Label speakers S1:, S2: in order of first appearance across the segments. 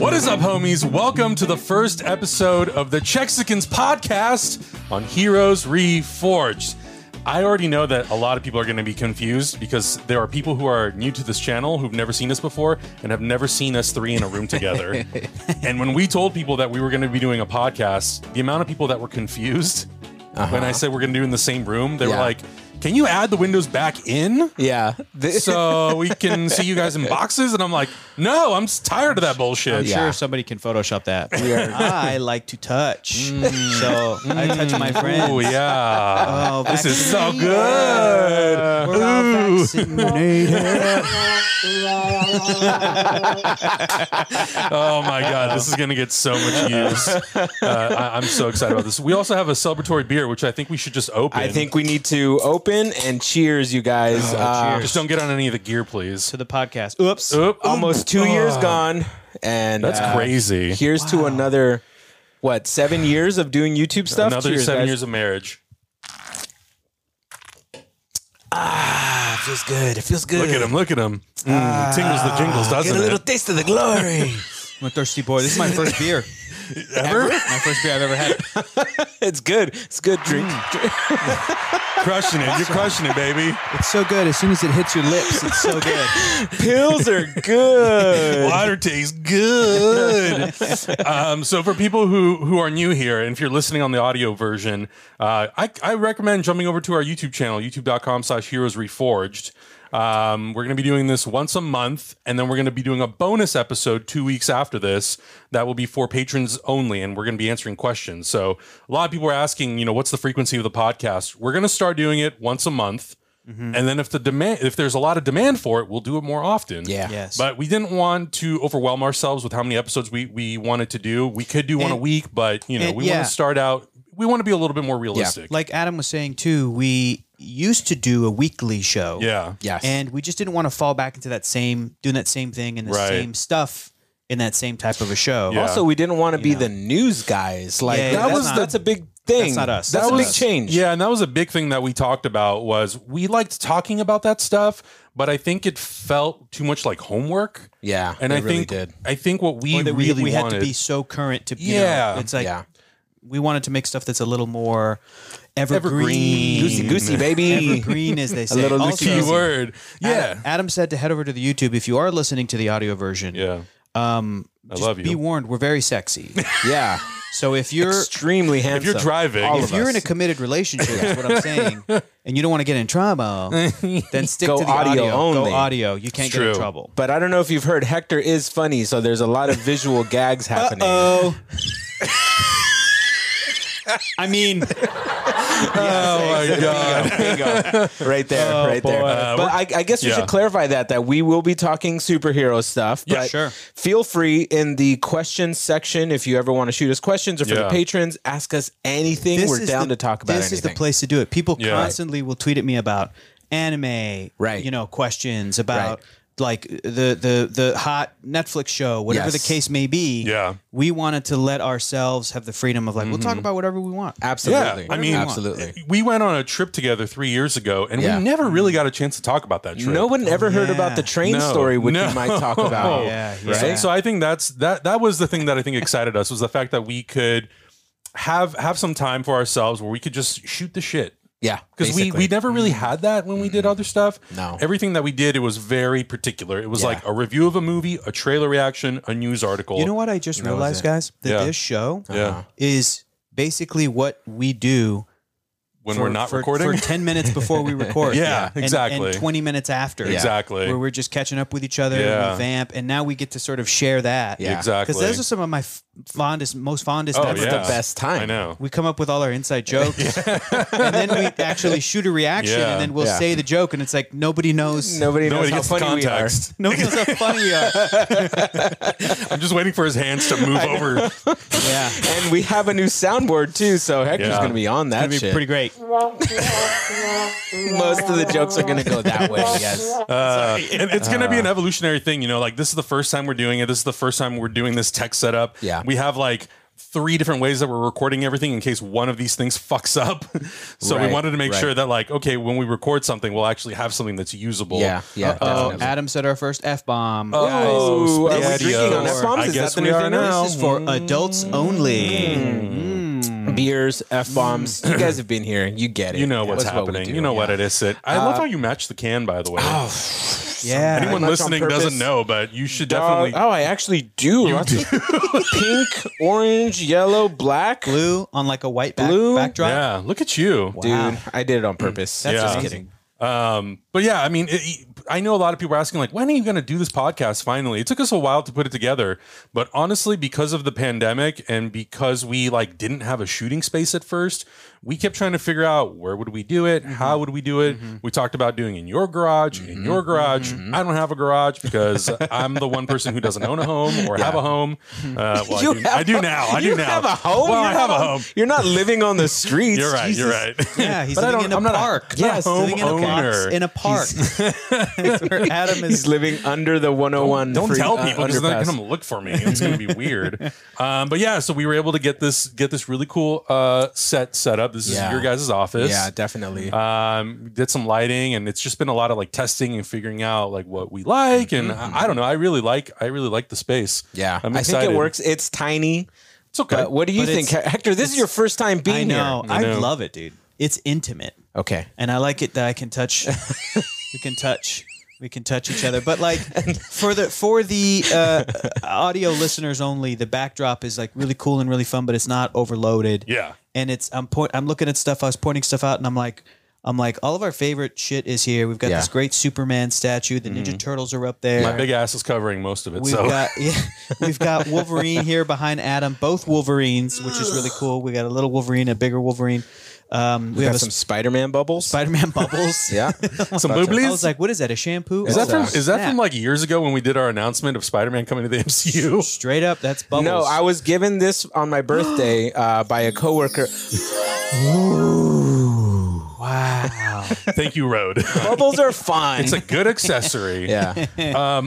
S1: What is up, homies? Welcome to the first episode of the Chexicans podcast on Heroes Reforged. I already know that a lot of people are going to be confused because there are people who are new to this channel who've never seen us before and have never seen us three in a room together. and when we told people that we were going to be doing a podcast, the amount of people that were confused when I said we're going to do it in the same room, they were
S2: Uh-huh. Yeah.
S1: like, can you add the windows back in?
S2: Yeah. Th-
S1: so we can see you guys in boxes. And I'm like, no, I'm s- tired of that bullshit.
S3: I'm
S2: Yeah.
S3: sure somebody can Photoshop that. Mm.
S2: are-
S3: I like to touch, so I touch my friends.
S1: Oh yeah,
S3: Oh,
S1: this is so
S3: vaccinated.
S1: good.
S3: We're all vaccinated.
S1: Oh my god, this is gonna get so much use. Uh, I, I'm so excited about this. We also have a celebratory beer, which I think we should just open.
S2: I think we need to open and cheers, you guys.
S1: Oh,
S2: uh,
S1: just don't get on any of the gear, please.
S3: to the podcast. Oops.
S1: Oop.
S2: Almost two
S1: Oh,
S2: years gone, and
S1: That's
S2: uh,
S1: crazy.
S2: Here's to another what seven years of doing YouTube stuff.
S1: Another
S2: Cheers,
S1: seven
S2: guys.
S1: years of marriage.
S2: Ah, it feels good. It feels good.
S1: Look at him. Look at him. Mm,
S2: Ah.
S1: tingles the jingles, doesn't it?
S2: taste of the glory.
S3: I'm a thirsty boy. This is my first beer.
S1: Ever
S3: My first beer I've ever had.
S2: it's good. It's good drink.
S1: crushing it. You're crushing it, baby.
S3: It's so good. As soon as it hits your lips, it's so good.
S2: Pills are good.
S1: Water tastes good. um, so for people who who are new here, and if you're listening on the audio version, uh, I, I recommend jumping over to our YouTube channel, youtube.com slash heroes reforged. Um, we're going to be doing this once a month, and then we're going to be doing a bonus episode two weeks after this that will be for patrons only, and we're going to be answering questions. So a lot of people are asking, you know, what's the frequency of the podcast? We're going to start doing it once a month.
S2: Mm-hmm.
S1: And then if the demand if there's a lot of demand for it, we'll do it more often.
S2: Yeah.
S3: Yes.
S1: But Uh, we didn't want to overwhelm ourselves with how many episodes we we wanted to do. We could do one a
S3: And-
S1: week, but you know,
S3: and
S1: we
S3: yeah.
S1: want to start out we want to be a little bit more realistic.
S3: like Adam was saying too, we used to do a weekly show.
S1: yeah.
S2: Yes.
S3: And we just didn't want to fall back into that same doing that same thing and the
S1: Right.
S3: same stuff in that same type of a show.
S1: Yeah.
S2: also, we didn't want to be
S3: You know.
S2: the news guys. Like
S3: Yeah, yeah,
S2: that
S3: that's
S2: was
S3: not-
S2: the, that's a big thing.
S3: that's not us.
S2: That's,
S3: That
S2: a big
S3: was-
S2: change.
S1: Yeah, and that was a big thing that we talked about was we liked talking about that stuff, but I think it felt too much like homework.
S2: Yeah.
S1: And
S2: it
S1: I
S2: really
S1: think
S2: did.
S1: I think what we
S3: Or that
S1: really
S3: we, we had
S1: wanted
S3: to be so current to you
S1: Yeah.
S3: know, it's like
S2: yeah.
S3: we wanted to make stuff that's a little more
S1: Evergreen.
S3: evergreen,
S2: Goosey goosey baby.
S3: evergreen as they say.
S2: little
S1: the
S2: loosey-goosey.
S1: key
S2: Also-
S1: word.
S3: Adam,
S1: Yeah.
S3: Adam said to head over to the YouTube if you are listening to the audio version.
S1: yeah.
S3: Um,
S1: I
S3: just
S1: love you.
S3: Be warned, we're very sexy.
S2: Yeah.
S3: So if you're
S2: Extremely handsome.
S1: If you're driving,
S2: All
S3: if
S2: of
S3: you're
S2: us.
S3: in a committed relationship, is what I'm saying, and you don't want to get in trouble, then stick
S2: Go
S3: to the
S2: audio
S3: audio.
S2: only.
S3: Go audio. You can't
S1: It's
S3: get
S1: true.
S3: in trouble.
S2: But I don't know if you've heard Hector is funny, so there's a lot of visual gags happening.
S3: Oh. I mean,
S1: Oh my god.
S2: Bingo. Right there,
S3: Oh,
S2: right there.
S3: boy.
S1: Uh,
S2: but I, I guess we
S1: yeah.
S2: should clarify that that we will be talking superhero stuff.
S1: Yeah,
S2: but
S3: sure.
S2: Feel free in the questions section if you ever want to shoot us questions or for
S1: Yeah.
S2: the patrons, ask us anything.
S3: this
S2: We're
S3: is
S2: down to
S3: the-
S2: talk about
S3: This
S2: anything.
S3: is the place to do it. People
S1: Yeah.
S3: constantly will tweet at me about anime,
S2: Right.
S3: You know, questions
S2: Right.
S3: about like the the the hot Netflix show, whatever
S2: Yes.
S3: the case may be.
S1: Yeah. Mm-hmm.
S3: we wanted to let ourselves have the freedom of like we'll talk about whatever we want.
S2: Absolutely.
S1: I mean,
S2: absolutely.
S1: We went on a trip together three years ago, and
S2: Yeah.
S1: we never really got a chance to talk about that trip.
S2: No one ever heard
S3: yeah.
S2: about the train
S1: No.
S2: story, which
S1: No.
S2: we might talk about.
S3: Yeah, yeah.
S2: Right?
S1: So, so I think that's that. That was the thing that I think excited us was the fact that we could have have some time for ourselves where we could just shoot the shit
S2: yeah.
S1: because we
S2: basically. Mm.
S1: we never really had that when we did other stuff.
S2: No.
S1: everything that we did it was very particular. It was
S2: Yeah.
S1: like a review of a movie, a trailer reaction, a news article.
S3: You know what I just
S2: was
S3: realized,
S2: it.
S3: guys? That
S1: Yeah.
S3: this show
S1: Yeah,
S3: is basically what we do
S1: when
S3: for-
S1: we're not
S3: for-
S1: recording.
S3: for 10 minutes before we record.
S1: Yeah,
S3: And- And,
S1: exactly.
S3: 20 minutes after.
S1: Exactly.
S3: Where we're just catching up with each other and
S1: Yeah.
S3: we vamp. And now we get to sort of share that.
S2: Yeah.
S1: Exactly.
S3: Because those are some of my f- fondest, most fondest
S1: Oh,
S3: memories.
S1: yeah.
S2: the best time.
S1: I know.
S3: We come up with all our inside jokes, and then we actually shoot a reaction,
S1: Yeah.
S3: and then we'll
S2: Yeah.
S3: say the joke, and it's like nobody knows,
S2: Nobody,
S1: Nobody gets
S2: knows how
S1: the
S2: funny
S1: context.
S3: nobody knows how funny we are.
S1: I'm just waiting for his hands to move over.
S3: Yeah,
S2: we are. And we have a new soundboard too, so Hector's
S1: Yeah.
S2: going to be on that
S3: that'd be
S2: shit.
S3: pretty great.
S2: Most of the jokes are going to go that way, yes.
S1: Uh, and it's going to be an evolutionary thing, you know. Like this is the first time we're doing it. This is the first time we're doing this tech setup.
S2: Yeah.
S1: we have like three different ways that we're recording everything in case one of these things fucks up. so we
S2: Right,
S1: wanted to make
S2: right.
S1: sure that like, okay, when we record something, we'll actually have something that's usable.
S2: Yeah, yeah,
S1: Uh-oh.
S2: definitely.
S3: Uh, Adam said our first f bomb.
S1: Oh,
S2: Guys, are we drinking
S1: spaghettios.
S2: on F-bombs?
S1: I
S2: Is that
S1: guess
S2: the
S1: we
S2: new
S1: are
S2: thing now? Mm.
S1: now.
S3: This is for adults only.
S2: Beers, f bombs. you guys have been here. You get it.
S1: You know
S2: Yeah, Uh,
S1: what's
S2: that's
S1: happening.
S2: what we do.
S1: you know what it is. Sid. I love how you match the can, by the way.
S3: Yeah.
S1: Anyone
S2: much on
S1: listening doesn't
S2: purpose.
S1: know, but you should
S2: Uh,
S1: definitely.
S2: oh, I actually do. Lots of pink, orange, yellow, black.
S3: blue on like a white back-
S2: Blue?
S3: backdrop.
S1: yeah, look at you.
S2: Dude,
S3: Wow.
S2: I did it on purpose.
S3: That's
S1: Yeah.
S3: amazing.
S2: kidding.
S1: Um, but yeah, I mean, it, e, I know a lot of people are asking, like, when are you going to do this podcast finally? It took us a while to put it together, but honestly, because of the pandemic and because we like didn't have a shooting space at first, we kept trying to figure out where would we do it, how would we do it. We talked about doing in your garage, in your garage. I don't have a garage because I'm the one person who doesn't own a home or have a home. Uh, well, I, do, I do now. I do
S2: you
S1: now.
S2: have a home.
S1: Well,
S2: You
S1: I have a home.
S2: You're not living on the streets.
S1: You're right. You're right.
S3: Yeah, he's
S1: But I
S3: living
S1: don't-
S3: in a
S1: I'm not a-
S3: park.
S1: I'm not a
S3: Yes, living in a
S1: homeowner.
S3: box in a park. That's where Adam
S2: He's
S3: is.
S2: living under the 101.
S1: Don't
S2: free,
S1: tell
S2: uh,
S1: people because they're not
S2: underpass.
S1: going to look for me. It's going to be weird. Um, but yeah, so we were able to get this get this really cool uh, set set up. This
S2: Yeah.
S1: is your guys' office.
S2: Yeah, definitely.
S1: Um, did some lighting, and it's just been a lot of like testing and figuring out like what we like. And I, I don't know. I really like I really like the space.
S2: Mm-hmm. yeah,
S1: I'm
S2: I think
S1: excited.
S2: it works. It's tiny.
S1: It's okay.
S2: But what do you
S3: But
S2: think,
S3: it's-
S2: Hector? This is your first time being
S3: I know.
S2: here.
S1: I
S3: I,
S1: know.
S3: love it, dude. It's intimate,
S2: Okay.
S3: and I like it that I can touch. we can touch. We can touch each other, but like for the for the uh, audio listeners only, the backdrop is like really cool and really fun, but it's not overloaded.
S1: yeah.
S3: and it's I'm point I'm looking at stuff. I was pointing stuff out, and I'm like, I'm like, all of our favorite shit is here. We've got
S2: Yeah.
S3: this great Superman statue. The Ninja Turtles are up there.
S1: Mm-hmm. My big ass is covering most of it.
S3: We've
S1: so
S3: got yeah, we've got Wolverine here behind Adam. Both Wolverines, which is really cool. We got a little Wolverine, a bigger Wolverine. Um, we, have
S2: Got
S3: a
S2: some Spider-Man bubbles.
S3: Spider-Man bubbles.
S2: yeah.
S1: some
S3: I
S1: booblies.
S3: was like, what is that? A shampoo?
S1: is that
S2: It's
S1: from
S2: a
S1: is that from
S3: snap.
S1: like years ago when we did our announcement of Spider Man coming to the MCU?
S3: straight up? That's bubbles.
S2: No, I was given this on my birthday uh, by a coworker.
S3: wow.
S1: Thank you, Road.
S2: Bubbles are fun.
S1: it's a good accessory.
S2: yeah.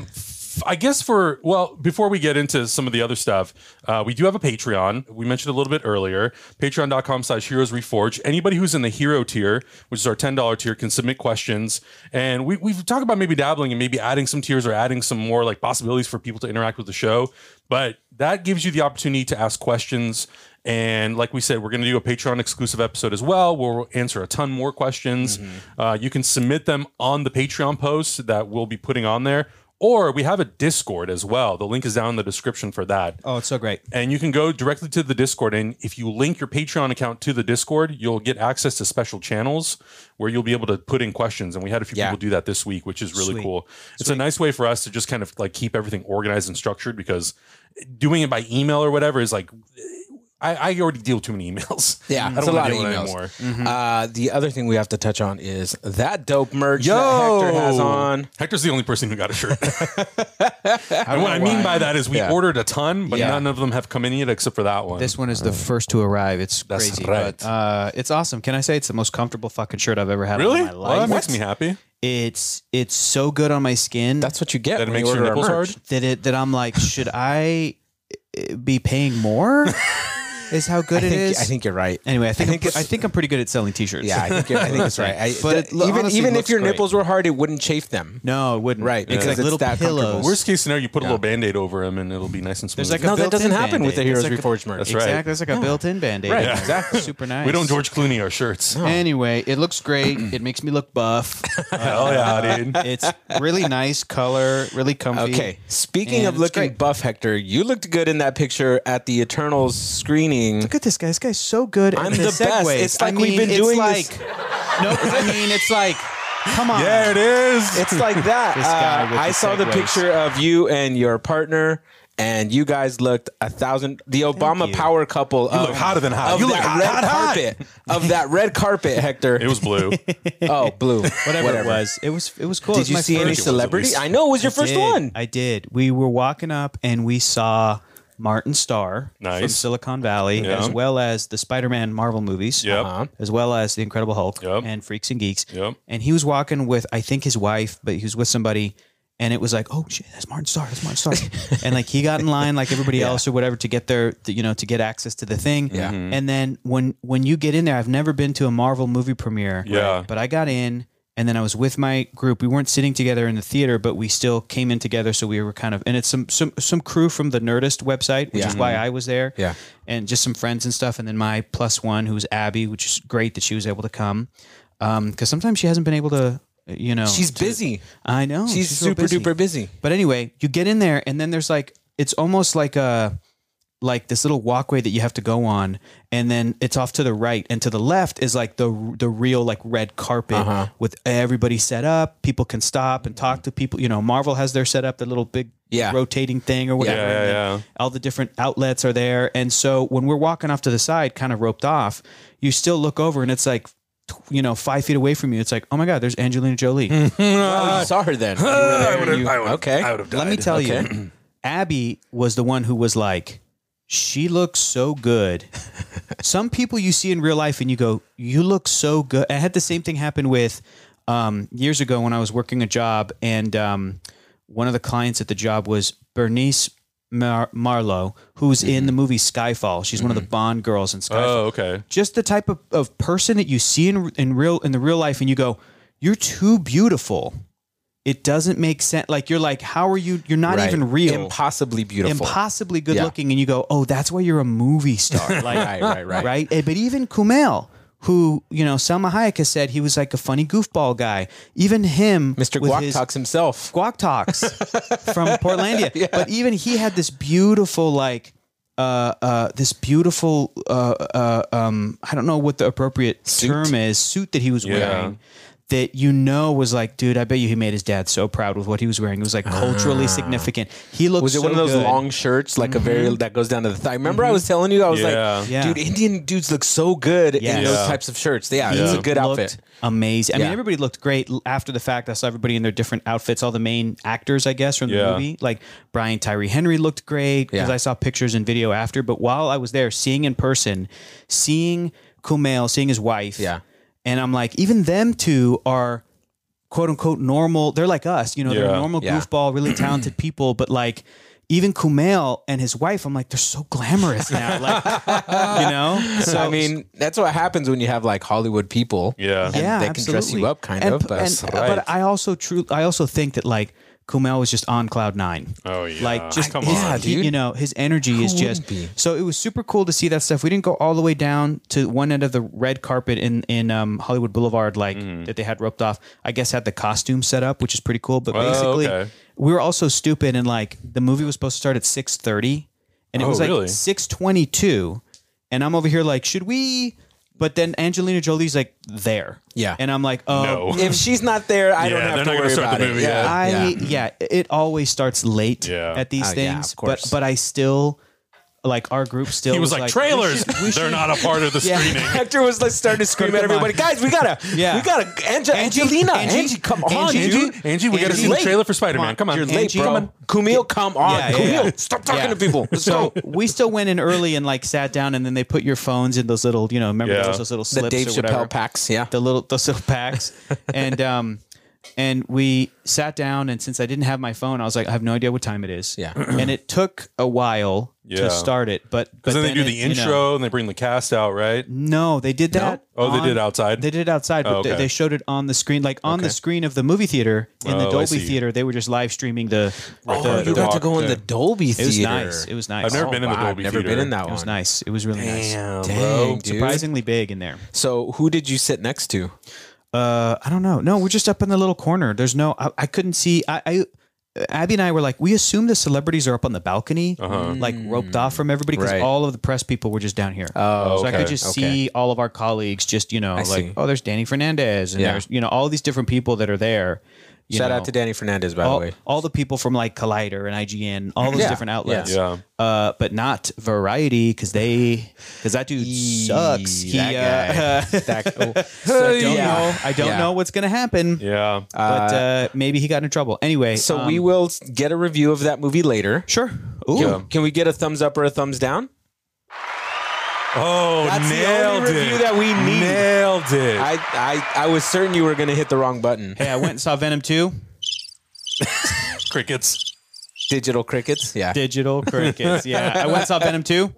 S1: I guess for well, before we get into some of the other stuff, uh, we do have a Patreon. We mentioned a little bit earlier. Patreon.com slash heroes reforged. Anybody who's in the hero tier, which is our ten dollar tier, can submit questions. And we we've talked about maybe dabbling and maybe adding some tiers or adding some more like possibilities for people to interact with the show. But that gives you the opportunity to ask questions. And like we said, we're going to do a Patreon exclusive episode as well. where We'll answer a ton more questions. Uh, you can submit them on the Patreon post that we'll be putting on there or we have a Discord as well. The link is down in the description for that.
S3: Oh, it's so great.
S1: And you can go directly to the Discord. And if you link your Patreon account to the Discord, you'll get access to special channels where you'll be able to put in questions. And we had a few
S2: Yeah.
S1: people do that this week, which is really
S3: Sweet.
S1: cool. It's a nice way for us to just kind of like keep everything organized and structured because doing it by email or whatever is like, I, I already deal with too many emails.
S2: Yeah,
S1: I
S2: it's
S1: don't
S2: a
S1: want
S2: lot
S1: to
S2: of
S1: deal with it
S2: emails.
S1: anymore.
S2: Uh, the other thing we have to touch on is that dope merch
S1: Yo!
S2: that Hector has on.
S1: Hector's the only person who got a shirt. and what I mean by that is we
S2: Yeah.
S1: ordered a ton, but
S2: Yeah.
S1: none of them have come in yet except for that one.
S3: This one is the
S2: Uh,
S3: first to arrive. It's
S1: That's
S3: crazy,
S1: right.
S3: but uh, it's awesome. Can I say it's the most comfortable fucking shirt I've ever had
S1: really?
S3: in my
S1: Well,
S3: life?
S1: that makes me happy.
S3: It's it's so good on my skin
S2: That's what you get.
S1: That
S2: when
S1: makes
S2: you
S1: your
S2: order our
S1: nipples
S2: merch.
S1: hard.
S3: that it that I'm like, should I uh, be paying more? is how good
S2: I
S3: it
S2: think,
S3: is.
S2: I think you're right.
S3: Anyway, I think I
S2: think
S3: think,
S2: it's-
S3: I'm, I think I'm pretty good at selling T-shirts.
S2: yeah, I think, you're, I think it's right. I,
S3: But
S2: th-
S3: it lo-
S2: even
S3: honestly
S2: even if
S3: looks
S2: your
S3: great.
S2: nipples were hard, it wouldn't chafe them.
S3: No, it wouldn't.
S2: Right,
S3: It's
S2: because
S3: like
S2: it's
S3: little
S2: that comfortable.
S3: pillows.
S1: Worst case scenario, you put a little band aid over him and it'll be nice and smooth.
S3: There's like a
S2: No, that doesn't
S3: built-in
S2: happen with the
S3: Band-Aid.
S2: Heroes
S3: It's like a-
S2: Reforged merch.
S1: That's
S3: Exactly.
S1: right.
S3: It's like a built-in band-aid.
S2: Right,
S3: Yeah.
S2: exactly.
S3: Super nice.
S1: we don't George Clooney our shirts.
S3: Anyway, it looks great. it makes me look buff.
S1: Hell yeah, dude.
S3: it's really nice color, really comfy.
S2: Okay. Speaking
S3: And
S2: of
S3: it's
S2: looking
S3: great.
S2: buff, Hector, you looked good in that picture at the Eternals screening.
S3: Look at this guy. This guy's so good
S2: I'm
S3: at the,
S2: the best.
S3: segues.
S2: It's
S3: I
S2: like we've
S3: mean,
S2: been
S3: it's
S2: doing
S3: like,
S2: this-
S3: Nope. I mean, it's like, come on.
S1: There it is.
S2: It's like that.
S3: This guy
S2: Uh,
S3: with
S2: I
S3: the
S2: saw the
S3: segues.
S2: picture of you and your partner, and you guys looked a thousand. The Obama
S3: you.
S2: power couple. You of,
S1: look hotter than hot.
S2: Of
S1: You
S2: that
S1: look hot,
S2: red
S1: hot, hot.
S2: carpet. Of that red carpet, Hector.
S1: it was blue.
S2: oh, blue.
S3: Whatever, it was, it was it was cool. It
S2: Did
S3: was
S2: you
S3: my
S2: see any
S3: first-
S2: celebrity?
S1: least.
S2: I know it was your first
S3: did.
S2: one.
S3: I did. We were walking up and we saw Martin Starr from
S1: Nice.
S3: Silicon Valley,
S1: Yeah.
S3: as well as the Spider-Man Marvel movies,
S1: Yep.
S2: Uh-huh.
S3: as well as the Incredible Hulk
S1: Yep.
S3: and Freaks and Geeks.
S1: Yep.
S3: And he was walking with, I think, his wife, but he was with somebody. and it was like, oh shit, that's Martin Starr, that's Martin Starr, and like he got in line like everybody else or whatever to get their, to, you know, to get access to the thing.
S2: Yeah.
S3: And then when when you get in there, I've never been to a Marvel movie premiere.
S1: Yeah.
S3: But I got in, and then I was with my group. We weren't sitting together in the theater, but we still came in together. So we were kind of, and it's some some some crew from the Nerdist website, which is why I was there.
S2: Yeah.
S3: And just some friends and stuff, and then my plus one, who's Abby, which is great that she was able to come, because sometimes she hasn't been able to. You know,
S2: She's
S3: to-
S2: busy.
S3: I know.
S2: She's,
S3: real
S2: super duper busy.
S3: but anyway, you get in there, and then there's like it's almost like a like this little walkway that you have to go on, and then it's off to the right and to the left is like the the real like red carpet
S2: Uh-huh.
S3: with everybody set up. People can stop and talk to people. You know, Marvel has their setup, their little big
S2: Yeah.
S3: rotating thing or whatever.
S1: Yeah,
S3: and
S1: yeah,
S3: then
S1: yeah.
S3: All the different outlets are there, and so when we're walking off to the side, kind of roped off, you still look over, and it's like. t- You know, five feet away from you, it's like, oh my God, there's Angelina Jolie.
S2: oh, you saw her then. You were there
S1: Uh, I
S2: and
S1: would've-
S2: you-
S1: I would've-
S2: okay.
S1: I would've
S3: Let me
S1: died.
S3: tell you, Abby was the one who was like, she looks so good. Some people you see in real life and you go, you look so good. I had the same thing happen with um, years ago when I was working a job, and um, one of the clients at the job was Bernice Mar- Marlowe, who's in the movie Skyfall. She's one of the Bond girls in Skyfall
S1: Oh, okay.
S3: just the type of, of person that you see in in real in the real life and you go you're too beautiful it doesn't make sense like you're like how are you you're not
S2: Right.
S3: even real
S2: Impossibly beautiful.
S3: impossibly good
S2: Yeah.
S3: looking and you go oh that's why you're a movie star like
S2: right, right, right.
S3: right? Eh, But even Kumail, who you know, Selma Hayek has said he was like a funny goofball guy. Even him,
S2: Mr.
S3: with
S2: Guac
S3: his-
S2: Talks himself.
S3: Squawk Talks from Portlandia. But even he had this beautiful, like, uh, uh, this beautiful, uh, uh, um, I don't know what the appropriate term is, suit that he was wearing. That you know was like, dude, I bet you he made his dad so proud with what he was wearing. It was like culturally significant. He
S2: Ah.
S3: looked
S2: Was it
S3: so
S2: one of those
S3: good.
S2: long shirts, like a very that goes down to the thigh? Remember, I was telling you, I was
S1: Yeah.
S2: like,
S3: Yeah.
S2: dude, Indian dudes look so good
S3: Yes.
S2: in those
S1: Yeah.
S2: types of shirts. Yeah, it's
S3: He
S2: a good
S3: looked
S2: outfit.
S3: Amazing. I mean,
S2: Yeah.
S3: everybody looked great L- after the fact. I saw everybody in their different outfits. All the main actors, I guess, from the
S1: Yeah.
S3: movie, like Brian Tyree Henry, looked great because
S2: Yeah.
S3: I saw pictures and video after. But while I was there, seeing in person, seeing Kumail, seeing his wife,
S2: Yeah.
S3: and I'm like, even them two are quote unquote normal. They're like us, you know, they're
S1: Yeah.
S3: normal
S2: Yeah.
S3: goofball, really talented people, but like. Even Kumail and his wife, I'm like, they're so glamorous now, like, you know. So
S2: I mean, that's what happens when you have like Hollywood people.
S1: Yeah.
S2: and they can dress you
S3: absolutely.
S2: up, kind
S3: And-
S2: of. But
S3: and- uh,
S1: right.
S3: but I also true. I also think that like Kumail was just on cloud nine.
S1: Oh, yeah.
S3: Like just
S1: Come
S3: his-
S2: on,
S3: he-
S2: dude.
S3: you know his energy is just
S2: wouldn't be?
S3: so it was super cool to see that stuff. We didn't go all the way down to one end of the red carpet in in um, Hollywood Boulevard like
S1: Mm-hmm.
S3: that they had roped off. I guess had the costume set up, which is pretty cool. But basically,
S1: Oh, okay.
S3: we were also stupid and like the movie was supposed to start at six thirty, and it
S1: Oh,
S3: was like
S1: really?
S3: six twenty two, and I'm over here like, should we? But then Angelina Jolie's like there,
S2: Yeah.
S3: and I'm like, oh,
S1: No.
S2: if she's not there, I
S1: Yeah,
S2: don't
S1: they're
S2: have
S1: not
S2: to
S1: gonna
S2: worry
S1: start the
S2: about
S1: movie,
S2: it.
S1: yeah.
S3: I yeah. it always starts late
S1: Yeah.
S3: at these
S2: Oh, yeah,
S3: things,
S2: of
S3: but
S2: course.
S3: but I still like our group still
S1: He was like, trailers.
S3: we should- we
S1: They're
S3: should-
S1: not a part of the
S3: Yeah.
S1: screening.
S2: Hector was like starting to scream at
S3: Come on.
S2: everybody, guys, we gotta,
S3: Yeah.
S2: we gotta, Ange-
S3: Angie,
S2: Angelina,
S3: Angie,
S2: Angie, come on,
S3: Angie,
S2: Angie,
S3: dude.
S1: Angie, we got to
S2: Angie,
S1: see the
S2: late.
S1: trailer for Spider Man. Come on.
S2: You're late,
S3: Angie,
S2: bro.
S3: come
S2: Come
S3: on.
S2: on. Kumail, come on,
S3: Yeah, yeah,
S2: Kumail,
S3: yeah.
S2: stop talking
S3: Yeah.
S2: to people. Let's
S3: So
S2: go.
S3: we still went in early and like sat down, and then they put your phones in those little, you know, remember
S1: Yeah.
S3: those, those little slips
S2: The Dave
S3: or
S2: Chappelle
S3: whatever.
S2: packs, yeah.
S3: the little those little packs, and um, and we sat down, and since I didn't have my phone, I was like, I have no idea what time it is.
S2: Yeah.
S3: and it took a while
S1: Yeah.
S3: to start it, but but
S1: Because then, they do
S3: it,
S1: the
S3: you know- Mm-hmm.
S1: intro and they bring the cast out, right?
S3: No, they did that.
S1: Oh, they
S3: on-
S1: did outside?
S3: They did it outside, but
S1: Oh,
S3: they-
S1: okay.
S3: they showed it on the screen, like on the screen of the movie theater in
S1: Oh,
S3: the
S1: I
S3: Dolby
S1: see.
S3: theater. They were just live streaming the. the-
S2: Oh,
S1: the
S2: you got to
S1: walk
S2: go in
S1: to-
S2: the Dolby
S3: it
S2: theater.
S3: was nice. It was nice.
S1: I've never
S2: Oh,
S1: been in the
S2: wow,
S1: Dolby
S2: Never
S1: theater.
S2: been in that
S3: It
S2: one.
S3: was nice. It was really nice.
S2: Damn,
S1: bro.
S2: dude.
S3: Surprisingly big in there.
S2: So who did you sit next to?
S3: Uh, I don't know. No, we're just up in the little corner. There's no. I, I couldn't see. I, I Abby and I were like, we assume the celebrities are up on the balcony, like roped off from everybody, because
S2: Right.
S3: all of the press people were just down here. Oh, so I could
S1: okay.
S3: just
S2: Okay.
S3: see all of our colleagues, just you know, like
S2: see.
S3: oh, there's Danny Fernandez, and
S2: Yeah.
S3: there's you know all these different people that are there. you
S2: Shout
S3: know.
S2: out to Danny Fernandez, by the
S3: all,
S2: way.
S3: all the people from like Collider and IGN, all those
S2: Yeah.
S3: different outlets.
S1: Yeah.
S3: Uh, but not Variety because they because that dude sucks. He,
S2: that
S3: uh,
S2: guy. That- oh.
S3: so I don't
S2: Yeah.
S3: know. I don't
S2: Yeah.
S3: know what's gonna happen.
S1: Yeah.
S3: But uh, maybe he got in trouble. Anyway,
S2: So
S3: um,
S2: we will s- get a review of that movie later.
S3: sure. Ooh,
S1: Yeah.
S2: Can we get a thumbs up or a thumbs down?
S1: oh,
S2: That's the
S1: nailed
S2: only
S1: it.
S2: review that we need.
S1: Nailed it.
S2: I, I, I was certain you were going to hit the wrong button.
S3: hey, I went and saw Venom two.
S1: crickets.
S2: Digital crickets. Yeah.
S3: Digital crickets. Yeah, I once saw Venom 2.
S1: You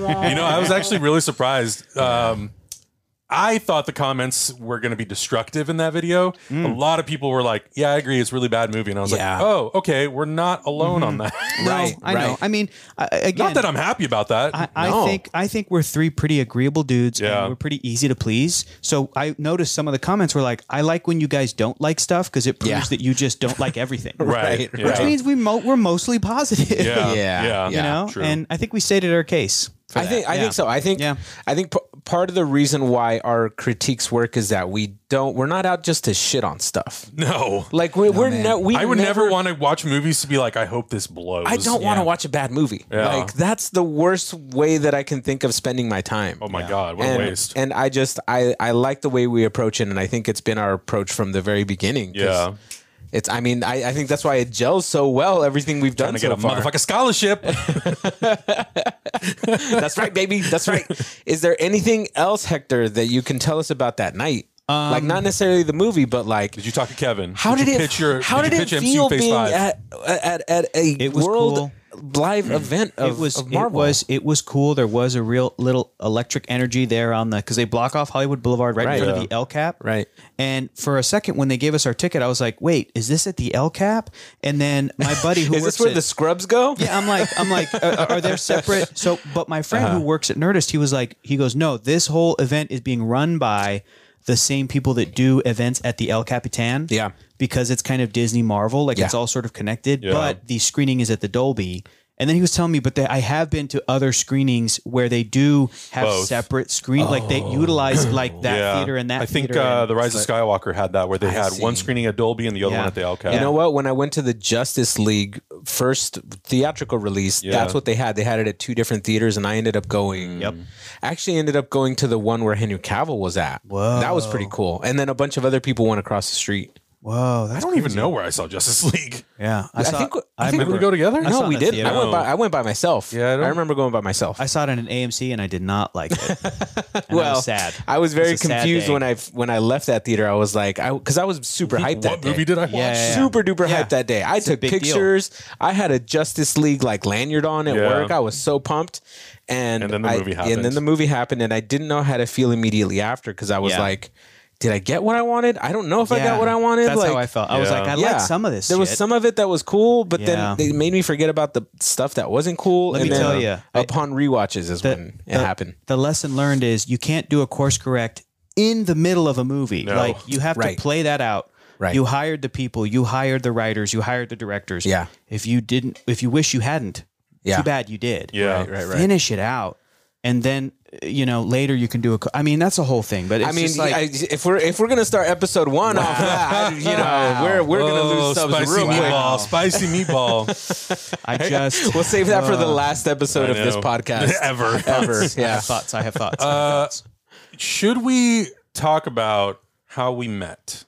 S1: know, I was actually really surprised. Um, I thought the comments were going to be destructive in that video. A lot of people were like, "Yeah, I agree. It's a really bad movie." And I was
S2: Mm. Yeah. Mm-hmm.
S1: like, "Oh, okay. We're not alone on that."
S2: right.
S3: I know.
S2: right.
S3: I mean, I, again,
S1: not that I'm happy about that.
S3: I, I
S2: No.
S3: think I think we're three pretty agreeable dudes.
S1: Yeah.
S3: and we're pretty easy to please. So I noticed some of the comments were like, "I like when you guys don't like stuff because it proves
S2: Yeah.
S3: that you just don't like everything."
S1: right.
S2: Right, right.
S3: Which means we mo- we're mostly positive.
S1: Yeah.
S2: Yeah,
S1: Yeah.
S3: you
S2: yeah.
S3: know,
S1: true.
S3: and I think we stated our case. For
S2: I
S3: that.
S2: think I
S3: Yeah.
S2: think so. I think
S3: Yeah.
S2: I think p- part of the reason why our critiques work is that we don't we're not out just to shit on stuff.
S1: no.
S2: Like we, we're no, we
S1: I would never, want
S2: want.
S1: to watch movies to be like, I hope this blows.
S2: I don't want to watch a bad movie.
S1: Yeah.
S2: Like that's the worst way that I can think of spending my time.
S1: Oh my god, what
S2: and,
S1: a waste!
S2: And I just I I like the way we approach it, and I think it's been our approach from the very beginning. 'cause
S1: Yeah.
S2: It's. I mean, I, I think that's why it gels so well. Everything we've done
S1: Trying to
S2: so
S1: get a
S2: far.
S1: motherfucking scholarship.
S2: That's right, baby. That's right. Is there anything else, Hector, that you can tell us about that night? like not necessarily the movie, but like
S1: Um, did you talk to Kevin?
S2: how did,
S1: you
S2: it?
S1: pitch your,
S2: how
S1: did,
S2: did,
S1: you
S2: it
S1: pitch MCU
S2: feel
S1: Phase
S2: being
S1: Five?
S2: at, at at a
S3: It was
S2: world live event of,
S3: it was
S2: of
S3: it
S2: Marvel?
S3: was it was cool. There was a real little electric energy there on the because they block off Hollywood Boulevard right,
S2: Right.
S3: in front
S2: Yeah.
S3: of the L Cap.
S2: Right.
S3: And for a second, when they gave us our ticket, I was like, "Wait, is this at the L Cap?" And then my buddy who
S2: Is
S3: works
S2: this where
S3: at-
S2: the scrubs go?
S3: Yeah, I'm like, I'm like, uh, are, are they separate? So, but my friend
S2: Uh-huh.
S3: who works at Nerdist, he was like, he goes, no, this whole event is being run by the same people that do events at the El Capitan.
S2: Yeah.
S3: because it's kind of Disney Marvel, like it's
S2: Yeah.
S3: all sort of connected. But the screening is at the Dolby. And then he was telling me, but they, I have been to other screenings where they do have
S1: Both. Oh.
S3: separate screen, like they utilize like that theater and that.
S1: I think
S3: theater
S1: uh,
S3: and-
S1: the Rise of Skywalker had that where they had one
S2: see.
S1: screening at Dolby and the other
S3: Yeah.
S1: one at the LCAP.
S2: You know what? When I went to the Justice League first theatrical release, that's what they had. They had it at two different theaters, and I ended up
S3: Mm.
S2: going. Yep. Actually, ended up going to the one where Henry Cavill was at. Whoa, that was pretty cool. And then a bunch of other people went across the street.
S3: Whoa,
S1: I
S3: that's,
S1: don't even know where I saw Justice League.
S3: yeah. I, saw,
S2: think- I
S3: I
S1: Did we
S2: think we
S3: remember.
S1: go together?
S3: saw
S2: No,
S3: it
S2: we
S3: in the
S2: did.
S3: theater.
S2: I went by. I went by myself.
S1: Yeah, I
S2: I,
S1: don't-
S2: remember going by myself.
S3: I saw it in an AMC and I did not like it. And I
S2: well,
S3: was sad.
S2: I was very
S3: It's a sad
S2: confused
S3: day.
S2: when I when I left that theater. I was like, I because I was super hyped that
S1: What movie
S2: day.
S1: did I watch?
S3: Yeah, yeah, yeah.
S2: super duper
S3: Yeah.
S2: hyped that day. I took
S3: big deal.
S2: pictures. I had a Justice League like lanyard on at
S1: Yeah.
S2: work. I was so pumped. And,
S1: And then the
S2: I-
S1: movie
S2: And then
S1: happened.
S2: the movie happened, and I didn't know how to feel immediately after because I was
S3: Yeah.
S2: like, "Did I get what I wanted? I don't know if I
S3: Yeah.
S2: got what I wanted."
S3: That's
S2: like,
S3: how I felt. I was
S1: Yeah.
S3: like, I like some of this.
S2: There was
S3: shit.
S2: some of it that was cool, but then
S3: Yeah.
S2: they made me forget about the stuff that wasn't cool.
S3: Let
S2: and
S3: me
S2: then
S3: tell ya, I-
S2: upon rewatches is when it
S3: the-
S2: happened.
S3: The lesson learned is you can't do a course correct in the middle of a movie.
S1: No.
S3: Like you have
S2: Right.
S3: to play that out.
S2: Right.
S3: You hired the people. You hired the writers. You hired the directors.
S2: Yeah.
S3: If you didn't, if you wish you hadn't,
S2: Yeah.
S3: too bad you did.
S1: Yeah. Right,
S2: right, right.
S3: Finish it out, and then uh, you know later you can do a. co- I mean, that's a whole thing. But it's
S2: I mean,
S3: just like,
S2: I, if we're if we're gonna start episode one off that, you know, we're we're gonna
S1: Oh,
S2: lose subs
S1: spicy
S2: real quick.
S1: meatball, spicy meatball
S3: I just
S2: We'll save that for the last episode of this
S1: Uh, know.
S2: podcast
S1: ever. Uh,
S2: ever.
S3: I
S2: Yeah. Uh,
S3: have thoughts. I have thoughts. I have thoughts.
S1: Should we talk about how we met?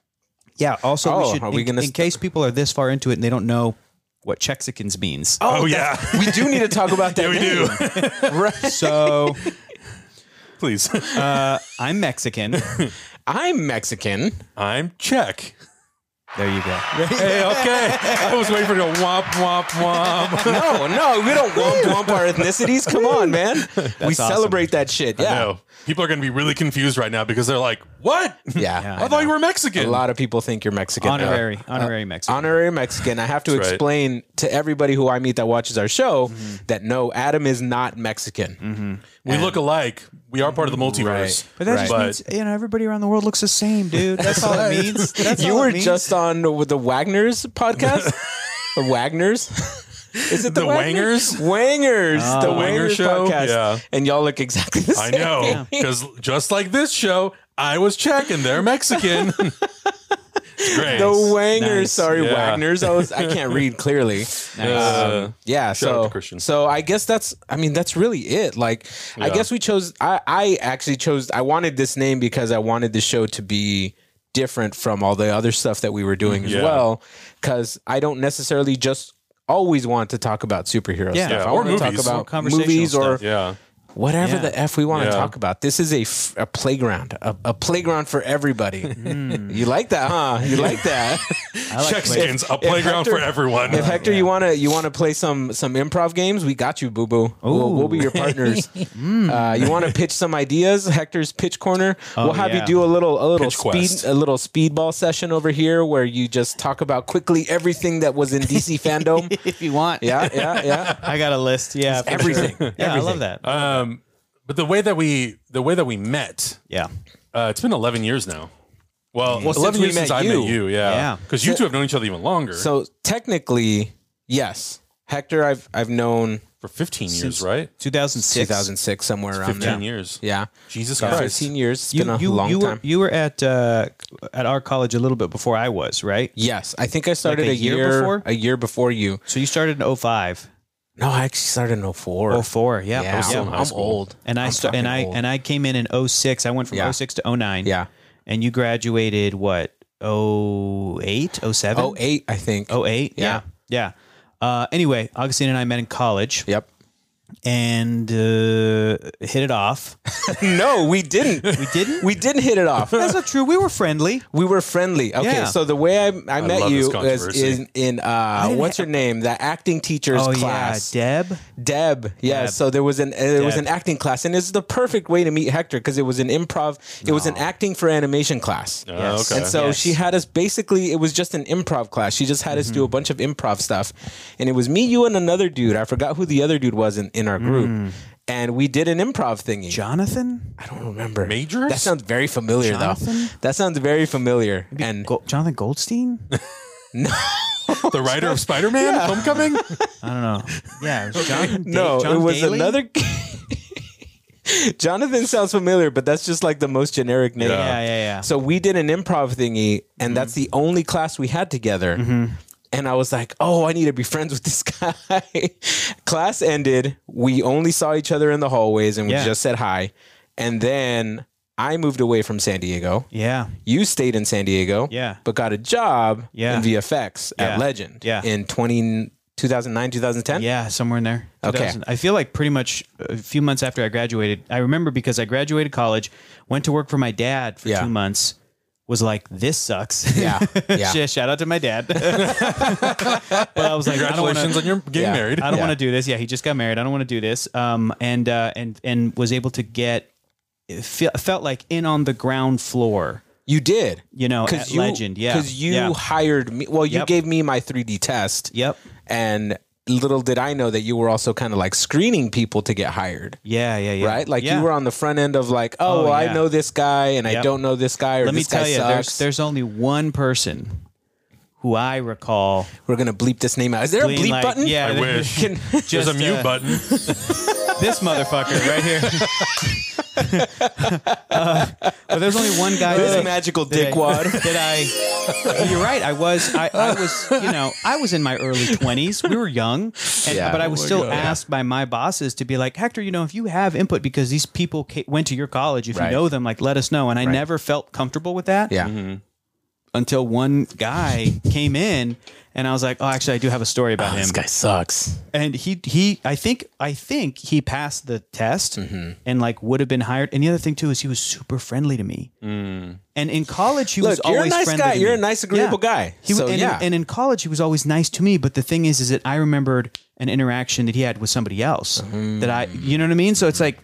S3: Yeah. Also,
S2: Oh,
S3: we should.
S2: are we
S3: in,
S2: gonna
S3: in
S2: st-
S3: case people are this far into it and they don't know what Chexicans means.
S1: Oh, yeah,
S2: We do need to talk about that.
S1: yeah, we do.
S2: Right.
S3: So
S1: Please,
S3: uh, I'm Mexican.
S2: I'm Mexican.
S1: I'm Czech.
S3: There you go.
S1: Hey, okay. I was waiting for the womp womp womp.
S2: No, no, we don't womp womp our ethnicities. Come on, man. we
S3: awesome.
S2: celebrate that shit. Yeah.
S1: No, people are going to be really confused right now because they're like, "What?
S2: Yeah.
S1: I, thought you were Mexican."
S2: A lot of people think you're Mexican.
S3: Honorary, honorary Mexican.
S2: honorary Mexican. I have to
S1: right. Mm-hmm.
S2: explain to everybody who I meet that watches our show that no, Adam is not Mexican.
S1: We look alike. We are part of the multiverse.
S2: Right.
S3: but that just
S1: Right.
S3: means you know everybody around the world looks the same, dude. That's all it means. That's
S2: You
S3: all it
S2: were
S3: means.
S2: just on with the Wagner's podcast, the Wagner's. Is it the,
S1: The
S2: Wagner-
S1: Wangers?
S2: Wangers, the
S1: Wanger
S2: Wangers
S1: show?
S2: podcast,
S1: Yeah.
S2: and y'all look exactly the
S1: I
S2: same.
S1: know, because just like this show, I was Czech and they're Mexican. It's great.
S2: The Wangers,
S3: Nice.
S2: sorry,
S1: Yeah.
S2: Wagner's. I was, I can't read clearly.
S1: Uh,
S2: Yeah,
S1: Shout
S2: so
S1: out to Christian.
S2: so I guess that's I mean that's really it. Like I
S1: Yeah.
S2: guess we chose I I actually chose I wanted this name because I wanted the show to be different from all the other stuff that we were doing as
S1: Yeah.
S2: well cuz I don't necessarily just always want to talk about superhero
S3: Yeah.
S2: stuff.
S1: Yeah,
S2: I
S1: or
S2: want to talk
S1: movies.
S3: Or
S2: about
S3: conversational
S2: movies or
S3: stuff.
S1: yeah.
S2: whatever
S3: Yeah.
S2: the f we want
S1: Yeah.
S2: to talk about. This is a, f- a playground, a, a playground for everybody.
S3: Mm.
S2: You like that, huh? You like that?
S3: I like play-
S1: Chexkins, a playground
S2: Hector-
S1: for everyone.
S2: if Hector, you wanna you wanna play some some improv games, we got you, boo boo. We'll, we'll be your partners.
S3: Mm.
S2: uh, you wanna pitch some ideas? Hector's pitch corner. we'll have
S3: Oh, yeah.
S2: you do a little a little
S1: Pitch
S2: speed
S1: quest.
S2: a little speedball session over here where you just talk about quickly everything that was in DC fandom.
S3: if you want.
S2: Yeah, yeah, yeah.
S3: I got a list. Yeah, for sure.
S2: Everything. Uh,
S3: Yeah, I love that.
S1: um, but the way that we the way that we met,
S3: yeah,
S1: uh, it's been 11 years now. Well,
S3: Mm-hmm.
S1: 11
S2: Well, since we
S1: years since
S2: met
S1: I
S2: you.
S1: met you, yeah.
S3: Yeah.
S1: Because you two have known each other even longer.
S2: So technically, yes. Hector I've I've known
S1: for 15 years,
S3: Since-
S1: right?
S3: 2006.
S2: 2006 somewhere around
S1: 15
S2: there.
S1: years.
S2: Yeah.
S1: Jesus
S2: Yeah,
S1: Christ.
S2: 15 years. It's
S3: You,
S2: been a
S3: you,
S2: long
S3: you
S2: time.
S3: Were, you were at uh, at our college a little bit before I was, right?
S2: yes, I think I started
S3: a
S2: a,
S3: year
S2: year,
S3: before?
S2: a year before you.
S3: So you started in 05.
S2: No, I actually started in 04.
S3: 04, yeah.
S2: Yeah,
S1: still in
S2: I'm,
S1: high
S2: I'm
S1: school.
S2: old.
S3: And I
S2: I'm
S3: sta- and
S2: fucking
S3: I
S2: old.
S3: and I came in in 06. I went from
S2: Yeah.
S3: 06 to 09.
S2: yeah.
S3: And you graduated what? 08, 07?
S2: Oh eight, I think.
S3: 08? Yeah. Yeah. Uh, anyway, Augustine and I met in college
S2: yep.
S3: and uh, hit it off.
S2: no, we didn't. We
S3: didn't?
S2: We didn't hit it off.
S3: That's not true. We were friendly.
S2: We were friendly. Okay,
S3: Yeah.
S2: so the way I, I, met
S1: love this
S2: you was
S1: controversy.
S2: in in uh, what's her name? That acting teacher's
S3: Oh
S2: class.
S3: yeah, Deb.
S2: Deb, yeah.
S3: Deb.
S2: So there was an uh, there was
S3: Deb.
S2: an acting class, and it's the perfect way to meet Hector because it was an improv. It was an acting for animation class.
S1: Oh,
S3: Yes.
S1: okay.
S2: And so
S3: Yes.
S2: she had us basically, it was just an improv class. She just had us
S1: Mm-hmm.
S2: do a bunch of improv stuff. And it was me, you, and another dude. I forgot who the other dude was in, in our group.
S1: Mm.
S2: And we did an improv thingy.
S3: Jonathan?
S2: I don't remember.
S1: Majors?
S2: That sounds very familiar,
S3: Jonathan?
S2: though. That sounds very familiar. And
S3: Go- Jonathan Goldstein?
S1: the writer of Spider Man Homecoming?
S3: I don't know. Yeah, it was Jonathan. Da-
S2: no,
S3: John
S2: it was
S3: Daly?
S2: another. Jonathan sounds familiar, but that's just like the most generic name.
S1: Yeah.
S3: Yeah, yeah, yeah. Mm-hmm.
S2: So we did an improv thingy, and that's the only class we had together. And I was like, oh, I need to be friends with this guy. class ended. We only saw each other in the hallways and we
S3: Yeah.
S2: just said hi. And then I moved away from San Diego.
S3: yeah.
S2: You stayed in San Diego,
S3: Yeah.
S2: but got a job
S3: Yeah.
S2: in VFX
S3: Yeah.
S2: at Legend
S3: Yeah.
S2: in 20, 2009, 2010.
S3: Yeah, somewhere in there.
S2: Okay.
S3: 2000. I feel like pretty much a few months after I graduated, I remember because I graduated college, went to work for my dad for
S2: Yeah.
S3: two months, was like, this sucks.
S2: Yeah, yeah.
S3: Sh- Shout out to my dad. but I was like, I don't want
S1: Congratulations
S3: to.
S1: on your getting
S2: Yeah.
S1: married.
S3: I don't
S2: Yeah.
S3: want to do this. Yeah, he just got married. I don't want to do this. Um, and uh, and and was able to get it fe- felt like in on the ground floor.
S2: You did.
S3: You know, at Legend. Yeah,
S2: Because you
S3: Yeah.
S2: hired me. Well, you
S3: Yep.
S2: gave me my 3D test.
S3: Yep.
S2: And little did I know that you were also kind of like screening people to get hired.
S3: Yeah. Yeah. Yeah.
S2: Right? Like
S3: Yeah.
S2: you were on the front end of like, oh,
S3: Oh,
S2: well,
S3: yeah.
S2: I know this guy and I
S3: Yep.
S2: don't know this guy or
S3: Let me
S2: this guy
S3: tell you,
S2: sucks.
S3: there's there's only one person who I recall.
S2: we're gonna bleep this name out. Is there a
S3: being
S2: bleep
S3: like,
S2: button?
S3: Yeah,
S1: I
S3: th-
S1: wish.
S2: Can-
S1: There's a
S3: just,
S1: mute
S3: uh,
S1: button.
S3: this motherfucker right here. Uh, but there's only one guy.
S2: This
S3: that I-
S2: magical
S3: that I-
S2: dickwad.
S3: That I. You're right. I was. I, I was. You know, I was in my early 20s. We were young, and,
S2: Yeah.
S3: but I was still
S1: God.
S3: asked by my bosses to be like, Hector, you know, if you have input because these people ca- went to your college, if
S2: Right.
S3: you know them, like let us know. And I never felt comfortable with that.
S2: Yeah.
S1: Mm-hmm.
S3: Until one guy came in. And I was like, oh, actually, I do have a story about him
S2: This guy sucks.
S3: and he he I think I think he passed the test
S2: Mm-hmm.
S3: and like would have been hired. And the other thing too is he was super friendly to me. And in college he was
S2: Mm. Look, you're a
S3: always
S2: nice
S3: friendly.
S2: guy.
S3: to
S2: You're a
S3: me.
S2: nice, agreeable guy.
S3: He was
S2: So,
S3: and,
S2: yeah.
S3: in, and in college he was always nice to me. But the thing is, is that I remembered an interaction that he had with somebody else
S2: Mm-hmm.
S3: that I you know what I mean. So it's like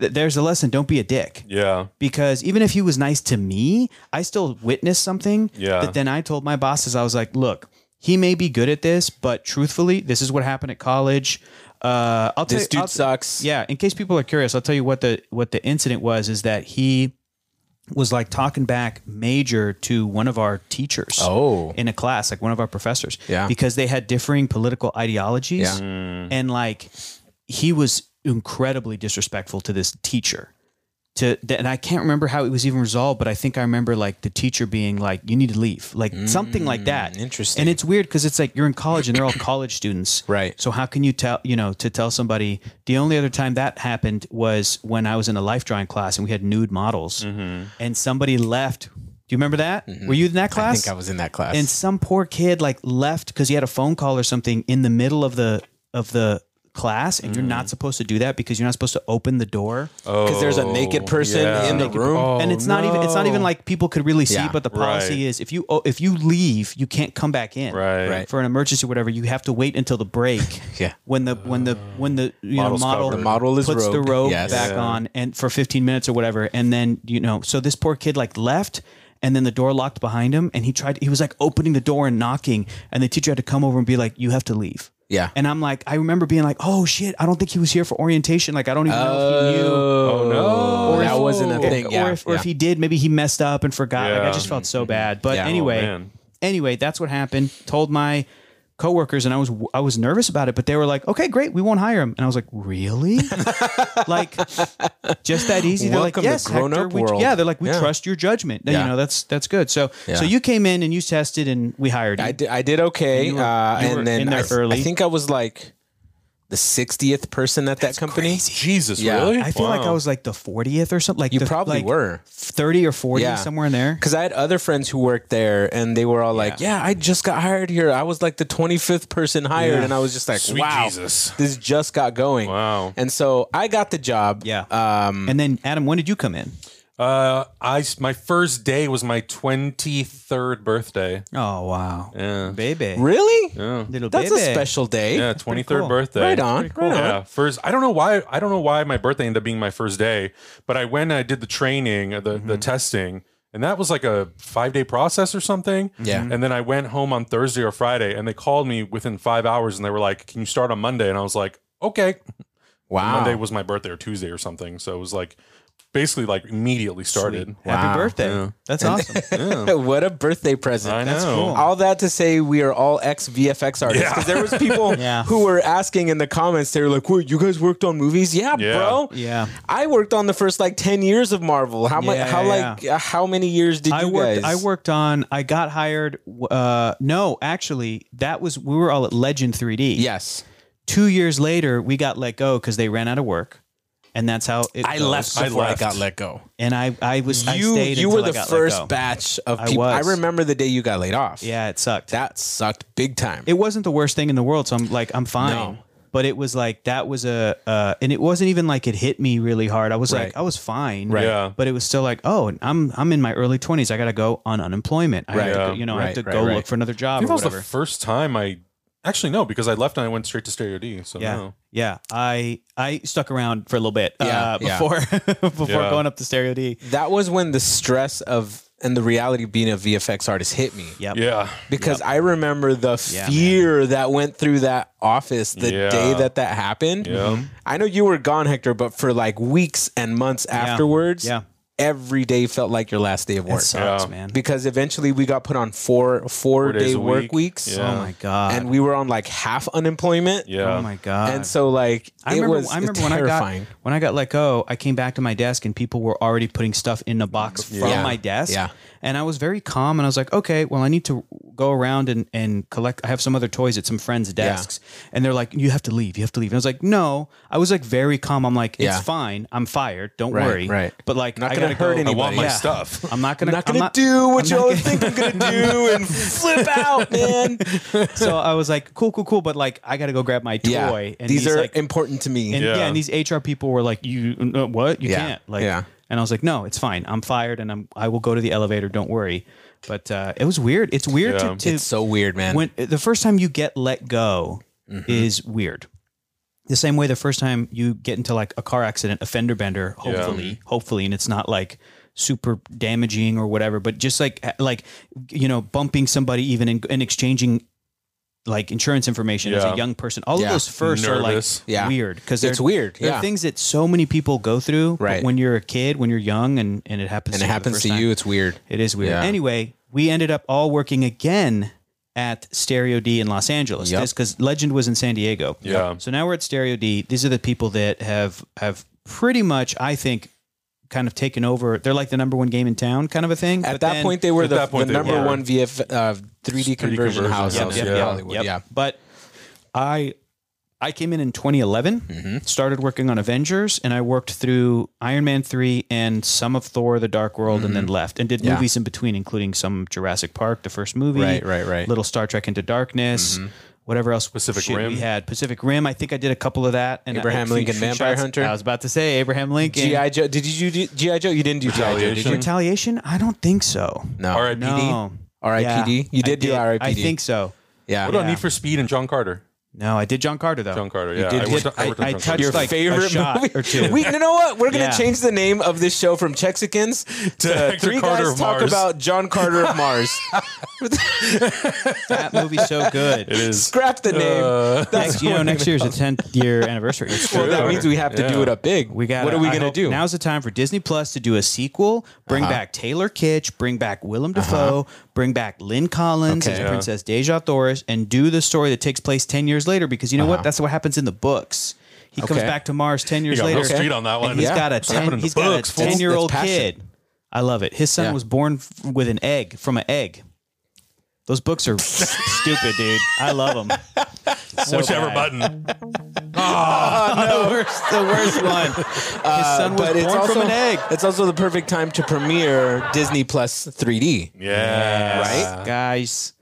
S3: th- there's a lesson. Don't be a dick
S1: yeah.
S3: because even if he was nice to me, I still witnessed something
S1: Yeah.
S3: that then I told my bosses, I was like, look, he may be good at this, but truthfully, this is what happened at college. Uh, I'll tell
S2: This
S3: you-
S2: dude
S3: I'll-
S2: sucks.
S3: Yeah, in case people are curious, I'll tell you what the what the incident was is that he was like talking back major to one of our teachers
S2: Oh.
S3: in a class, like one of our professors.
S2: Yeah.
S3: Because they had differing political ideologies.
S2: Yeah.
S3: And like he was incredibly disrespectful to this teacher. To th- and I can't remember how it was even resolved, but I think I remember like the teacher being like, "You need to leave," like something like that.
S2: Mm, interesting.
S3: And it's weird because it's like you're in college and they're all college students,
S2: Right.
S3: So how can you tell you know to tell somebody? The only other time that happened was when I was in a life drawing class and we had nude models, and somebody left. Do you remember that? Were you in that
S2: Mm-hmm. I
S3: class?
S2: think I was in that class.
S3: and some poor kid like left because he had a phone call or something in the middle of the of the class, and you're
S2: Mm.
S3: not supposed to do that because you're not supposed to open the door.
S2: because there's a naked person
S1: Oh, yeah.
S2: in the
S1: Naked-
S2: room.
S1: oh,
S3: and it's not even it's not even
S1: no.
S3: like people could really see,
S2: Yeah.
S3: but the policy
S1: Right.
S3: is if you oh, if you leave, you can't come back in.
S1: Right.
S2: Right.
S3: For an emergency or whatever, you have to wait until the break.
S2: Yeah.
S3: When the when the when the you know
S1: Model's
S3: model
S1: covered. The
S2: model is
S3: puts the
S2: robed.
S3: robe
S2: Yes.
S3: back
S1: Yeah.
S3: on and for 15 minutes or whatever, and then you know, so this poor kid like left. And then the door locked behind him, and he tried. He was like opening the door and knocking, and the teacher had to come over and be like, "You have to leave."
S2: Yeah.
S3: And I'm like, I remember being like, "Oh shit, I don't think he was here for orientation. Like, I don't even know if he knew."
S1: Oh, no.
S2: That
S3: if-
S2: wasn't a
S3: or-
S2: thing. yeah.
S3: Or if, or
S2: yeah.
S3: if he did, maybe he messed up and forgot. Like
S1: Yeah.
S3: I just felt so bad. But
S2: Yeah. Oh,
S3: anyway,
S1: man.
S3: anyway, that's what happened. Told my coworkers, and I was I was nervous about it, but they were like, "Okay, great, we won't hire him." And I was like, "Really? like just that easy?" They're
S2: Welcome
S3: like,
S2: to
S3: "Yes, Hector,
S2: grown-up
S3: we,
S2: world."
S3: yeah." They're like, "We
S2: Yeah.
S3: trust your judgment." Then,
S2: Yeah.
S3: You know, that's that's good. So so
S2: Yeah.
S3: you came in and you tested, and we hired you.
S2: I did, I did okay.
S3: were-
S2: uh,
S3: you were
S2: and then
S3: in there
S2: I, th-
S3: early.
S2: I think I was like the 60th person at that company.
S1: Jesus,
S2: Yeah.
S1: really?
S3: I feel like I
S1: Wow.
S3: was like the 40th or something. Like
S2: You
S3: the-
S2: probably
S3: like
S2: were.
S3: 30 or 40
S2: Yeah.
S3: somewhere in there.
S2: Because I had other friends who worked there and they were all like, yeah, I just got hired here. I was like the 25th person hired.
S3: Yeah.
S2: And I was just like,
S1: Sweet
S2: wow,
S1: Jesus.
S2: this just got going.
S1: Wow.
S2: And so I got the job.
S3: Yeah.
S2: Um,
S3: And then Adam, when did you come in?
S1: Uh, I s- my first day was my twenty third birthday.
S3: Oh wow,
S1: Yeah.
S3: baby,
S2: really?
S3: little
S2: That's a
S3: baby.
S2: special day.
S1: Yeah, twenty third
S3: cool.
S1: birthday.
S2: Right on,
S1: Pretty cool.
S2: right on.
S1: Yeah, first. I don't know why. I don't know why my birthday ended up being my first day, but I went. and I did the training, uh, the the testing, and that was like a five day process or something.
S2: Yeah.
S1: And then I went home on Thursday or Friday, and they called me within five hours, and they were like, "Can you start on Monday?" And I was like, "Okay."
S2: Wow.
S1: Monday was my birthday or Tuesday or something, so it was like basically like immediately started.
S2: Wow.
S3: Happy birthday!
S1: Yeah.
S3: That's awesome.
S1: Yeah.
S2: what a birthday present.
S1: I know.
S3: That's cool.
S2: All that to say, we are all ex VFX artists
S1: Yeah.
S2: because there was people
S3: Yeah.
S2: who were asking in the comments. They were like, "Wait, you guys worked on movies? Yeah,
S1: Yeah.
S2: bro.
S3: Yeah.
S2: I worked on the first like ten years of Marvel. How much?
S3: Yeah,
S2: How like? uh How many years did
S3: I
S2: you
S3: worked.
S2: guys?
S3: I worked on. I got hired. Uh, no, actually, that was we were all at Legend 3D.
S2: Yes,
S3: Two years later, we got let go because they ran out of work, and that's how it
S2: I
S3: goes.
S2: left before I,
S1: left.
S2: got let go.
S3: And I, I was. I
S2: you
S3: stayed
S2: you
S3: until
S2: were
S3: I
S2: the
S3: got let go.
S2: first batch of people. I,
S3: was.
S2: remember the day you got laid off.
S3: Yeah, it sucked.
S2: that sucked big time.
S3: it wasn't the worst thing in the world. So I'm like, I'm fine.
S2: No.
S3: But it was like that was a, uh, and it wasn't even like it hit me really hard. I was
S2: Right.
S3: like, I was fine,
S2: Right.
S1: Yeah.
S3: But it was still like, oh, and I'm I'm in my early 20s. I gotta go on unemployment. I
S2: Right.
S3: have to, go-
S1: Yeah.
S3: you know, I have
S2: Right,
S3: to
S2: right,
S3: go
S2: right.
S3: look for another
S1: I
S3: job or
S1: think that was
S3: whatever.
S1: the first time I actually no, because I left and I went straight to Stereo D. So
S3: yeah,
S1: no.
S3: yeah. I I stuck around for a little bit
S2: Yeah,
S3: uh,
S2: yeah.
S3: before before
S1: Yeah.
S3: going up to Stereo D.
S2: that was when the stress of and the reality of being a VFX artist hit me.
S3: Yep.
S1: Yeah.
S2: because I remember the
S3: Yeah,
S2: fear that went through that office the
S1: Yeah.
S2: day that that happened. I know you were gone, Hector, but for like weeks and months afterwards,
S3: Yeah.
S2: every day felt like your last day of work.
S3: It sucks,
S1: Yeah.
S3: man.
S2: Because eventually we got put on four four
S1: days
S2: day
S1: a
S2: work
S1: week.
S2: weeks,
S1: Yeah.
S3: Oh my god.
S2: and we were on like half unemployment.
S1: Yeah.
S3: oh my god.
S2: and so like
S3: I
S2: it
S3: remember,
S2: was
S3: I remember when I got
S2: terrifying.
S3: when I got let go, I came back to my desk and people were already putting stuff in a box from
S2: Yeah.
S3: my desk.
S2: Yeah.
S3: And I was very calm and I was like, okay, well, I need to go around and, and collect. I have some other toys at some friends' desks. And they're like, you have to leave. You have to leave. And I was like, no. I was like, very calm. I'm like, it's
S2: Yeah.
S3: fine. I'm fired. Don't
S2: Right,
S3: worry.
S2: right.
S3: But like,
S2: Not
S3: I
S2: gonna hurt
S3: gotta go.
S1: I want
S2: anybody.
S1: my
S3: Yeah.
S1: stuff.
S3: I'm not gonna.
S2: I'm not gonna
S3: I'm not-
S2: do what
S3: I'm
S2: y'all
S3: not gonna-
S2: think I'm gonna do and flip out, man.
S3: so I was like, cool, cool, cool. But like, I gotta go grab my toy.
S2: Yeah,
S3: And
S2: these
S3: he's
S2: are
S3: like,
S2: important to me.
S3: And yeah.
S1: Yeah.
S3: and these HR people were like, "You uh, what? You
S2: Yeah.
S3: can't." Like,
S2: Yeah.
S3: and I was like, "No, it's fine. I'm fired, and I'm I will go to the elevator. Don't worry." But uh, it was weird. It's weird
S1: Yeah.
S3: to, to
S2: it's so weird, man.
S3: when the first time you get let go
S1: Mm-hmm.
S3: is weird. The same way the first time you get into like a car accident, a fender bender, hopefully, hopefully, and it's not like super damaging or whatever, but just like like you know bumping somebody even and, and exchanging like insurance information as
S1: Yeah.
S3: a young person. All
S2: Yeah.
S3: of those first
S1: Nervous.
S3: are like
S2: Yeah.
S3: weird because
S2: It's weird,
S3: There
S2: yeah.
S3: are things that so many people go through. but
S2: Right.
S3: when you're a kid, when you're young, and and it happens
S2: and
S3: to
S2: it
S3: you the
S2: happens
S3: first
S2: to
S3: time.
S2: you, it's weird.
S3: It is weird.
S2: Yeah.
S3: Anyway, we ended up all working again at Stereo D in Los Angeles
S2: Yep.
S3: because Legend was in San Diego.
S1: Yeah.
S3: So now we're at Stereo D. These are the people that have have pretty much, I think, kind of taken over. They're like the number one game in town, kind of a thing.
S2: At
S3: But
S2: that
S3: then-
S2: point, they were
S1: At
S2: the,
S1: that point,
S2: the
S1: they
S2: number
S1: were.
S2: one VF uh, 3D, conversion,
S1: conversion
S2: house
S1: house,
S2: out
S1: yep,
S2: in
S1: yep,
S2: Hollywood.
S3: Yep.
S2: Yeah,
S3: But I I came in in 2011, started working on Avengers, and I worked through Iron Man 3 and some of Thor: The Dark World, and then left and did
S2: Mm-hmm. Yeah.
S3: movies in between, including some Jurassic Park, the first movie,
S2: Right, Mm-hmm. right, right.
S3: little Star Trek Into Darkness. whatever else
S1: Pacific
S3: shit
S1: Rim.
S3: we had. Pacific Rim. I think I did a couple of that. And
S2: Abraham
S3: I-
S2: Lincoln
S3: shoot
S2: Vampire Hunter.
S3: I was about to say Abraham Lincoln.
S2: GI Joe. Did you do GI Joe? You didn't do GI Joe. Did you?
S1: Retaliation.
S3: Retaliation? I don't think so.
S2: No.
S1: R.I.P.
S3: No.
S2: R.I.P.D.? You
S3: I
S2: did do R.I.P.D..
S3: I think so.
S2: Yeah.
S1: What about Need for Speed and John Carter?
S3: No, I did John Carter though.
S1: John Carter. Yeah,
S2: did-
S1: I,
S2: you
S1: worked,
S2: did-
S1: on- I worked
S3: I
S1: on John Carter.
S3: touched
S2: your
S3: like a
S2: favorite
S3: shot
S2: movie
S3: or two.
S2: We, you know what? We're gonna
S3: Yeah.
S2: change the name of this show from Chexicans to,
S1: Hector
S2: Three
S1: Carter
S2: Guys
S1: of
S2: Talk
S1: Mars.
S2: About John Carter of Mars.
S3: that movie's so good.
S1: It is.
S2: Scrap the name.
S1: Uh,
S3: Next, you know, next year's the 10th year anniversary. It's
S2: well,
S3: true.
S2: that means we have to do
S1: Yeah.
S2: it up big.
S3: We got.
S2: What are we gonna do? Uh-huh.
S3: Now's the time for Disney Plus to do a sequel. Bring back Taylor Kitsch. Bring back Willem Dafoe. Bring back Lynn Collins as
S2: Okay. Yeah.
S3: Princess Dejah Thoris, and do the story that takes place ten years later. Because you know what? That's what happens in the books. He comes
S2: Uh-huh. Okay.
S3: back to Mars ten years
S1: got
S3: later.
S1: real street on that one.
S3: And he's
S1: Yeah.
S3: got a
S1: That's what happened
S3: ten.
S1: in the
S3: He's got
S1: books,
S3: a
S1: fool.
S3: ten year old
S2: That's passion.
S3: kid. I love it. His son
S2: Yeah.
S3: was born f- with an egg from an egg. Those books are stupid, dude. I love them. So
S1: whichever
S3: bad
S1: button.
S3: the worst, the worst one. His son was born from an egg.
S2: It's also the perfect time to premiere Disney Plus 3D.
S1: Yeah.
S2: Right?
S3: Uh, guys.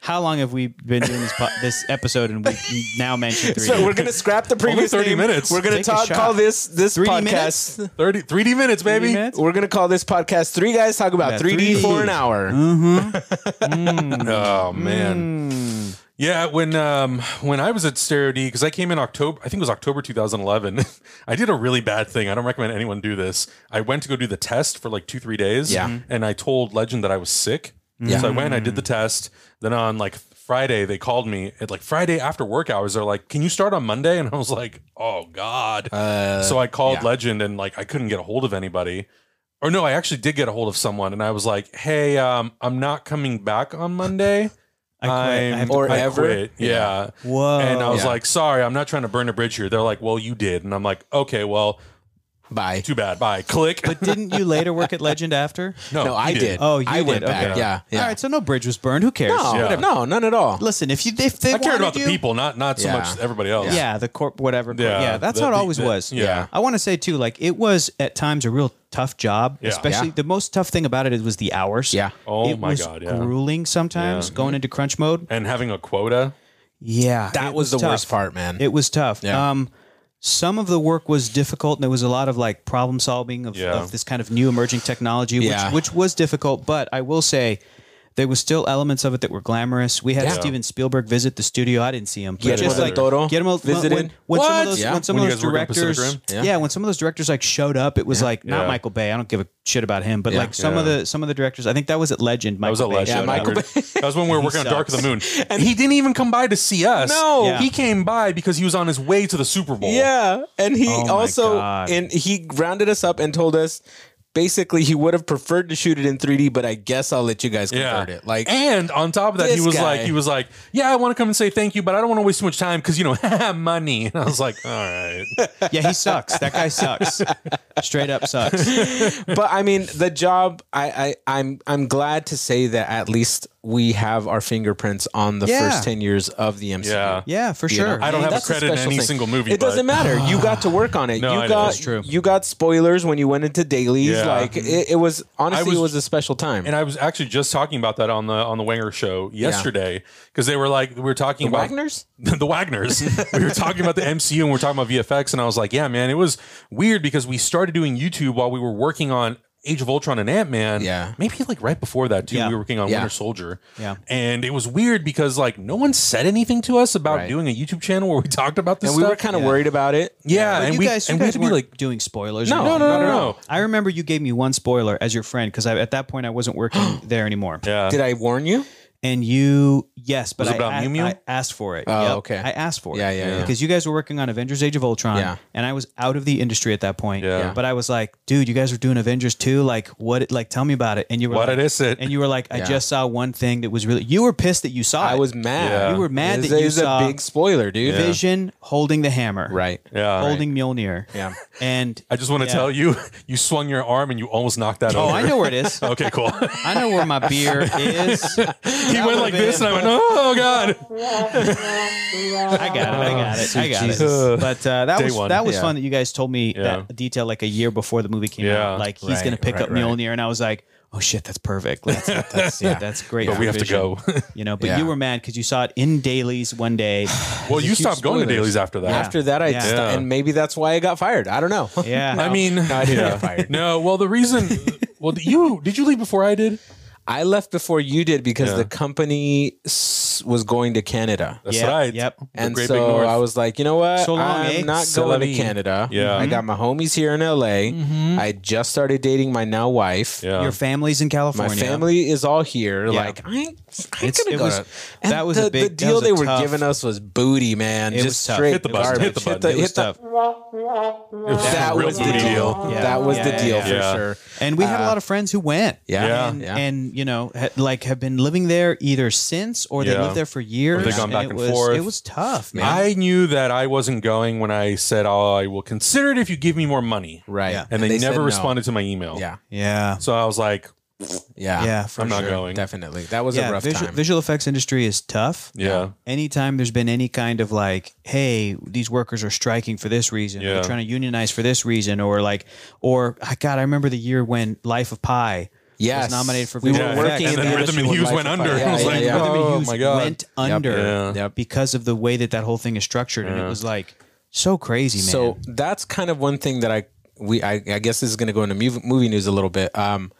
S3: How long have we been doing this po- this episode? And we now mentioned three.
S2: So we're gonna scrap the previous
S1: 30
S2: name.
S1: minutes.
S2: We're gonna
S3: Take a
S2: talk,
S3: shot.
S2: call this this
S3: 3D
S2: podcast.
S3: minutes?
S1: 30, 3D minutes, baby.
S3: minutes?
S2: We're gonna call this podcast Three Guys Talk About
S3: Yeah,
S2: 3D,
S3: 3D.
S2: for an hour.
S1: Oh man. Yeah, when um when I was at Stereo D, because I came in October, I think it was October 2011. I did a really bad thing. I don't recommend anyone do this. I went to go do the test for like two three days.
S2: Yeah. Mhm.
S1: and I told Legend that I was sick.
S2: Yeah.
S1: so I went. I did the test. Then on like Friday, they called me at like Friday after work hours. They're like, "Can you start on Monday?" And I was like, "Oh God."
S2: Uh,
S1: so I called
S2: yeah.
S1: Legend and like I couldn't get a hold of anybody. Or no, I actually did get a hold of someone and I was like, "Hey, um, I'm not coming back on Monday."
S3: I quit. I
S1: I'm-
S3: have to
S2: Or
S1: I
S2: ever.
S1: quit. Yeah.
S3: Whoa.
S1: And I was
S2: Yeah.
S1: like, sorry, I'm not trying to burn a bridge here. They're like, well, you did. And I'm like, okay, well,
S2: Bye.
S1: too bad. Bye. Click.
S3: But didn't you later work at Legend after?
S2: No, I
S1: you
S2: did.
S3: Oh, you
S2: I
S3: did.
S2: went
S3: okay.
S2: back. Yeah. yeah.
S3: All right. So no bridge was burned. Who cares?
S2: No,
S1: Yeah.
S2: whatever. no, none at all.
S3: Listen, if you if they
S1: I cared
S3: wanted
S1: about the
S3: you-
S1: people, not not so
S2: Yeah.
S1: much everybody else.
S3: Yeah. the corp, whatever. corp-
S1: Yeah,
S3: Yeah, that's
S1: the-
S3: how it
S1: the-
S3: always
S1: the-
S3: was.
S1: yeah.
S3: I want to say too, like it was at times a real tough job.
S1: Yeah.
S3: Especially
S2: Yeah.
S3: the most tough thing about it was the hours.
S2: Yeah.
S1: Oh
S3: It
S1: my
S3: was
S1: God, yeah.
S3: grueling sometimes going into crunch mode.
S1: And having a quota.
S3: Yeah,
S2: That
S3: it
S2: was, the
S3: tough.
S2: worst part, man.
S3: It was tough.
S2: Yeah.
S3: Um, some of the work was difficult, and there was a lot of like problem solving of,
S1: Yeah.
S3: of this kind of new emerging technology,
S2: Yeah.
S3: which which was difficult. But I will say. There was still elements of it that were glamorous. We had
S2: Yeah.
S3: Steven Spielberg visit the studio. I didn't see him. but
S2: Guillermo
S3: just
S2: del
S3: like
S2: Toro
S3: Guillermo- when-
S2: visited?
S3: When, when some
S2: What?
S3: of those,
S2: Yeah.
S3: when some
S1: When
S3: of
S1: you
S3: those
S1: guys worked on Pacific
S3: directors,
S1: Rim?
S3: yeah.
S2: Yeah.
S3: when some of those directors like showed up, it was like not
S1: Yeah.
S3: Michael Bay. I don't give a shit about him, but
S2: Yeah.
S3: like some of the some of the directors. I think that was at Legend.
S1: I
S3: Michael
S1: was at
S3: Bay
S1: Legend.
S3: showed
S1: I
S3: up.
S2: Michael
S1: heard. That was when we were
S3: He
S1: working on Dark of the
S3: sucks.
S1: Moon. And he didn't even come by to see us.
S2: No.
S3: Yeah.
S1: He came by because he was on his way to the Super Bowl.
S2: Yeah, and he
S3: Oh my
S2: also
S3: God.
S2: and he rounded us up and told us basically he would have preferred to shoot it in 3D, but I guess I'll let you guys
S1: Yeah.
S2: convert it. Like,
S1: and on top of that, he
S2: this
S1: was
S2: guy.
S1: like, he was like, yeah, I want to come and say thank you, but I don't want to waste too much time because you know, money. And I was like, all right,
S3: Yeah, he sucks. That guy sucks. Straight up sucks.
S2: but I mean, the job. I, I I'm I'm glad to say that at least we have our fingerprints on the
S3: Yeah.
S2: first ten years of the MCU.
S1: yeah,
S3: Yeah, for
S2: You know,
S3: sure.
S1: I don't have a
S2: that's
S1: credit in
S2: special
S1: any
S2: thing.
S1: single movie,
S2: It
S1: but-
S2: doesn't matter. You got to work on it.
S1: No,
S2: you
S1: I know.
S2: got
S1: That's
S3: true.
S2: you got spoilers when you went into dailies.
S1: Yeah.
S2: Like it, it was honestly,
S1: was-
S2: it was a special time.
S1: And I was actually just talking about that on the on the Wanger show yesterday because they were like we were talking about
S2: Wagner's.
S1: the Wagners. we were talking about the MCU and we are talking about VFX, and I was like, yeah, man, it was weird because we started doing YouTube while we were working on Age of Ultron and Ant Man.
S2: Yeah.
S1: maybe like right before that too.
S3: Yeah.
S1: We were working on
S2: Yeah.
S1: Winter Soldier.
S3: Yeah.
S1: and it was weird because like no one said anything to us about
S2: Right.
S1: doing a YouTube channel where we talked about this.
S2: And we were
S1: stuff.
S2: kind of worried about it.
S1: yeah,
S3: But
S1: and
S3: you
S1: we
S3: guys, you
S1: and we had
S3: guys
S1: to be
S3: weren't
S1: like.
S3: doing spoilers.
S2: No,
S3: or
S2: no,
S3: anything.
S1: no, no, no.
S3: I remember you gave me one spoiler as your friend because at that point I wasn't working there anymore.
S1: Yeah.
S2: Did I warn you?
S3: And you, yes, but
S1: Was it
S3: I,
S1: about
S3: I,
S1: Mew Mew?
S3: I asked for it.
S2: Oh,
S3: Yep.
S2: okay.
S3: I asked for
S2: Yeah,
S3: it.
S2: yeah, yeah.
S3: Because you guys were working on Avengers Age of Ultron.
S2: Yeah.
S3: And I was out of the industry at that point.
S1: Yeah. Yeah.
S3: But I was like, dude, you guys were doing Avengers 2. Like, what, like, tell me about it. And you were
S1: What
S3: like,
S1: it is it?
S3: And you were like, I just saw one thing that was really, you were pissed that you saw it.
S2: I was mad.
S1: Yeah.
S3: You were mad
S2: This
S3: that you
S2: is a
S3: saw
S2: big spoiler, dude.
S3: Vision holding the hammer.
S2: Right.
S1: Yeah.
S3: Holding Mjolnir.
S2: Yeah.
S3: And
S1: I just want to
S3: Yeah.
S1: tell you, you swung your arm and you almost knocked that
S3: Oh,
S1: over.
S3: I know where it is.
S1: Okay, cool.
S3: I know where my beer is.
S1: he went like this, and I went, "Oh God!"
S3: I got it. I got it. I
S2: Oh, Sweet
S3: got
S2: Jesus.
S3: it. But uh, that
S1: Day
S3: was
S1: one.
S3: that was
S2: Yeah.
S3: fun that you guys told me
S1: Yeah.
S3: that detail like a year before the movie came
S1: Yeah.
S3: out. Like he's
S2: Right,
S3: gonna pick
S2: right,
S3: up
S2: right.
S3: Mjolnir, and I was like, oh shit, that's perfect. Like, that's, that's,
S2: Yeah.
S3: that's great.
S1: But we have to
S3: vision.
S1: go.
S3: You know, but
S2: Yeah.
S3: you were mad because you saw it in dailies one day.
S1: well, you
S2: huge
S1: stopped going to
S2: spoilers.
S1: dailies after that.
S2: After that, I
S3: Yeah.
S2: st-
S1: Yeah.
S2: and maybe that's why I got fired. I don't know.
S3: Yeah.
S1: I mean,
S2: I didn't get fired.
S1: no. Well, the reason, well, you did you leave before I did?
S2: I left before you did because
S1: Yeah.
S2: the company s- was going to Canada.
S1: That's
S3: Yep,
S1: right.
S3: yep.
S1: The
S2: And
S1: Great Big
S2: so
S1: North.
S2: I was like, you know what?
S3: So long,
S2: I'm
S3: eh?
S2: not
S1: So long.
S2: going to Canada.
S1: Yeah.
S2: I got my homies here in LA.
S3: Mm-hmm.
S2: I just started dating my now wife.
S1: yeah.
S3: your family's in
S2: uh, My
S3: California.
S2: family is all here.
S3: Yeah.
S2: Like I, ain't- I ain't
S3: It's-
S2: gonna
S3: it
S2: go.
S3: was-
S2: to-
S3: that was a
S2: the, the
S3: big- that
S2: deal
S3: was a
S2: they were
S3: tough-
S2: giving us was booty, man.
S3: It
S2: Just
S3: was tough.
S2: straight
S1: Hit the button,
S2: garbage.
S1: hit the button.
S2: hit
S3: It was
S2: the-
S3: tough.
S1: It was
S2: that
S1: a real
S2: was the
S1: booty
S2: deal.
S3: Yeah.
S2: That was the
S3: Yeah,
S2: deal
S3: yeah,
S2: for
S1: yeah.
S2: sure. Uh,
S3: And we had a lot of friends who went.
S2: Yeah,
S1: Oh, Yeah.
S3: And,
S2: yeah.
S3: and you know, ha- like have been living there either since or they
S1: Yeah.
S3: lived there for years.
S1: they've gone back
S3: it
S1: and
S3: was,
S1: forth.
S3: It was tough, man.
S1: I knew that I wasn't going when I said, "Oh, I will consider it if you give me more money."
S2: right.
S3: Yeah.
S1: And they,
S2: said
S1: never
S2: no.
S1: responded to my email.
S2: Yeah,
S3: yeah.
S1: So I was like,
S2: yeah,
S3: Yeah, for
S1: I'm not
S3: sure.
S1: going.
S2: Definitely, that was
S3: Yeah,
S2: a rough
S3: visual,
S2: time.
S3: visual effects industry is tough.
S1: Yeah.
S3: Anytime there's been any kind of like, hey, these workers are striking for this reason, or
S1: Yeah.
S3: they're trying to unionize for this reason, or like, or I God, I remember the year when Life of Pi
S2: Yes.
S3: was nominated for
S2: We were
S3: visual
S1: Yeah,
S2: working
S3: effects.
S1: and
S2: in
S1: then
S2: that
S1: Rhythm and
S2: issue
S1: Hughes
S2: of
S1: went
S2: Life of
S1: under.
S2: Pi.
S1: I was
S2: Yeah,
S1: like,
S2: yeah, yeah.
S1: "Oh,
S3: Rhythm and Hughes
S1: my God."
S3: went under
S1: Yeah.
S2: Yep.
S3: because of the way that that whole thing is structured, and it was like so crazy, man.
S2: So that's kind of one thing that I we I, I guess this is going to go into mov- movie news a little bit. Um,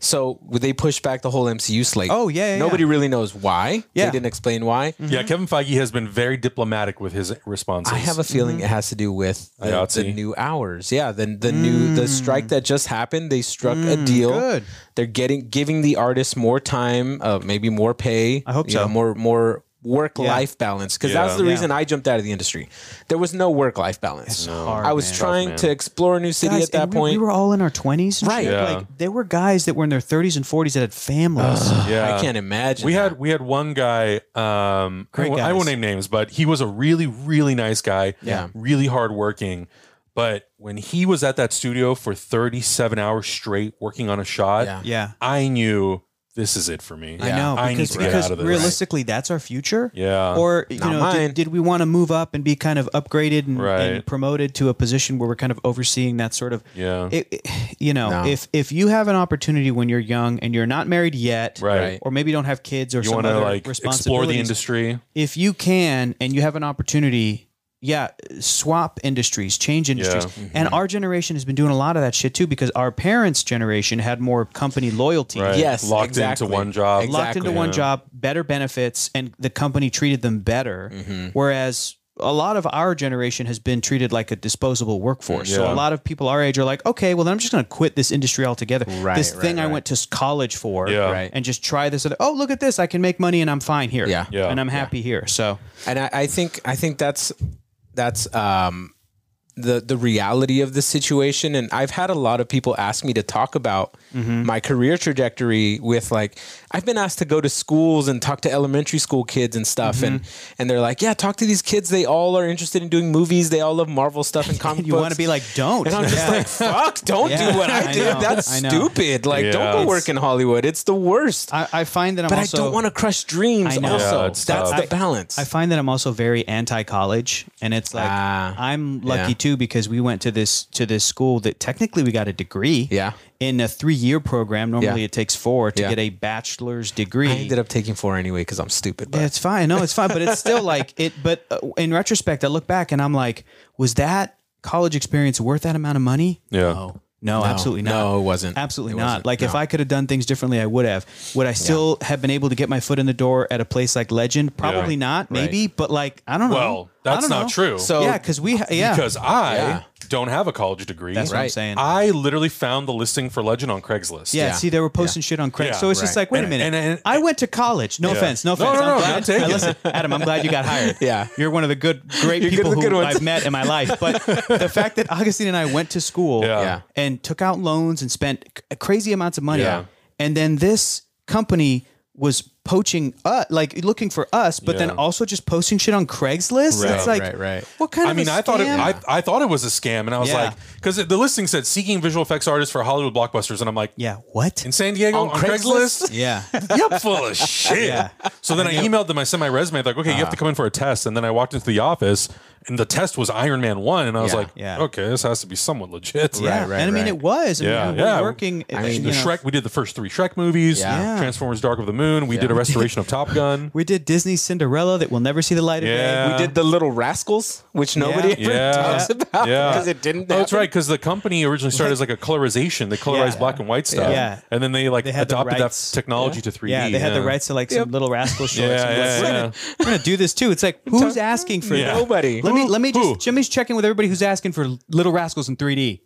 S2: so they pushed back the whole MCU slate.
S3: Oh, yeah, yeah,
S2: Nobody
S3: yeah.
S2: really knows why.
S3: Yeah. Mm-hmm.
S2: They didn't explain why.
S1: Yeah, Kevin Feige has been very diplomatic with his responses.
S2: I have a feeling
S3: Mm-hmm.
S2: it has to do with the,
S1: IATSE.
S2: the new hours. Yeah, the the new the strike that just happened. They struck a deal.
S3: Mm. good.
S2: They're getting giving the artists more time, uh, maybe more pay. I
S3: hope so.
S2: more more work life balance because that
S1: Yeah.
S2: was the
S3: Yeah.
S2: reason I jumped out of the industry. There was no work life balance.
S3: hard,
S2: I was
S3: man.
S2: trying
S1: man.
S2: to explore a new city
S3: Guys,
S2: at that
S3: and we,
S2: point.
S3: we were all in our twenties,
S2: Right.
S1: Yeah.
S3: Like there were guys that were in their thirties and forties that had families.
S1: yeah.
S2: I can't imagine.
S1: We
S2: that.
S1: had we had one guy. Um, I,
S3: Great
S1: won't- I won't
S3: guys.
S1: name names, but he was a really really nice guy.
S2: Yeah.
S1: really hardworking. But when he was at that studio for 37 hours straight working on a shot,
S2: Yeah.
S3: yeah.
S1: I knew this is it for me.
S3: I know
S1: I need
S3: because,
S1: to get
S3: because
S1: out of this.
S3: realistically, that's our future.
S1: Yeah.
S3: Or you
S2: Not
S3: know,
S2: mine.
S3: did, did we want to move up and be kind of upgraded and,
S1: Right.
S3: and promoted to a position where we're kind of overseeing that sort of?
S1: Yeah.
S3: It, it- you know,
S2: No.
S3: if if you have an opportunity when you're young and you're not married yet,
S1: right.
S3: Or maybe don't have kids or
S1: You
S3: some
S1: want to
S3: other
S1: like explore the
S3: responsibilities.
S1: industry.
S3: If you can and you have an opportunity. Yeah, swap industries, change industries.
S1: Mm-hmm.
S3: And our generation has been doing a lot of that shit too because our parents' generation had more company loyalty
S1: Right.
S2: Yes,
S1: Locked
S2: exactly.
S1: into one job.
S2: Exactly.
S3: locked into one
S1: Yeah.
S3: job, better benefits, and the company treated them better.
S1: Mm-hmm.
S3: Whereas a lot of our generation has been treated like a disposable workforce. So
S1: Yeah.
S3: a lot of people our age are like, okay, well then I'm just going to quit this industry altogether.
S2: Right,
S3: this
S2: right,
S3: thing I
S2: right.
S3: went to s- college for,
S1: Yeah.
S2: Right.
S3: and just try this other. Oh, look at this! I can make money and I'm fine here.
S2: Yeah.
S1: Yeah.
S3: and I'm happy here. So
S2: and I, I think I think that's that's um the the reality of the situation and I've had a lot of people ask me to talk about
S3: Mm-hmm.
S2: my career trajectory with like I've been asked to go to schools and talk to elementary school kids and stuff
S3: Mm-hmm.
S2: and and they're like yeah talk to these kids they all are interested in doing movies they all love Marvel stuff and comic
S3: you
S2: books
S3: want to be like, don't.
S2: and I'm just
S3: Yeah.
S2: like, fuck, don't
S3: Yeah,
S2: do what I,
S3: I
S2: did.
S3: know,
S2: That's
S3: I know.
S2: stupid. Like,
S1: Yeah.
S2: don't go work in Hollywood. It's the worst.
S3: I, I find that I'm
S2: but
S3: also.
S2: I don't want to crush dreams.
S3: I know.
S2: Also,
S1: Yeah, it's
S2: that's
S1: tough.
S2: the balance.
S3: I find that I'm also very anti-college, and it's like
S2: Ah,
S3: I'm lucky
S2: yeah.
S3: too because we went to this to this school that technically we got a degree.
S2: Yeah.
S3: in a three-year program, normally
S2: Yeah.
S3: it takes four to
S2: Yeah.
S3: get a bachelor's degree.
S2: I ended up taking four anyway because I'm stupid. But
S3: Yeah, it's fine. No, it's fine. But it's still like it. But uh, in retrospect, I look back and I'm like, was that college experience worth that amount of money?
S1: Yeah.
S3: No, no, absolutely not.
S2: No, it wasn't.
S3: Absolutely
S2: It
S3: not.
S2: wasn't.
S3: Like if
S2: No.
S3: I could have done things differently, I would have. Would I still have been able to get my foot in the door at a place like Legend? Probably not. Maybe, but like I don't know.
S1: Well,
S3: I
S1: that's
S3: don't
S1: not
S3: know.
S1: true.
S2: So-
S3: yeah, because we ha- yeah.
S1: because I
S2: Yeah.
S1: don't have a college degree.
S3: that's what I'm
S2: Right.
S3: saying.
S1: I literally found the listing for Legend on Craigslist.
S3: yeah,
S2: Yeah.
S3: see, they were posting shit on Craigslist,
S1: Yeah.
S3: so it's just
S2: Right.
S3: like, wait a
S1: And-
S3: minute.
S1: and- and-
S3: I went to college. No offense. No
S1: No,
S3: offense.
S1: no, no,
S3: I'm
S1: don't
S3: glad.
S1: take it.
S3: listen, Adam, I'm glad you got hired.
S2: Yeah.
S3: you're one of the good, great
S2: You're good-
S3: people
S2: the good
S3: who
S2: ones.
S3: I've met in my life. But the fact that Augustine and I went to school
S1: Yeah.
S2: Yeah.
S3: and took out loans and spent c- crazy amounts uh, of money,
S1: Yeah.
S3: and then this company was poaching us, like looking for us, but then
S1: Yeah.
S3: also just posting shit on Craigslist.
S2: Right,
S3: it's like,
S2: right, right.
S3: what kind
S1: I
S3: of?
S1: mean,
S3: a
S1: I thought it,
S3: scam?
S1: I, I thought it was a scam, and I was
S3: Yeah.
S1: like, because the listing said seeking visual effects artists for Hollywood blockbusters, and I'm like,
S3: yeah, what?
S1: in San Diego on, Craigslist,
S3: Yeah,
S1: yep, full of shit.
S3: Yeah. Ah.
S1: So then I, emailed them. I sent my resume. They're like, okay, you have to come in for a test. And then I walked into the office, and the test was Iron Man One, and I was
S2: Yeah.
S1: like,
S3: Yeah.
S1: okay, this has to be somewhat legit.
S3: yeah.
S2: right,
S3: and I mean,
S2: right.
S3: it was. I
S1: Yeah,
S3: mean,
S1: yeah.
S3: We're working.
S2: I mean,
S1: The
S3: you know,
S1: Shrek, we did the first three Shrek movies.
S2: Yeah.
S3: Yeah.
S1: Transformers: Dark of the Moon. We did a restoration of Top Gun.
S3: We did Disney's Cinderella that will never see the light of day.
S1: Yeah.
S2: We did the Little Rascals, which nobody ever
S1: Yeah.
S2: talks about
S1: Yeah.
S2: because it didn't.
S1: Oh, that's
S2: happen.
S1: right. Because the company originally started as like a colorization. They colorized
S3: Yeah.
S1: black and white stuff.
S3: Yeah.
S1: And then they like
S3: They had the
S1: adopted that
S3: rights.
S1: technology to 3D.
S3: Yeah, they had the rights to like some little rascal shorts.
S1: Yeah,
S3: and
S1: yeah,
S3: like, we're, Gonna, we're gonna do this too. It's like who's asking for
S1: Yeah.
S3: that?
S2: Nobody.
S3: Let me let me just
S1: Who?
S3: Jimmy's checking with everybody who's asking for Little Rascals in 3D.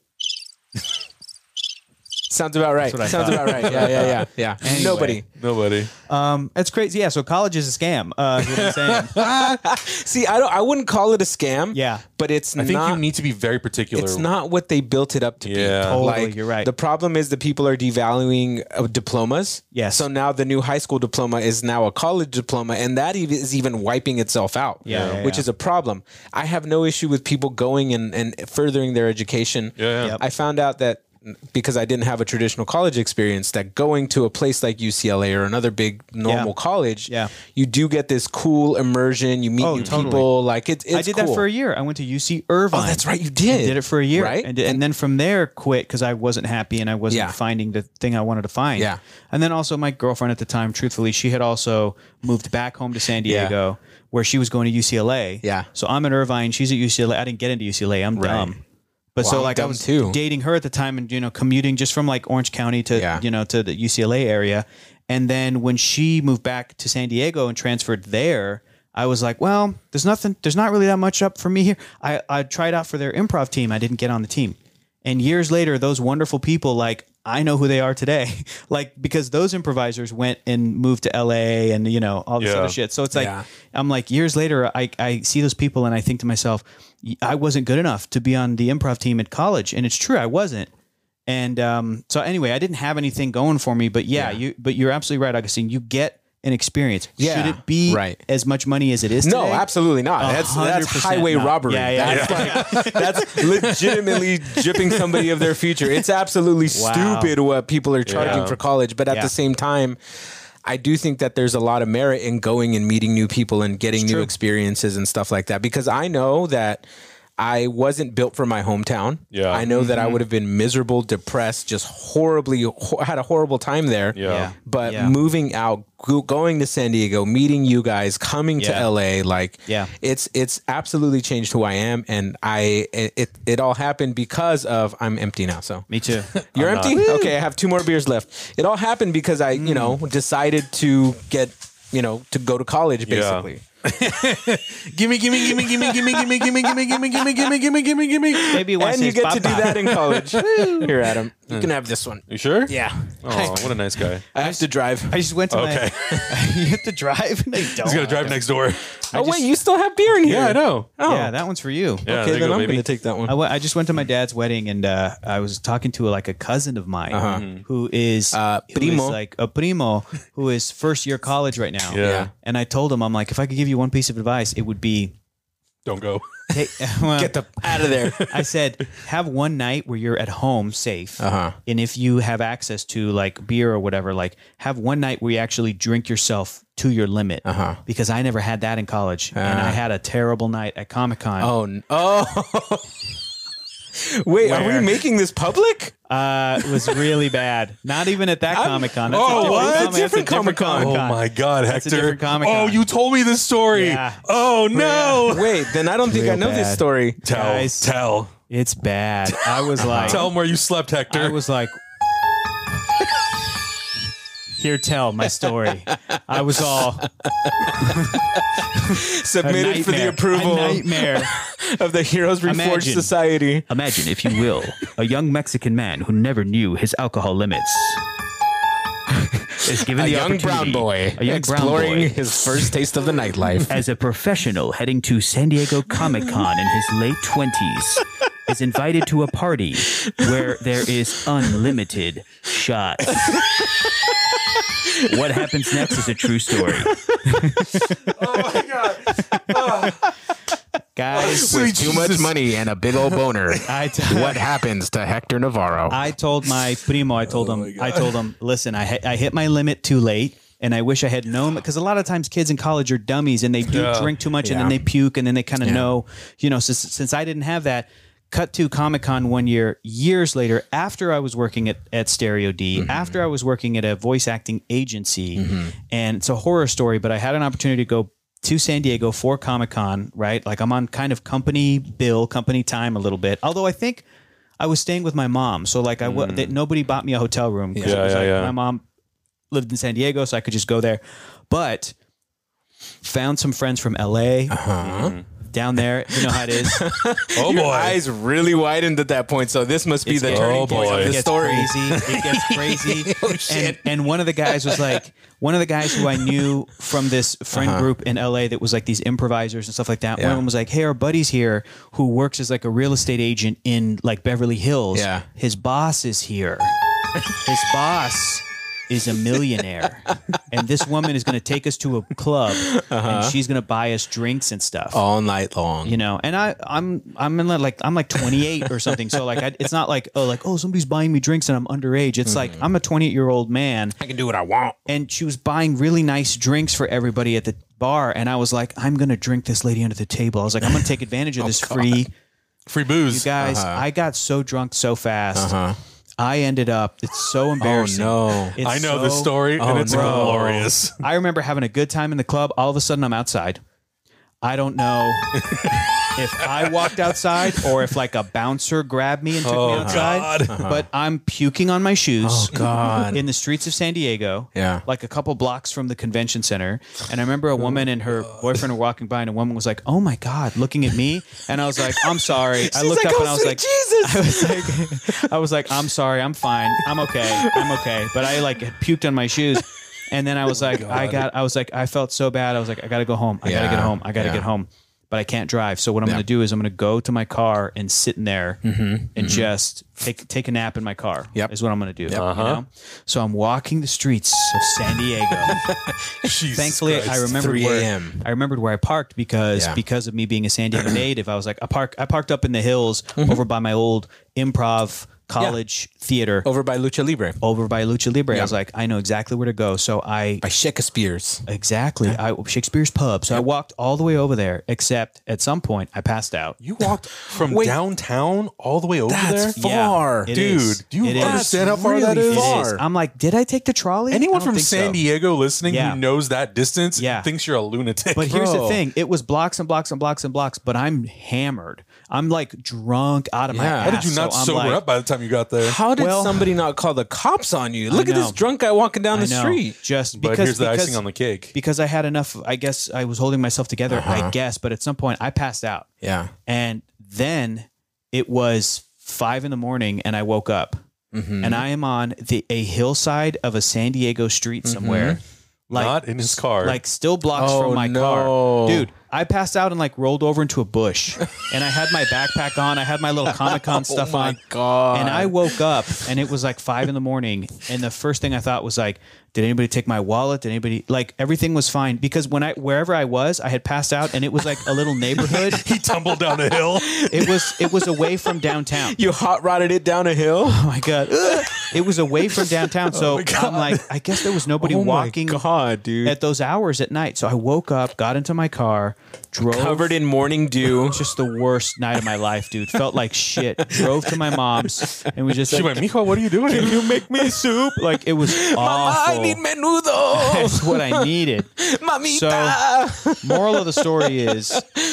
S2: Sounds about right.
S3: I
S2: Sounds about right. Yeah, yeah, yeah, yeah.
S3: Anyway.
S2: Nobody.
S1: Nobody.
S3: Um, that's crazy. Yeah, so college is a scam. Uh, is what I'm saying.
S2: See, I don't. I wouldn't call it a scam.
S3: Yeah.
S2: but it's
S1: I think
S2: not.
S1: you need to be very particular.
S2: it's not what they built it up to be.
S1: Yeah. Totally,
S2: like,
S3: you're right.
S2: The problem is the people are devaluing uh, diplomas.
S3: Yes.
S2: So now the new high school diploma is now a college diploma, and that ev- is even wiping itself out.
S3: Yeah, yeah,
S2: which
S3: yeah.
S2: is a problem. I have no issue with people going and, and furthering their education.
S1: Yeah, yeah. Yep.
S2: I found out that because I didn't have a traditional college experience, that going to a place like UCLA or another big normal college,
S3: Yeah.
S2: you do get this cool immersion. You meet
S3: Oh,
S2: new
S3: totally.
S2: people. Like it, it's
S3: I did
S2: cool.
S3: that for a year. I went to UC Irvine.
S2: Oh, that's right. You
S3: I
S2: did.
S3: did it for a year,
S2: right?
S3: And, and then from there, quit because I wasn't happy and I wasn't
S2: Yeah.
S3: finding the thing I wanted to find.
S2: Yeah.
S3: And then also my girlfriend at the time, truthfully, she had also moved back home to San
S2: Yeah.
S3: Diego, where she was going to UCLA.
S2: Yeah.
S3: So I'm in Irvine. She's at UCLA. I didn't get into UCLA. I'm dumb. But so
S2: I'm
S3: like I
S2: dumb
S3: was
S2: too.
S3: dating her at the time and you know commuting just from like Orange County to
S2: Yeah.
S3: you know to the UCLA area, and then when she moved back to San Diego and transferred there. I was like, well, there's nothing, there's not really that much up for me here. I, I tried out for their improv team. I didn't get on the team. And years later, those wonderful people, like, I know who they are today. like, because those improvisers went and moved to LA and, you know, all this
S1: Yeah.
S3: other shit. So it's like,
S2: Yeah.
S3: I'm like, years later, I, I see those people and I think to myself, "Y- I wasn't good enough to be on the improv team at college. And it's true, I wasn't. And um, so anyway, I didn't have anything going for me, but yeah, you but you're absolutely right, Augustine. You get an experience.
S2: Yeah,
S3: Should it be
S2: right.
S3: as much money as it is
S2: No,
S3: today?
S2: absolutely not. That's that's
S3: 100%
S2: highway
S3: not.
S2: robbery.
S3: Yeah, yeah,
S2: that's like that's legitimately jipping somebody of their future. It's absolutely
S3: Wow.
S2: stupid what people are charging
S1: Yeah.
S2: for college, but at
S3: Yeah.
S2: the same time I do think that there's a lot of merit in going and meeting new people and getting new
S3: true.
S2: experiences and stuff like that because I know that I wasn't built for my hometown.
S1: Yeah.
S2: I know
S3: Mm-hmm.
S2: that I would have been miserable, depressed, just horribly ho- had a horrible time there.
S1: Yeah.
S2: But
S3: Yeah.
S2: moving out, go- going to San Diego, meeting you guys, coming
S3: Yeah.
S2: to LA, like
S3: Yeah.
S2: it's it's absolutely changed who I am, and I it it, it all happened because of I'm empty now. So
S3: Me too.
S2: you're empty. Okay, I have two more beers left. It all happened because I you know decided to get you know to go to college basically.
S1: Gimme, gimme, gimme, gimme, gimme, gimme, gimme, gimme, gimme, gimme, gimme, gimme, gimme, gimme.
S3: Maybe once
S2: And you
S3: it's
S2: get to do
S3: Papa.
S2: that in college. Here, Adam, you can have this one.
S1: You sure?
S2: Yeah,
S1: Oh, what a nice guy.
S2: I have to drive.
S3: I just went to
S1: Okay.
S3: my. you have to drive. No, you don't.
S1: He's gonna drive next door.
S2: oh wait, you still have beer in here?
S1: Yeah, I know.
S2: Oh,
S3: Yeah, that one's for you.
S1: Yeah,
S2: okay,
S1: there you
S2: then
S1: go,
S2: I'm
S1: baby.
S2: gonna take that one.
S3: I, went, I just went to my dad's wedding and uh, I was talking to like a cousin of mine who is
S2: Uh-huh. Uh,
S3: who is,
S2: primo.
S3: like a primo who is first year college right now.
S1: Yeah.
S3: And I told him, I'm like, if I could give you one piece of advice, it would be
S1: Don't go.
S3: take, well,
S2: Get the out of there.
S3: I said, have one night where you're at home safe.
S2: Uh-huh.
S3: And if you have access to like beer or whatever, like have one night where you actually drink yourself to your limit. Uh-huh. Because I never had that in college. And
S2: Ah.
S3: I had a terrible night at Comic Con.
S2: Oh, n- oh. Wait, are
S3: Where?
S2: we making this public?
S3: Uh, it was really bad. Not even at that Comic Con. That's a
S1: Oh,
S3: different
S1: what?
S3: Comic- that's a
S2: Different Comic-Con.
S1: Oh
S3: Comic-Con.
S1: my God,
S3: That's
S1: Hector.
S3: a different Comic-Con.
S1: Oh, you told me this story.
S3: Yeah.
S1: Oh no.
S2: Wait, then I don't think I know this
S3: bad.
S2: story.
S1: Tell,
S3: Guys.
S1: tell,
S3: It's bad. I was like,
S1: tell him where you slept,
S3: I
S1: Hector.
S3: was like, here, tell my story. I was all a
S2: Submitted for the
S3: nightmare. A
S2: approval
S3: nightmare.
S2: of the Heroes Reforged
S3: Imagine.
S2: Society.
S3: Imagine, if you will, a young Mexican man who never knew his alcohol limits is given
S2: A
S3: the
S2: young brown
S3: opportunity-
S2: boy
S3: a young
S2: exploring
S3: brown boy,
S2: his first taste of the nightlife.
S3: as a professional heading to San Diego Comic Con in his late twenties.
S4: is invited to a party where there is unlimited shots. what happens next is a true story.
S1: Oh my god!
S3: guys.
S2: With too much money and a big old boner.
S3: I t-
S2: what happens to Hector Navarro?
S3: I told my primo, I told him, I told him, listen, I, hit- I hit my limit too late. And I wish I had known because a lot of times kids in college are dummies and they do drink too much and then
S2: Yeah.
S3: they puke and then they kind of know, you know, since, since I didn't have that, cut to Comic Con one year, years later, after I was working at, at Stereo D,
S2: Mm-hmm.
S3: after I was working at a voice acting agency. And it's a horror story, but I had an opportunity to go to San Diego for Comic Con, right? Like I'm on kind of company bill, company time a little bit. Although I think I was staying with my mom, so like I wa- that nobody bought me a hotel room. 'cause it
S1: Hmm. Yeah,
S3: was
S1: yeah,
S3: like
S1: yeah.
S3: My mom lived in San Diego, so I could just go there. But found some friends from LA
S1: Uh-huh.
S3: down there. You know how it is.
S1: Oh
S2: Your
S1: boy!
S2: eyes really widened at that point, so this must be the
S1: getting-
S2: turning
S1: Oh,
S2: point
S1: boy.
S2: of
S1: It
S2: the
S1: gets
S2: story. Oh,
S3: crazy. It gets crazy. and, and one of the guys was like, one of the guys who I knew from this friend group in LA that was like these improvisers and stuff like that. One
S2: Uh-huh. Yeah.
S3: of them was like, "Hey, our buddy's here who works as like a real estate agent in like Beverly Hills.
S2: Yeah.
S3: his boss is here. His boss." Is a millionaire, and this woman is going to take us to a club,
S2: Uh-huh.
S3: and she's going to buy us drinks and stuff
S2: All night long.
S3: you know and i i'm i'm in like i'm like 28 or something so like I, it's not like oh like oh somebody's buying me drinks and i'm underage it's like
S1: Mm-hmm.
S3: i'm a 28 year old man
S2: I can do what I want.
S3: and she was buying really nice drinks for everybody at the bar and i was like i'm gonna drink this lady under the table i was like i'm gonna take advantage
S1: Oh,
S3: of this
S1: Uh-huh.
S3: free
S1: Free booze.
S3: you guys i got so drunk so fast
S1: Uh-huh.
S3: i ended up it's so embarrassing
S2: no.
S3: It's
S1: Oh, I know
S3: so- Oh,
S1: the story, and it's
S2: no.
S1: glorious.
S3: I remember having a good time in the club. All of a sudden, I'm outside. I don't know if I walked outside or if like a bouncer grabbed me and took me outside.
S1: God.
S3: But I'm puking on my shoes.
S2: Oh, God.
S3: In the streets of San Diego,
S2: Yeah.
S3: like a couple blocks from the convention center, and I remember a woman and her boyfriend were walking by, and a woman was like, "Oh my God," looking at me, and I was like, "I'm sorry." I looked
S2: "Oh,
S3: up and I was like,
S2: Jesus.
S3: I was like, I was like, I'm sorry, I'm fine, I'm okay, I'm okay. But I like puked on my shoes, and then I
S2: Oh
S3: was like, I got, I was like, I felt so bad. I was like, I gotta go home. I
S2: Yeah,
S3: gotta get home. I gotta
S2: yeah.
S3: get home. But I can't drive. So what I'm gonna do is I'm gonna go to my car and sit in there and just take take a nap in my car.
S2: Mm-hmm. Yep. Uh-huh.
S3: is what I'm gonna do. you know? So I'm walking the streets of San Diego.
S1: Jesus
S3: Thankfully,
S1: Christ.
S3: I remembered
S2: 3
S3: where
S2: a.m..
S3: I remembered where I parked because
S2: Yeah.
S3: because of me being a San Diego native, I was like, I park I parked up in the hills
S1: Mm-hmm.
S3: over by my old improv college theater over,
S2: Over by Lucha Libre.
S3: by Lucha Libre. I was like, I know exactly where to go, so I
S2: By Shakespeare's.
S3: exactly I Shakespeare's pub. So I walked all the way over there, except at some point I passed out.
S1: You walked from
S2: Wait.
S1: downtown all the way over there.
S2: That's
S3: Yeah,
S2: far.
S3: it
S2: Dude,
S1: Dude,
S3: is.
S1: do you
S3: It is.
S1: understand how far that
S2: really
S1: is?
S3: It
S2: far.
S3: is. I'm like, did I take the trolley? I
S1: Anyone
S3: don't
S1: from
S3: think
S1: San
S3: so.
S1: Diego listening
S3: Yeah.
S1: who knows that distance
S3: Yeah.
S1: thinks you're a lunatic.
S3: But here's the
S2: Bro.
S3: thing: it was blocks and blocks and blocks and blocks. But I'm hammered. I'm like drunk out of my.
S2: Yeah.
S3: Ass.
S2: How
S1: How did you not
S3: so I'm
S1: sober
S3: like-
S1: up by the time you got there?
S2: How did
S3: Well-
S2: somebody not call the cops on you? Look at
S3: know.
S2: this drunk guy walking down the
S3: I know,
S2: street.
S3: Just
S1: but
S3: because,
S1: here's the
S3: because,
S1: icing on the cake.
S3: because I had enough. I guess I was holding myself together. I guess, but at some point I passed out,
S2: Uh-huh. Yeah.
S3: and then it was five in the morning, and I woke up,
S2: Mm-hmm.
S3: and I am on the a hillside of a San Diego street
S2: Mm-hmm.
S3: somewhere, like
S1: not in his car.
S3: like still blocks
S2: Oh,
S3: from my
S2: no.
S3: car, dude. I passed out and like rolled over into a bush, and I had my backpack on. I had my little Comic Con stuff
S2: Oh my
S3: on.
S2: God.
S3: And I woke up, and it was like five in the morning. And the first thing I thought was like, did anybody take my wallet? Did anybody like everything was fine because when I wherever I was, I had passed out, and it was like a little neighborhood.
S1: he tumbled down a hill.
S3: It was it was away from downtown.
S2: You hot rodded it down a hill?
S3: Oh my god! It was away from downtown,
S2: Oh
S3: so I'm like, I guess there was nobody walking
S2: my God, dude.
S3: at those hours at night. So I woke up, got into my car, drove
S2: Covered in morning dew.
S3: just the worst night of my life, dude. Felt like shit. Drove to my mom's and was just
S1: She
S3: like,
S1: went, Mijo, what are you doing?
S3: you make me soup? Like it was awful.
S2: I need menudo.
S3: That's what I needed.
S2: Mamita.
S3: Moral of the story is,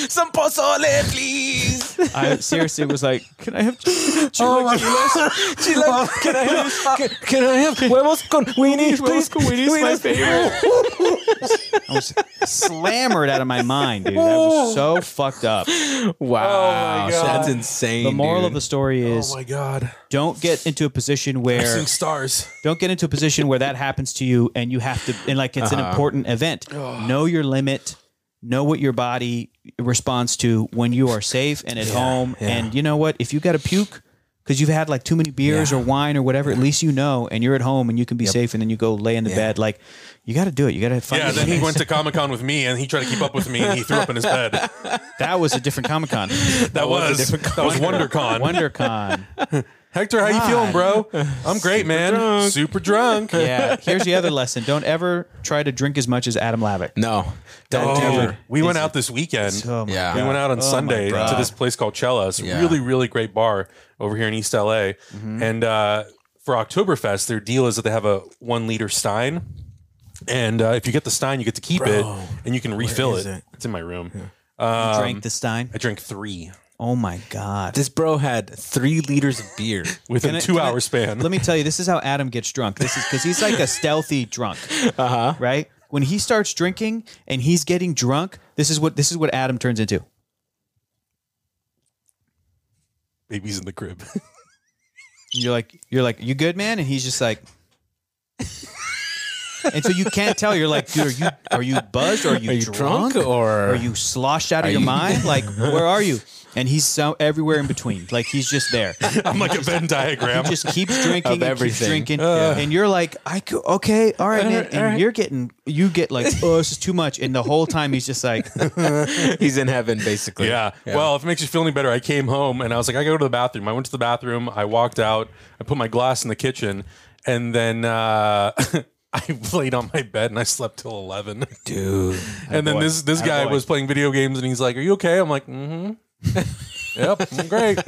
S2: Some pozole, please.
S3: I seriously was like, can I have?
S2: Oh my gosh. Chila, can I have, can, can I have huevos con weenies,
S3: Huevos
S2: please?
S3: con weenies, my
S2: Weenies.
S3: favorite. I was slammered out of my mind, dude. I was so fucked up.
S2: Wow.
S1: God.
S2: That's insane,
S3: Oh The moral
S2: dude.
S3: of the story is,
S1: Oh my God.
S3: don't get into a position where
S1: Some stars.
S3: don't get into a
S2: Uh-huh.
S3: position where that happens to you and you have to and like it's an important event. Know your limit. know what your body responds to when you are safe and at home.
S2: yeah.
S3: And you know what? If you got to puke because you've had like too many beers or wine or whatever, at least you know and you're at home and you can be safe. And then you go lay in the bed. Like you got to do it. You got to find.
S1: Yeah,
S3: your
S1: then he
S3: limits.
S1: went to Comic Con with me, and he tried to keep up with me, and he threw up in his bed. That,
S3: That was a different Comic Con.
S1: was, that was WonderCon.
S3: WonderCon.
S1: Hector, how you feeling, bro? I'm great, man. Super drunk.
S3: Yeah. Here's the other lesson: don't ever try to drink as much as Adam Lavick.
S2: No, don't
S1: Oh,
S2: do it.
S3: dude.
S1: we went out this weekend.
S3: Oh my
S2: Yeah.
S1: we went out on Sunday to
S3: God.
S1: this place called Cella's.
S2: Yeah.
S1: Really, really great bar over here in East LA.
S3: Mm-hmm.
S1: And uh, for Oktoberfest, their deal is that they have a one liter Stein. And uh, if you get the Stein, you get to keep it and you can refill it.
S2: is it?
S1: It's in my room.
S2: Um,
S3: Drank the Stein.
S1: I drank three
S3: Oh my God.
S2: This bro had three liters of beer.
S1: within
S3: Can I-
S1: two
S3: can I-
S1: hour span.
S3: Let me tell you, this is how Adam gets drunk. This is because he's like a stealthy drunk. Uh huh. Right. When he starts drinking and he's getting drunk, this is what this is what Adam turns into.
S1: Baby's in the crib.
S3: And you're like, you're like, you good, man? And he's just like. and so you can't tell. You're like, dude, are you are you buzzed? Or are you,
S2: Are you drunk, or
S3: Are you sloshed out of your
S2: you-
S3: mind? Like, where are you? And he's so everywhere in between. Like he's just there.
S1: I'm like a Venn diagram.
S3: He just keeps drinking, and keeps
S2: everything.
S3: drinking, and you're like, I could, okay, all right, man. And you're getting, you get like, oh, this is too much. And the whole time he's just like,
S2: He's in heaven, basically.
S1: Yeah. Well, if it makes you feel any better, I came home and I was like, I gotta go to the bathroom. I went to the bathroom. I walked out. I put my glass in the kitchen, and then uh, I laid on my bed and I slept till eleven.
S2: dude.
S1: and then
S3: boy.
S1: this this guy
S3: boy.
S1: was playing video games and he's like, "Are you okay?" I'm like, "Mm-hmm." yep, I'm great.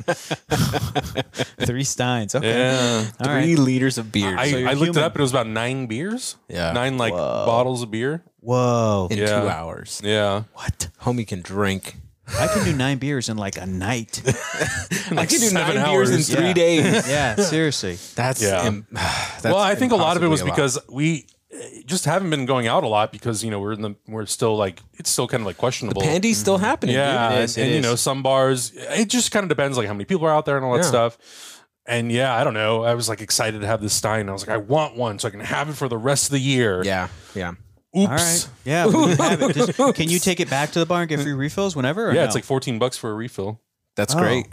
S3: three steins. Okay.
S1: Yeah.
S3: All
S2: three
S3: right.
S2: liters of beer
S1: I,
S2: so you're
S1: I looked
S3: human.
S1: it up and it was about nine beers.
S2: Yeah.
S1: Nine like bottles of beer.
S3: Whoa.
S2: in
S1: yeah.
S2: two hours.
S1: Yeah.
S3: What?
S2: Homie can drink.
S3: I can do nine beers in like a night.
S1: Like
S2: can do
S1: seven
S2: nine beers in
S1: hours.
S2: three
S3: Yeah.
S2: days.
S3: Yeah, seriously.
S2: That's,
S1: Yeah.
S2: im- that's
S1: well, I think a lot of it
S2: impossibly
S1: was
S2: a lot.
S1: because we uh, just haven't been going out a lot because you know we're in the we're still like it's still kind of like questionable.
S2: Pandy's still happening.
S1: Mm-hmm. yeah,
S2: dude.
S1: and,
S3: is, it
S1: and, you
S3: is.
S1: know some bars it just kind of depends like how many people are out there and all that
S2: Yeah.
S1: stuff. And yeah, I don't know. I was like excited to have this Stein. I was like, I want one so I can have it for the rest of the year.
S2: yeah, yeah.
S1: Oops.
S3: All right. Yeah. we can have it. Just- can you take it back to the bar and get free refills whenever? Or
S1: Yeah,
S3: no?
S1: it's like fourteen bucks for a refill.
S2: That's
S3: Oh.
S2: great.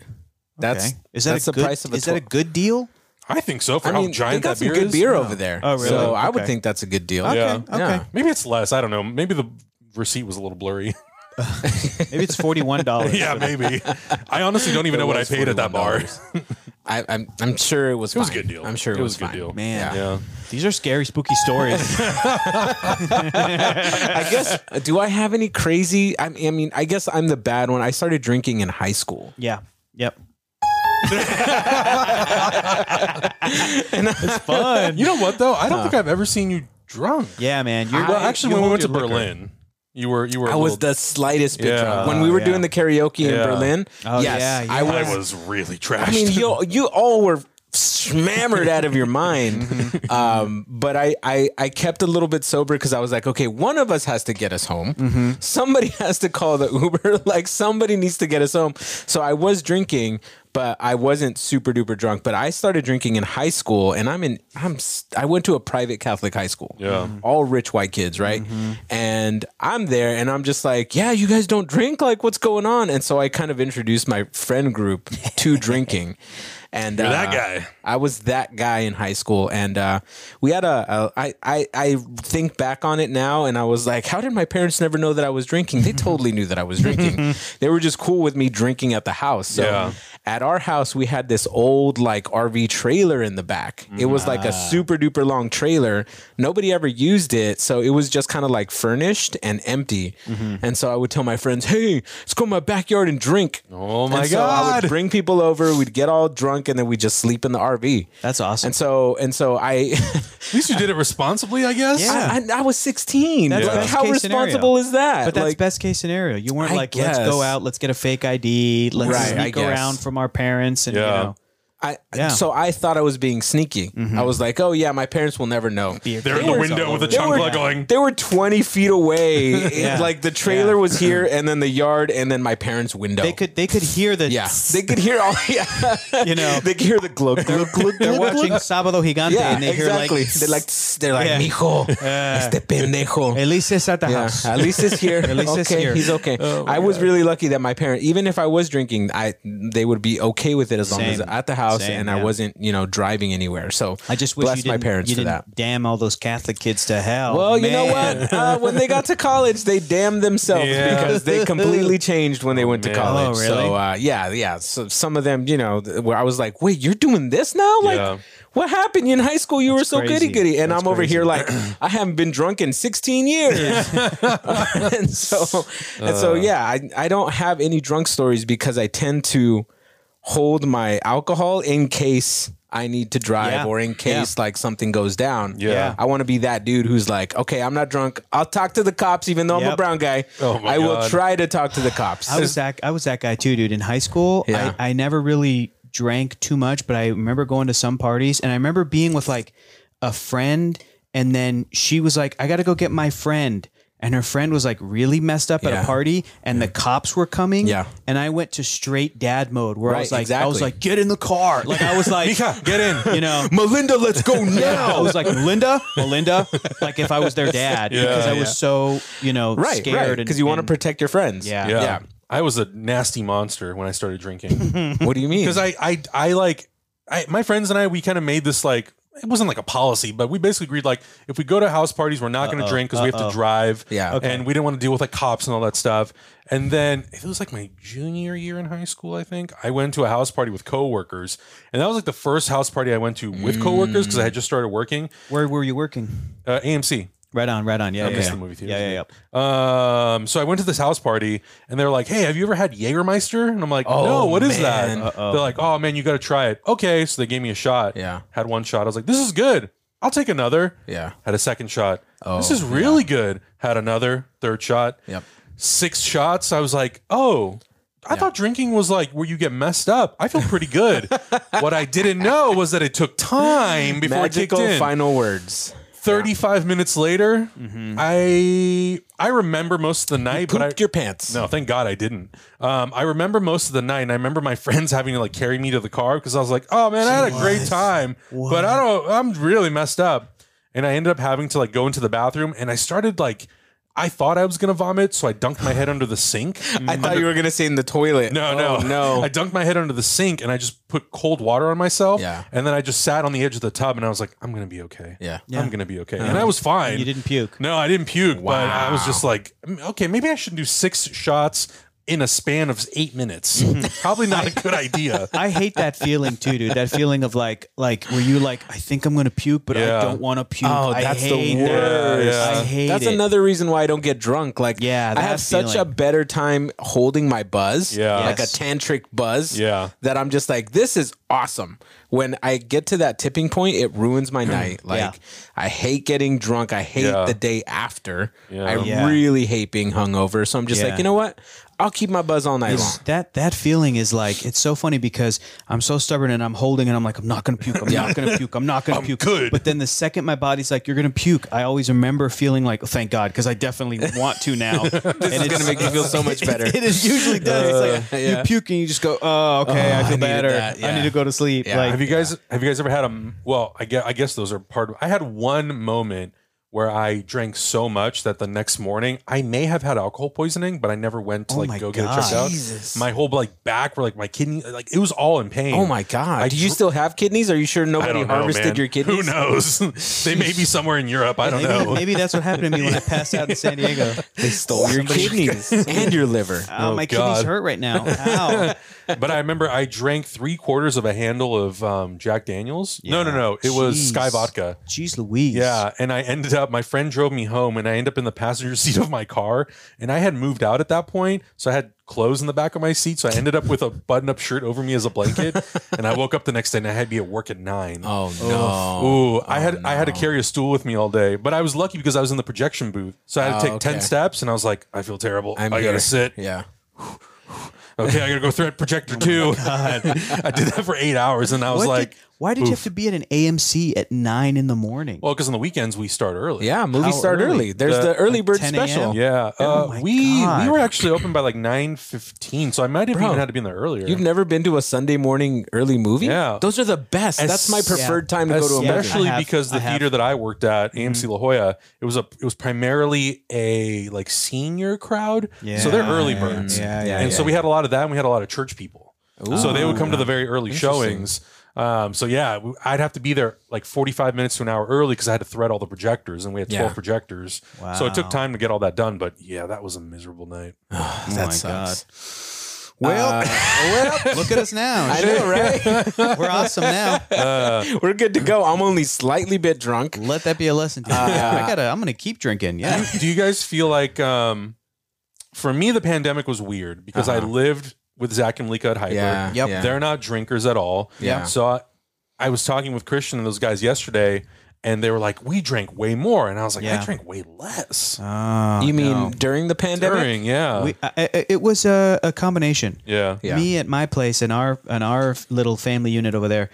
S2: That's
S3: Okay. Is that
S2: that's
S3: a
S2: the
S3: good,
S2: price of a
S3: Is that a
S2: twe-
S3: good deal?
S1: I think so. For
S2: I mean,
S1: how Oh, giant
S2: they got
S1: that
S2: some
S1: beer
S2: good
S1: is.
S2: beer over there.
S3: Oh, really?
S2: So I would
S3: Okay.
S2: think that's a good deal.
S1: Yeah.
S3: Okay. Okay.
S2: Yeah.
S1: Maybe it's less. I don't know. Maybe the receipt was a little blurry.
S3: Maybe it's forty-one dollars.
S1: yeah, maybe. I honestly don't even know what I
S2: was
S1: paid at that bar.
S2: $41. I, I'm I'm sure it was.
S1: It was a
S2: fine.
S1: good deal.
S2: I'm sure it,
S1: it was, a good
S2: fine.
S1: deal.
S3: Man.
S1: Yeah.
S3: These are scary, spooky stories.
S2: I guess. Do I have any crazy? I mean, I mean, I guess I'm the bad one. I started drinking in high school.
S3: yeah. Yep.
S1: You know what though? I don't think I've ever seen you drunk.
S3: Yeah, man. You're
S1: Well, actually,
S3: you
S1: when we
S3: hold
S1: went to
S3: your liquor.
S1: Berlin, you were you were. a
S2: I was
S1: little-
S2: the slightest bit
S1: Yeah.
S2: drunk when we were
S3: Yeah.
S2: doing the karaoke
S1: Yeah.
S2: in Berlin.
S3: Oh,
S2: yes,
S3: yeah, yeah.
S2: I was.
S1: I was really trashed.
S2: I mean, you you all were smammered out of your mind. um, but I, I I kept a little bit sober because I was like, okay, one of us has to get us home. Somebody has to call the Uber. like somebody needs to get us home. So I was drinking, but I wasn't super duper drunk. But I started drinking in high school, and I'm in I'm s- I went to a private Catholic high school.
S1: Yeah.
S2: all rich white kids, right? And I'm there, and I'm just like, yeah, you guys don't drink. Like, what's going on? And so I kind of introduced my friend group to drinking. And
S1: You're
S2: uh,
S1: that guy.
S2: I was that guy in high school, and uh, we had a, a I, I I think back on it now, and I was like, how did my parents never know that I was drinking? They totally knew that I was drinking. they were just cool with me drinking at the house. So
S1: Yeah.
S2: at our house, we had this old like RV trailer in the back. It was like a
S1: Ah.
S2: super duper long trailer. Nobody ever used it, so it was just kind of like furnished and empty.
S1: Mm-hmm.
S2: And so I would tell my friends, "Hey, let's go in my backyard and drink."
S1: Oh my
S2: And so I would
S1: God.
S2: bring people over. We'd get all drunk, and then we would just sleep in the RV.
S3: That's awesome.
S2: And so and so I
S1: At least you did it responsibly, I guess.
S3: Yeah.
S2: I, I, I was 16.
S3: That's
S2: Like,
S3: best
S2: how
S3: case
S2: responsible
S3: scenario.
S2: is that?
S3: But that's
S2: Like,
S3: best case scenario. You weren't
S2: I
S3: like, let's
S2: guess.
S3: go out, let's get a fake ID, let's
S2: Right, I
S3: sneak
S2: guess.
S3: around from our parents, and
S1: Yeah.
S3: you know,
S2: I
S3: Yeah. Mm-hmm.
S2: so I thought I was being sneaky. I was like, oh yeah, my parents will never know.
S1: They're in the window with a
S2: They
S1: chunk
S2: were-
S1: like going.
S2: They were 20 feet away. It- Like the trailer
S3: Yeah.
S2: was here and then the yard and then my parents' window.
S3: They could they could hear the
S2: yeah. They could hear all yeah.
S3: you know
S2: they could hear the glug glug glug
S3: they're
S2: glug,
S3: watching
S2: glug.
S3: Sábado Gigante
S2: Yeah,
S3: and they
S2: exactly.
S3: hear
S2: they're like tss, they're like
S3: Yeah.
S2: mijo, este pendejo.
S3: like Elise is at the
S2: Yeah,
S3: house.
S2: at least it's here. at
S3: least
S2: okay,
S3: it's here. Oh,
S2: He's okay. I was really lucky that my parents, even if I was drinking, I they would be okay with it as long as
S3: Same.
S2: at the house
S3: Same,
S2: and I
S3: yeah.
S2: wasn't, you know, driving anywhere. So
S3: I just wish
S2: bless
S3: you didn't,
S2: my parents
S3: you
S2: for
S3: didn't
S2: that.
S3: damn all those Catholic kids to hell.
S2: Well, you know
S3: man.
S2: what? Uh, when they got to college, they damned themselves
S1: Yeah.
S2: because they completely changed when they went to
S1: man.
S2: college.
S3: Oh,
S2: So
S3: really?
S2: uh, yeah, yeah. So some of them, you know, th- where I was like, "Wait, you're doing this now? Like,
S1: Yeah.
S2: what happened? In high school, you were so
S3: crazy.
S2: goody goody, and
S3: That's
S2: I'm over
S3: crazy.
S2: here like, I haven't been drunk in 16 years." and so, and
S3: Uh.
S2: so, yeah, I I don't have any drunk stories because I tend to hold my alcohol in case. I need to drive,
S3: Yeah.
S2: or in case like something goes down.
S1: Yeah.
S2: I want to be that dude who's like, okay, I'm not drunk. I'll talk to the cops, even though I'm a
S3: Yep.
S2: brown guy.
S1: Oh my
S2: I will
S1: God.
S2: try to talk to the cops.
S3: I was that I was that guy too, dude. In high school,
S2: Yeah.
S3: I, I never really drank too much, but I remember going to some parties and I remember being with like a friend and then she was like, I gotta go get my friend. And her friend was like really messed up at
S2: Yeah.
S3: a party and the cops were coming.
S2: Yeah.
S3: And I went to straight dad mode where I was
S2: Right,
S3: like I was
S2: exactly.
S3: like, get in the car. Like I was like
S1: Mika, get in.
S3: you know
S2: Melinda, let's go now.
S3: I was like Melinda, Melinda, like if I was their dad, because I
S1: yeah.
S3: was so you know
S2: right,
S3: scared
S2: because you want to protect your friends.
S3: Yeah.
S1: Yeah.
S2: Yeah.
S1: I was a nasty monster when I started drinking
S2: What do you mean?
S1: because I, I, I like, I, my friends and I, we kind of made this like, it wasn't like a policy, but we basically agreed like, if we go to house parties, we're not going to drink because we have to drive.
S2: Yeah. Okay.
S1: And we didn't want to deal with like cops and all that stuff. And then it was like my junior year in high school, I think I went to a house party with coworkers and that was like the first house party I went to with coworkers because I had just started working,
S3: where were you working?
S1: uh, AMC.
S3: Right on, right on. Yeah, yeah,
S1: missed
S3: yeah.
S1: the movie
S3: yeah,
S1: theaters,
S3: yeah,
S1: yeah.
S3: yeah.
S1: Um, so I went to this house party and they're like, Hey, have you ever had Jägermeister? And I'm like, No, what is
S2: Oh, man.
S1: that? They're like, Oh man, you gotta try it. Okay. So they gave me a shot.
S2: Yeah.
S1: Had one shot. I was like, This is good. I'll take another.
S2: Yeah. Oh,
S1: Had a second shot. this is really good. Had another, third shot.
S2: Yep.
S1: Six shots. I was like, Oh, I thought drinking was like where you get messed up. I feel pretty good. what I didn't know was that it took time before it
S2: Magical
S1: kicked in.
S2: final words.
S1: 35 minutes later, I I remember most of the night, but I,
S2: Mm-hmm. Pooped your pants.
S1: no, thank God I didn't. Um, I remember most of the night, and I remember my friends having to like carry me to the car because I was like, "Oh man, I had a great time," but I don't. I'm really messed up, and I ended up having to like go into the bathroom, and I started like, I thought I was gonna vomit, so I dunked my head under the sink.
S2: I thought you were gonna say in the toilet.
S1: No,
S2: Oh,
S1: no,
S2: no.
S1: I dunked my head under the sink, and I just put cold water on myself.
S2: Yeah.
S1: and then I just sat on the edge of the tub, and I was like, "I'm gonna be okay.
S2: Yeah. Uh-huh.
S1: I'm gonna be okay," and I was fine.
S3: You didn't puke.
S1: No, I didn't puke, but I was just like, "Mm, okay, maybe I should do six shots in a span of eight minutes. Probably not a good idea.
S3: I hate that feeling too, dude. That feeling of like, like, were you like, I think I'm gonna puke, but
S1: Yeah.
S3: I don't want to puke.
S2: Oh,
S3: I
S2: that's the
S3: hate that.
S1: worst. Yeah, yeah.
S3: I hate
S2: That's
S3: it.
S2: another reason why I don't get drunk. Like,
S3: Yeah,
S2: I
S3: that
S2: have such a
S3: feeling.
S2: better time holding my buzz,
S1: Yeah.
S2: like
S3: Yes.
S2: a tantric buzz,
S1: Yeah.
S2: that I'm just like, this is awesome. When I get to that tipping point, it ruins my night. Like, I hate getting drunk. I hate
S1: Yeah.
S2: the day after.
S1: Yeah.
S2: I
S3: Yeah.
S2: really hate being hungover. So I'm just
S3: Yeah.
S2: like, you know what? I'll keep my buzz all night
S3: It's-
S2: long.
S3: that that feeling is like it's so funny because I'm so stubborn and I'm holding and I'm like I'm not gonna puke I'm not gonna puke I'm not gonna puke
S1: good.
S3: but then the second my body's like you're gonna puke I always remember feeling like oh, thank God because I definitely want to now this and
S2: It's
S3: it's-
S2: gonna make you feel so much better.
S3: it is usually does it's like
S2: yeah.
S3: you puke and you just go oh okay I feel
S2: needed
S3: better
S2: that, yeah.
S3: I need to go to sleep
S2: Yeah.
S3: like
S1: have you guys have you guys ever had a m- well, I guess I guess those are part of I had one moment where I drank so much that the next morning I may have had alcohol poisoning, but I never went to
S3: Oh
S1: like
S3: my
S1: go get it
S3: God.
S1: checked out.
S2: Jesus.
S1: My whole like back were like my kidney like it was all in pain.
S2: Oh my god!
S1: I
S2: Do you
S1: dr-
S2: still have kidneys? Are you sure
S1: I
S2: nobody
S1: don't know,
S2: harvested
S1: man.
S2: your kidneys?
S1: Who knows? they may be somewhere in Europe. I don't
S3: maybe,
S1: know.
S3: maybe that's what happened to me when I passed out in San Diego
S2: They stole your kidneys and your liver.
S3: Oh, my
S1: God.
S3: kidneys hurt right now. Ow.
S1: but I remember I drank three quarters of a handle of um, Jack Daniels. No, no, no. It was
S3: Jeez.
S1: Sky Vodka.
S3: Jeez Louise.
S1: Yeah, and I ended up. My friend drove me home, and I ended up in the passenger seat of my car. And I had moved out at that point, so I had clothes in the back of my seat. So I ended up with a button-up shirt over me as a blanket. and I woke up the next day, and I had to be at work at nine.
S2: Oh no!
S1: Ooh, I had I had to carry a stool with me all day, but I was lucky because I was in the projection booth, so I had to
S2: Oh,
S1: take ten
S2: okay.
S1: steps, and I was like, I feel terrible. i
S2: I'm
S1: gotta
S2: here.
S1: sit.
S2: Yeah.
S1: Okay, I gotta go threat projector two. I did that for eight hours, and I was
S3: Oh What
S1: like,
S3: did, why did you
S1: oof.
S3: have to be at an AMC at nine in the morning?
S1: well, because on the weekends we start early.
S2: Yeah, movies
S3: How
S2: start
S3: early?
S2: early. There's
S1: The-
S2: the, early bird
S3: 10 a.m.?
S2: special.
S1: yeah.
S3: Oh
S1: uh,
S3: my
S1: we
S3: God.
S1: we were actually open by like nine fifteen, so I might have
S2: Bro,
S1: even had to be in there earlier.
S2: You've never been to a Sunday morning early movie?
S1: Yeah.
S2: Those are the best. That's my preferred time to go to a
S3: yeah.
S2: movie.
S1: especially
S3: I have-
S1: because the
S3: I have. Mm-hmm.
S1: theater that I worked at, AMC La Jolla, it was a it was primarily a like senior crowd. So they're early
S3: Yeah,
S1: birds.
S3: Yeah, yeah.
S1: and so we had a lot of that and we had a lot of church people. So they would come to the very early
S2: Interesting.
S1: showings. Um, so yeah, w- I'd have to be there like 45 minutes to an hour early because I had to thread all the projectors and we had 12
S2: Yeah.
S1: projectors. So it took
S3: Wow.
S1: time to get all that done. But yeah, that was a miserable night.
S3: Oh
S2: that
S3: my
S2: sucks.
S3: Well,
S2: Uh,
S3: God. Look at us now.
S2: I know, right?
S3: We're awesome now.
S1: Uh,
S2: We're good to go. I'm only slightly bit drunk.
S3: Let that be a lesson to you. I gotta. I'm gonna keep drinking. Yeah.
S1: do you guys feel like um for me the pandemic was weird because I
S2: Uh-huh.
S1: lived with Zach and Lika at Hyper.
S2: Yeah.
S3: Yep.
S2: Yeah.
S1: They're not drinkers at all.
S2: Yeah.
S1: So I, I was talking with Christian and those guys yesterday and they were like, We drank way more. And I was like,
S3: Yeah.
S1: I drank way less.
S2: Uh,
S3: Oh,
S2: you mean
S3: no.
S2: during the pandemic?
S1: During, yeah.
S3: we, I, I- it was a, a combination.
S1: yeah.
S2: Yeah.
S3: Me at my place and our and our little family unit over there.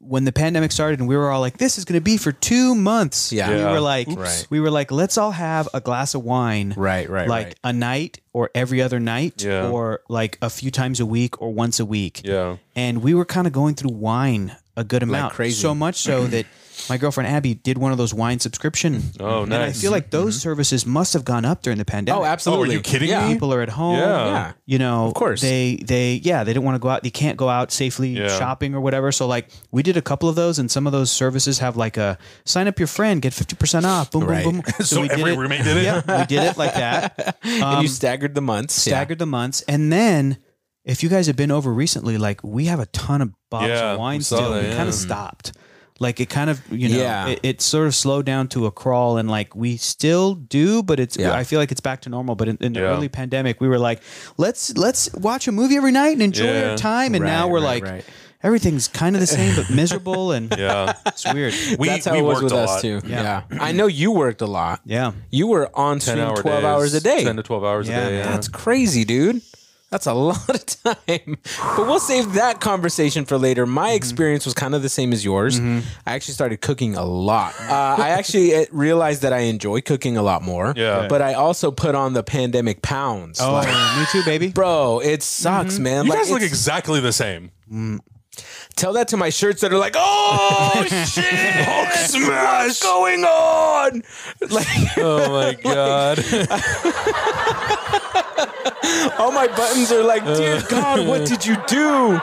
S3: When the pandemic started, and we were all like, "This is going to be for two months."
S2: Yeah.
S3: we
S1: Yeah.
S3: were like,
S2: Right.
S3: we were like, "Let's all have a glass of wine,
S2: Right, right,
S3: like
S2: right.
S3: a night or every other night,
S1: Yeah.
S3: or like a few times a week or once a week."
S1: Yeah.
S3: and we were kind of going through wine a good amount,
S2: crazy.
S3: So much so that my girlfriend Abby did one of those wine subscription.
S1: Oh,
S3: and I
S1: nice.
S3: feel like those services must have gone up during the pandemic.
S2: Oh, absolutely.
S1: Oh, are you kidding
S2: yeah.
S1: me?
S3: People are at home.
S1: Yeah.
S2: Yeah.
S3: You know, of
S2: course.
S3: they they yeah they didn't want to go out. They can't go out safely
S1: Yeah.
S3: shopping or whatever. So like we did a couple of those, and some of those services have like a sign up your friend, get fifty percent off. Boom,
S2: Right.
S3: boom, boom.
S1: So
S3: So,
S1: every
S3: it.
S1: roommate did it?
S3: Yep, we did it like that.
S2: and you staggered the months.
S3: staggered the months, and then if you guys have been over recently, like we have a ton of bottles
S1: Yeah,
S3: of wine
S1: we saw
S3: still.
S1: that,
S3: we
S1: yeah.
S3: kind of stopped. Like it kind of you know
S2: Yeah.
S3: it, it sort of slowed down to a crawl, and like we still do, but it's
S2: Yeah.
S3: I feel like it's back to normal. But in, in the
S1: Yeah.
S3: early pandemic, we were like, let's let's watch a movie every night and enjoy
S1: Yeah.
S3: our time, and now
S2: Right,
S3: we're
S2: right,
S3: like.
S2: right.
S3: Everything's kind of the same, but miserable, and
S1: Yeah.
S3: it's weird.
S1: We,
S2: That's how
S1: we
S2: it was
S1: worked
S2: with
S1: a
S2: us
S1: lot.
S2: too.
S3: Yeah.
S2: Yeah. I know you worked a lot.
S3: Yeah,
S2: You were on
S1: 10
S2: stream
S1: hour
S2: 12 hours a day.
S1: 10 to 12 hours
S3: Yeah.
S1: a day. Yeah.
S2: That's crazy, dude. That's a lot of time. But we'll save that conversation for later.
S1: Mm-hmm.
S2: My experience was kind of the same as yours. I actually started cooking a lot. Uh, I actually uh, realized that I enjoy cooking a lot more.
S1: Yeah.
S2: But I also put on the pandemic pounds.
S3: oh,
S2: Like,
S3: me too, baby.
S2: bro, it sucks, man.
S1: Mm-hmm. you
S2: Like,
S1: guys look
S2: it's-
S1: exactly the same.
S2: tell that to my shirts that are like, oh shit, Hulk smash, what's going on? Like.
S1: Oh my god.
S2: All my buttons are like,
S1: Uh.
S2: dear God, what did you do?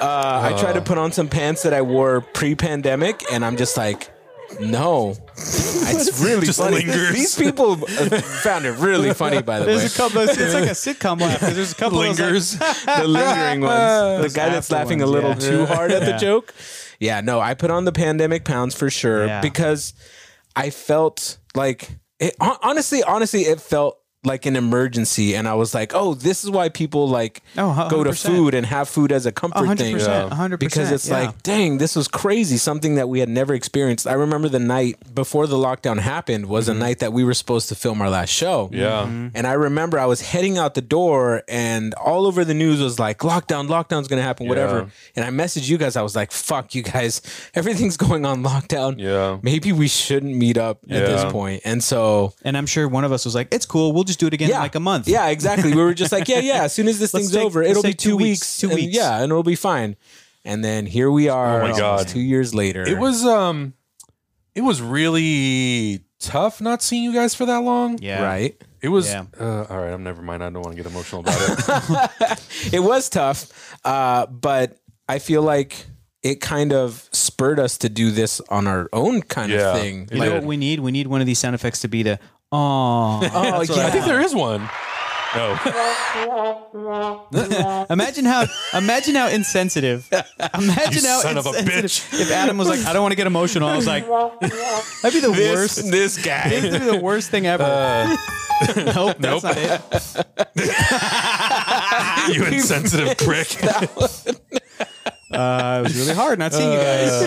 S2: Uh, I tried
S1: Uh.
S2: to put on some pants that I wore pre-pandemic, and I'm just like, no. It's really
S1: Just
S2: funny.
S1: lingers.
S2: These people uh, found it really funny, by the
S3: There's
S2: way.
S3: a couple. Of, it's like a sitcom laugh. 'cause There's a couple of those, like,
S1: Lingers.
S2: The lingering ones.
S3: Those
S2: The guy that's
S3: after
S2: laughing
S3: ones,
S2: a little
S3: yeah.
S2: too hard at the
S3: Yeah.
S2: joke. Yeah, no, I put on the pandemic pounds for sure
S3: Yeah.
S2: because I felt like it, hon- honestly, honestly, it felt like an emergency, and I was like, "Oh, this is why people like
S3: Oh, hu-
S2: go to
S3: 100%,
S2: food and have food as a comfort thing."
S3: 100%, Yeah. 100%,
S2: Because it's
S3: yeah.
S2: like, dang, this was crazy, something that we had never experienced. I remember the night before the lockdown happened was
S3: Mm-hmm.
S2: a night that we were supposed to film our last show.
S1: Yeah.
S2: And I remember I was heading out the door, and all over the news was like, lockdown, lockdown's gonna happen, whatever. And I messaged you guys, I was like, fuck you guys, everything's going on lockdown.
S1: Yeah.
S2: Maybe we shouldn't meet up at this
S1: Yeah.
S2: point. And so,
S3: and I'm sure one of us was like, "It's cool. We'll just do it again
S2: yeah,
S3: in like a month."
S2: Yeah, exactly. We were just like, yeah, yeah, as soon as this
S3: Let's
S2: thing's
S3: take-
S2: over,
S3: let's
S2: it'll be
S3: take
S2: two,
S3: two weeks,
S2: weeks.
S3: two
S2: and-
S3: weeks.
S2: Yeah, and it'll be fine. And then here we are,
S1: my
S2: almost
S1: God.
S2: two years later.
S1: It was um it was really tough not seeing you guys for that long.
S3: Yeah.
S2: right.
S1: It was
S3: Yeah.
S1: uh, all right, I'm never mind. I don't want to get emotional about it.
S2: it was tough, uh, but I feel like it kind of spurred us to do this on our own kind
S1: Yeah,
S2: of thing.
S1: it
S3: You know
S1: did.
S3: what we need? We need one of these sound effects to be the oh.
S2: Oh
S1: I think
S2: yeah,
S1: there is one. No.
S3: imagine how imagine how insensitive. Imagine
S1: You
S3: how
S1: son of a
S3: insensitive. If Adam was like, I don't want to get emotional, I was like, that'd be the
S2: this,
S3: worst.
S2: this guy.
S3: That'd be the worst thing ever. nope,
S1: Nope.
S3: that's not it.
S1: you insensitive prick.
S3: Uh, it was really hard not seeing you guys.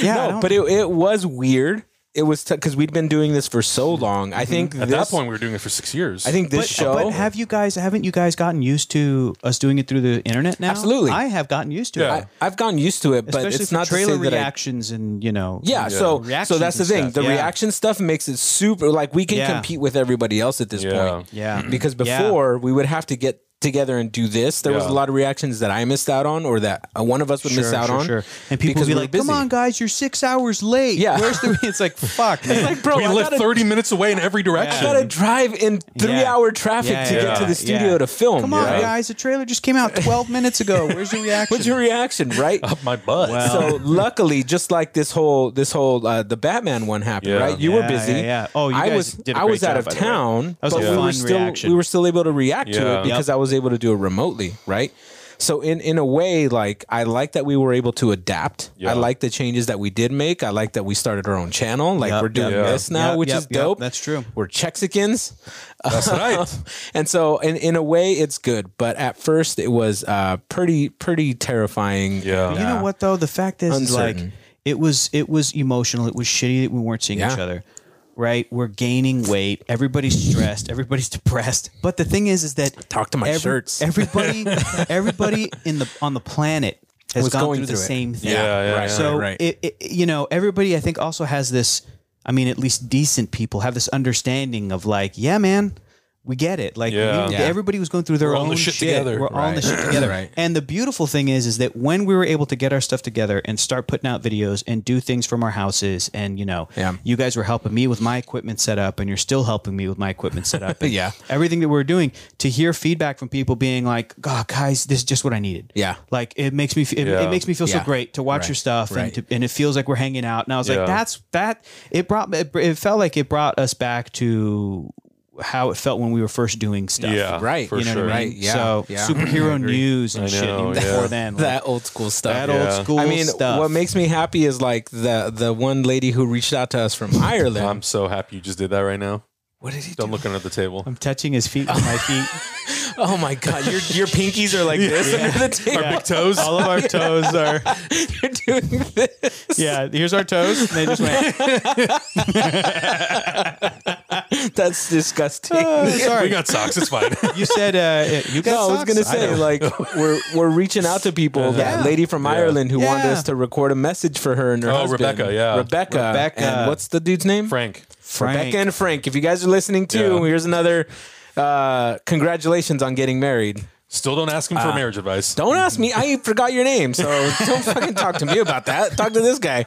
S3: yeah, I
S2: no,
S3: don't-
S2: but it, it was weird. it was because we'd been doing this for so long. I think
S1: At
S2: this,
S1: that point, we were doing it for six years.
S2: I think this
S3: but,
S2: show.
S3: uh, but have you guys haven't you guys gotten used to us doing it through the internet now?
S2: Absolutely.
S3: I have gotten used to
S1: Yeah.
S3: it.
S2: I, I've gotten used to it, but
S3: Especially
S2: it's
S3: for
S2: not to
S3: trailer
S2: say that I
S3: reactions and you know
S2: Yeah,
S1: uh,
S2: so so
S3: reactions
S2: that's the
S3: and
S2: thing.
S3: stuff,
S2: The
S3: yeah.
S2: reaction stuff makes it super like we can
S3: Yeah.
S2: compete with everybody else at this
S1: Yeah. Mm-hmm.
S2: point.
S3: Yeah.
S2: Because
S3: Yeah.
S2: before we would have to get together and do this. There was
S1: Yeah.
S2: a lot of reactions that I missed out on or that uh, one of us would miss out on.
S3: And people
S2: because
S3: be
S2: we were
S3: like,
S2: busy.
S3: "Come on, guys, you're six hours late.
S2: Yeah.
S3: where's the?" It's like, "Fuck, man.
S2: Like, bro,
S1: we
S2: I
S1: lived
S2: gotta,
S1: 30 minutes away in every
S2: I
S1: direction.
S2: gotta drive in three
S3: Yeah.
S2: hour traffic
S3: Yeah,
S2: to
S3: yeah,
S2: get to
S3: yeah.
S2: the studio to film.
S3: Come on,
S2: right?
S3: guys, the trailer just came out 12 minutes ago. Where's your reaction?"
S2: What's your reaction, right?
S1: Up my butt.
S2: so luckily, just like this whole this whole uh, the Batman one happened,
S1: Yeah.
S2: right? You were
S3: Yeah,
S2: busy.
S3: yeah, yeah. Oh, you
S2: I
S3: guys
S2: was
S3: did a
S2: I
S3: great
S2: was out
S3: job,
S2: of
S3: by the way.
S2: town.
S3: That was a
S2: but we
S3: fun
S2: were still
S3: reaction.
S2: we were still able to react to
S1: Yeah.
S2: it because I was able to do it remotely, right? So in in a way, like I like that we were able to adapt.
S1: Yeah.
S2: I like the changes that we did make. I like that we started our own channel. Like
S3: Yep,
S2: we're doing
S1: yep, yep,
S2: this now,
S3: yep,
S2: which
S3: yep,
S2: is
S3: yep,
S2: dope.
S3: that's true.
S2: We're Chexicans.
S1: That's right.
S2: And so, in, in a way, it's good, but at first, it was uh, pretty pretty terrifying. uh,
S1: Yeah.
S3: You know what though? The fact is, is like
S2: Uncertain.
S3: it was it was emotional. It was shitty that we weren't seeing each
S2: Yeah.
S3: other. Right? We're gaining weight. Everybody's stressed. Everybody's depressed. But the thing is, is that
S2: Talk to my
S3: every-
S2: shirts.
S3: Everybody, everybody in the on the planet has
S2: Was
S3: gone
S2: going
S3: through, the
S2: through it.
S3: same thing.
S1: Yeah, yeah, Right, yeah.
S3: So
S2: right, right.
S3: It, it, you know, everybody I think also has this. I mean, at least decent people have this understanding of like, yeah, man, we get it. Like,
S1: Yeah.
S3: we-
S1: Yeah.
S3: everybody was going through their
S1: We're all in
S3: own
S1: the shit together.
S3: We're all in the shit together.
S2: Right.
S3: And the beautiful thing is, is that when we were able to get our stuff together and start putting out videos and do things from our houses, and you know,
S2: Yeah.
S3: you guys were helping me with my equipment setup, and you're still helping me with my equipment setup. and
S2: Yeah.
S3: everything that we we're doing to hear feedback from people being like, "God, guys, this is just what I needed."
S2: Yeah.
S3: like it makes me f- it,
S1: Yeah.
S3: it makes me feel
S2: Yeah.
S3: so great to watch
S2: Right.
S3: your stuff,
S2: Right.
S3: and, to, and it feels like we're hanging out. And I was
S1: Yeah.
S3: like, "That's that." It brought it, it felt like it brought us back to how it felt when we were first doing stuff
S1: Yeah.
S2: Right.
S1: For
S3: you know
S1: sure.
S3: what I mean?
S2: Right, yeah,
S3: So
S2: yeah.
S3: superhero news and
S1: I
S3: shit
S1: know,
S3: even
S1: yeah.
S3: before then. like,
S2: That old school stuff.
S3: that
S1: Yeah.
S3: old school
S2: I mean,
S3: stuff.
S2: what makes me happy is like the the one lady who reached out to us from Ireland.
S3: Um,
S1: I'm so happy you just did that right now.
S2: what did he do?
S1: I'm looking at the table.
S3: I'm touching his feet with my feet.
S2: Oh my god, your your pinkies are like this under the table.
S1: Big toes.
S3: All of our toes are
S2: You're doing this.
S3: yeah. Here's our toes. And they just went.
S2: That's disgusting.
S1: We got socks. It's fine.
S3: "Oh, You said uh, you guys.
S2: No, I was gonna say like we're we're reaching out to people. That lady from Ireland who wanted
S3: Uh-huh. Yeah.
S2: us to record a message for her and her
S1: Oh,
S2: husband,
S1: Rebecca, yeah.
S2: Rebecca,
S3: Rebecca.
S2: and what's the dude's name?
S1: Frank.
S3: Frank.
S2: Rebecca and Frank. If you guys are listening too,
S1: Yeah.
S2: here's another. Uh, congratulations on getting married.
S1: Still don't ask
S2: Uh,
S1: him for marriage advice.
S2: Don't ask me. I forgot your name, so don't fucking talk to me about that. Talk to this guy.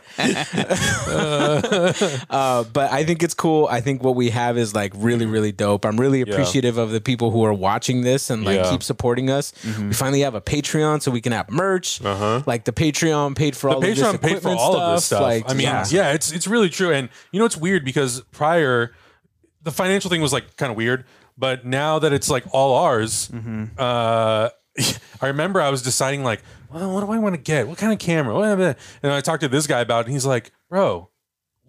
S2: uh, but I think it's cool. I think what we have is like really, really dope. I'm really appreciative of the people who are watching this and like
S1: Yeah. Mm-hmm.
S2: keep supporting us. We finally have a Patreon, so we can have merch. Uh-huh. Like the Patreon paid for all of this
S1: Patreon
S2: equipment
S1: paid for all
S2: stuff.
S1: of this stuff.
S2: Like,
S1: I mean, yeah. it's it's really true. And you know, it's weird because prior, the financial thing was like kind of weird, but now that it's like all ours,
S2: Mm-hmm.
S1: uh, I remember I was deciding like, well, what do I want to get? What kind of camera? What- blah, blah. And I talked to this guy about, it, and he's like, bro.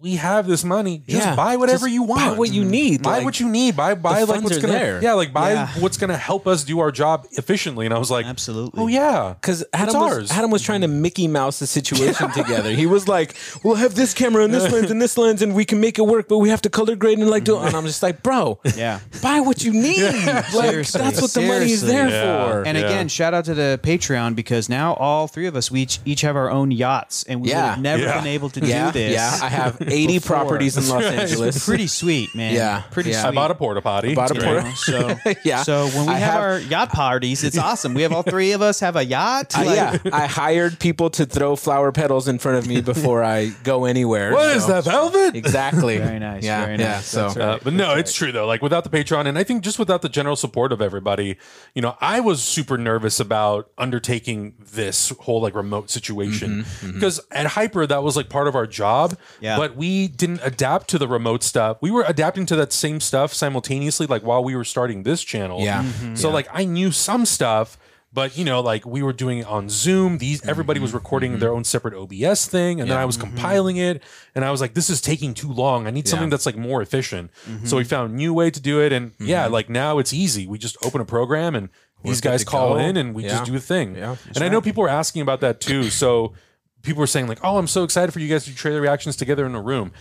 S1: We have this money. Just
S2: Yeah.
S1: buy whatever
S2: Just
S1: you want.
S2: buy what you need.
S1: Buy
S2: Like,
S1: what you need. Buy buy like
S2: funds
S1: what's
S2: are
S1: gonna
S2: there.
S1: yeah like buy
S3: Yeah.
S1: what's gonna help us do our job efficiently. And I was like,
S3: Absolutely.
S1: Oh yeah,
S2: Because
S1: it's
S2: Adam
S1: ours.
S2: was, Adam was trying to Mickey Mouse the situation together. He was like, "We'll have this camera and this lens and this lens, and we can make it work, but we have to color grade and like do." it." And I'm just like, "Bro,
S3: Yeah.
S2: buy what you need. Like,
S3: Seriously.
S2: that's what the money is there
S3: Seriously.
S1: Yeah.
S2: for."
S3: And
S1: Yeah.
S3: again, shout out to the Patreon because now all three of us we each, each have our own yachts, and we would
S2: Yeah.
S3: have never
S1: Yeah.
S3: been able to
S2: yeah,
S3: do this.
S2: yeah. I have 80
S3: before.
S2: properties in Los Angeles.
S3: pretty sweet, man.
S2: Yeah.
S3: pretty
S2: Yeah.
S3: sweet.
S1: I bought a porta potty.
S2: Bought a
S1: Right.
S2: porta-
S3: You know, so
S2: Yeah.
S3: So when we
S2: I
S3: have,
S2: have-
S3: our yacht parties, it's awesome. We have all three of us have a yacht.
S2: Uh,
S3: like-
S2: yeah, I hired people to throw flower petals in front of me before I go anywhere.
S1: What is that velvet?
S2: Exactly.
S3: Very nice,
S2: Yeah,
S3: very
S2: yeah.
S3: nice.
S2: So
S3: That's
S1: Uh, but no, it's true though. Like without the Patreon, and I think just without the general support of everybody, you know, I was super nervous about undertaking this whole like remote situation because at Hyper that was like part of our job,
S3: Yeah.
S1: but we didn't adapt to the remote stuff. We were adapting to that same stuff simultaneously, like while we were starting this channel.
S2: Yeah.
S1: Mm-hmm. So like I knew some stuff. But you know, like we were doing it on Zoom.
S2: Mm-hmm.
S1: These everybody was recording their own separate OBS thing, and then I was compiling it. And I was like, "This is taking too long. I need something that's like more efficient." So we found a new way to do it, and yeah, like now it's easy. We just open a program, and these guys
S2: Mm-hmm. to
S1: call
S2: go.
S1: in, and we just
S2: Yeah.
S1: do a thing.
S2: Yeah.
S1: and I know people were asking about that too. So people were saying like, "Oh, I'm so excited for you guys to do trailer reactions together in a room."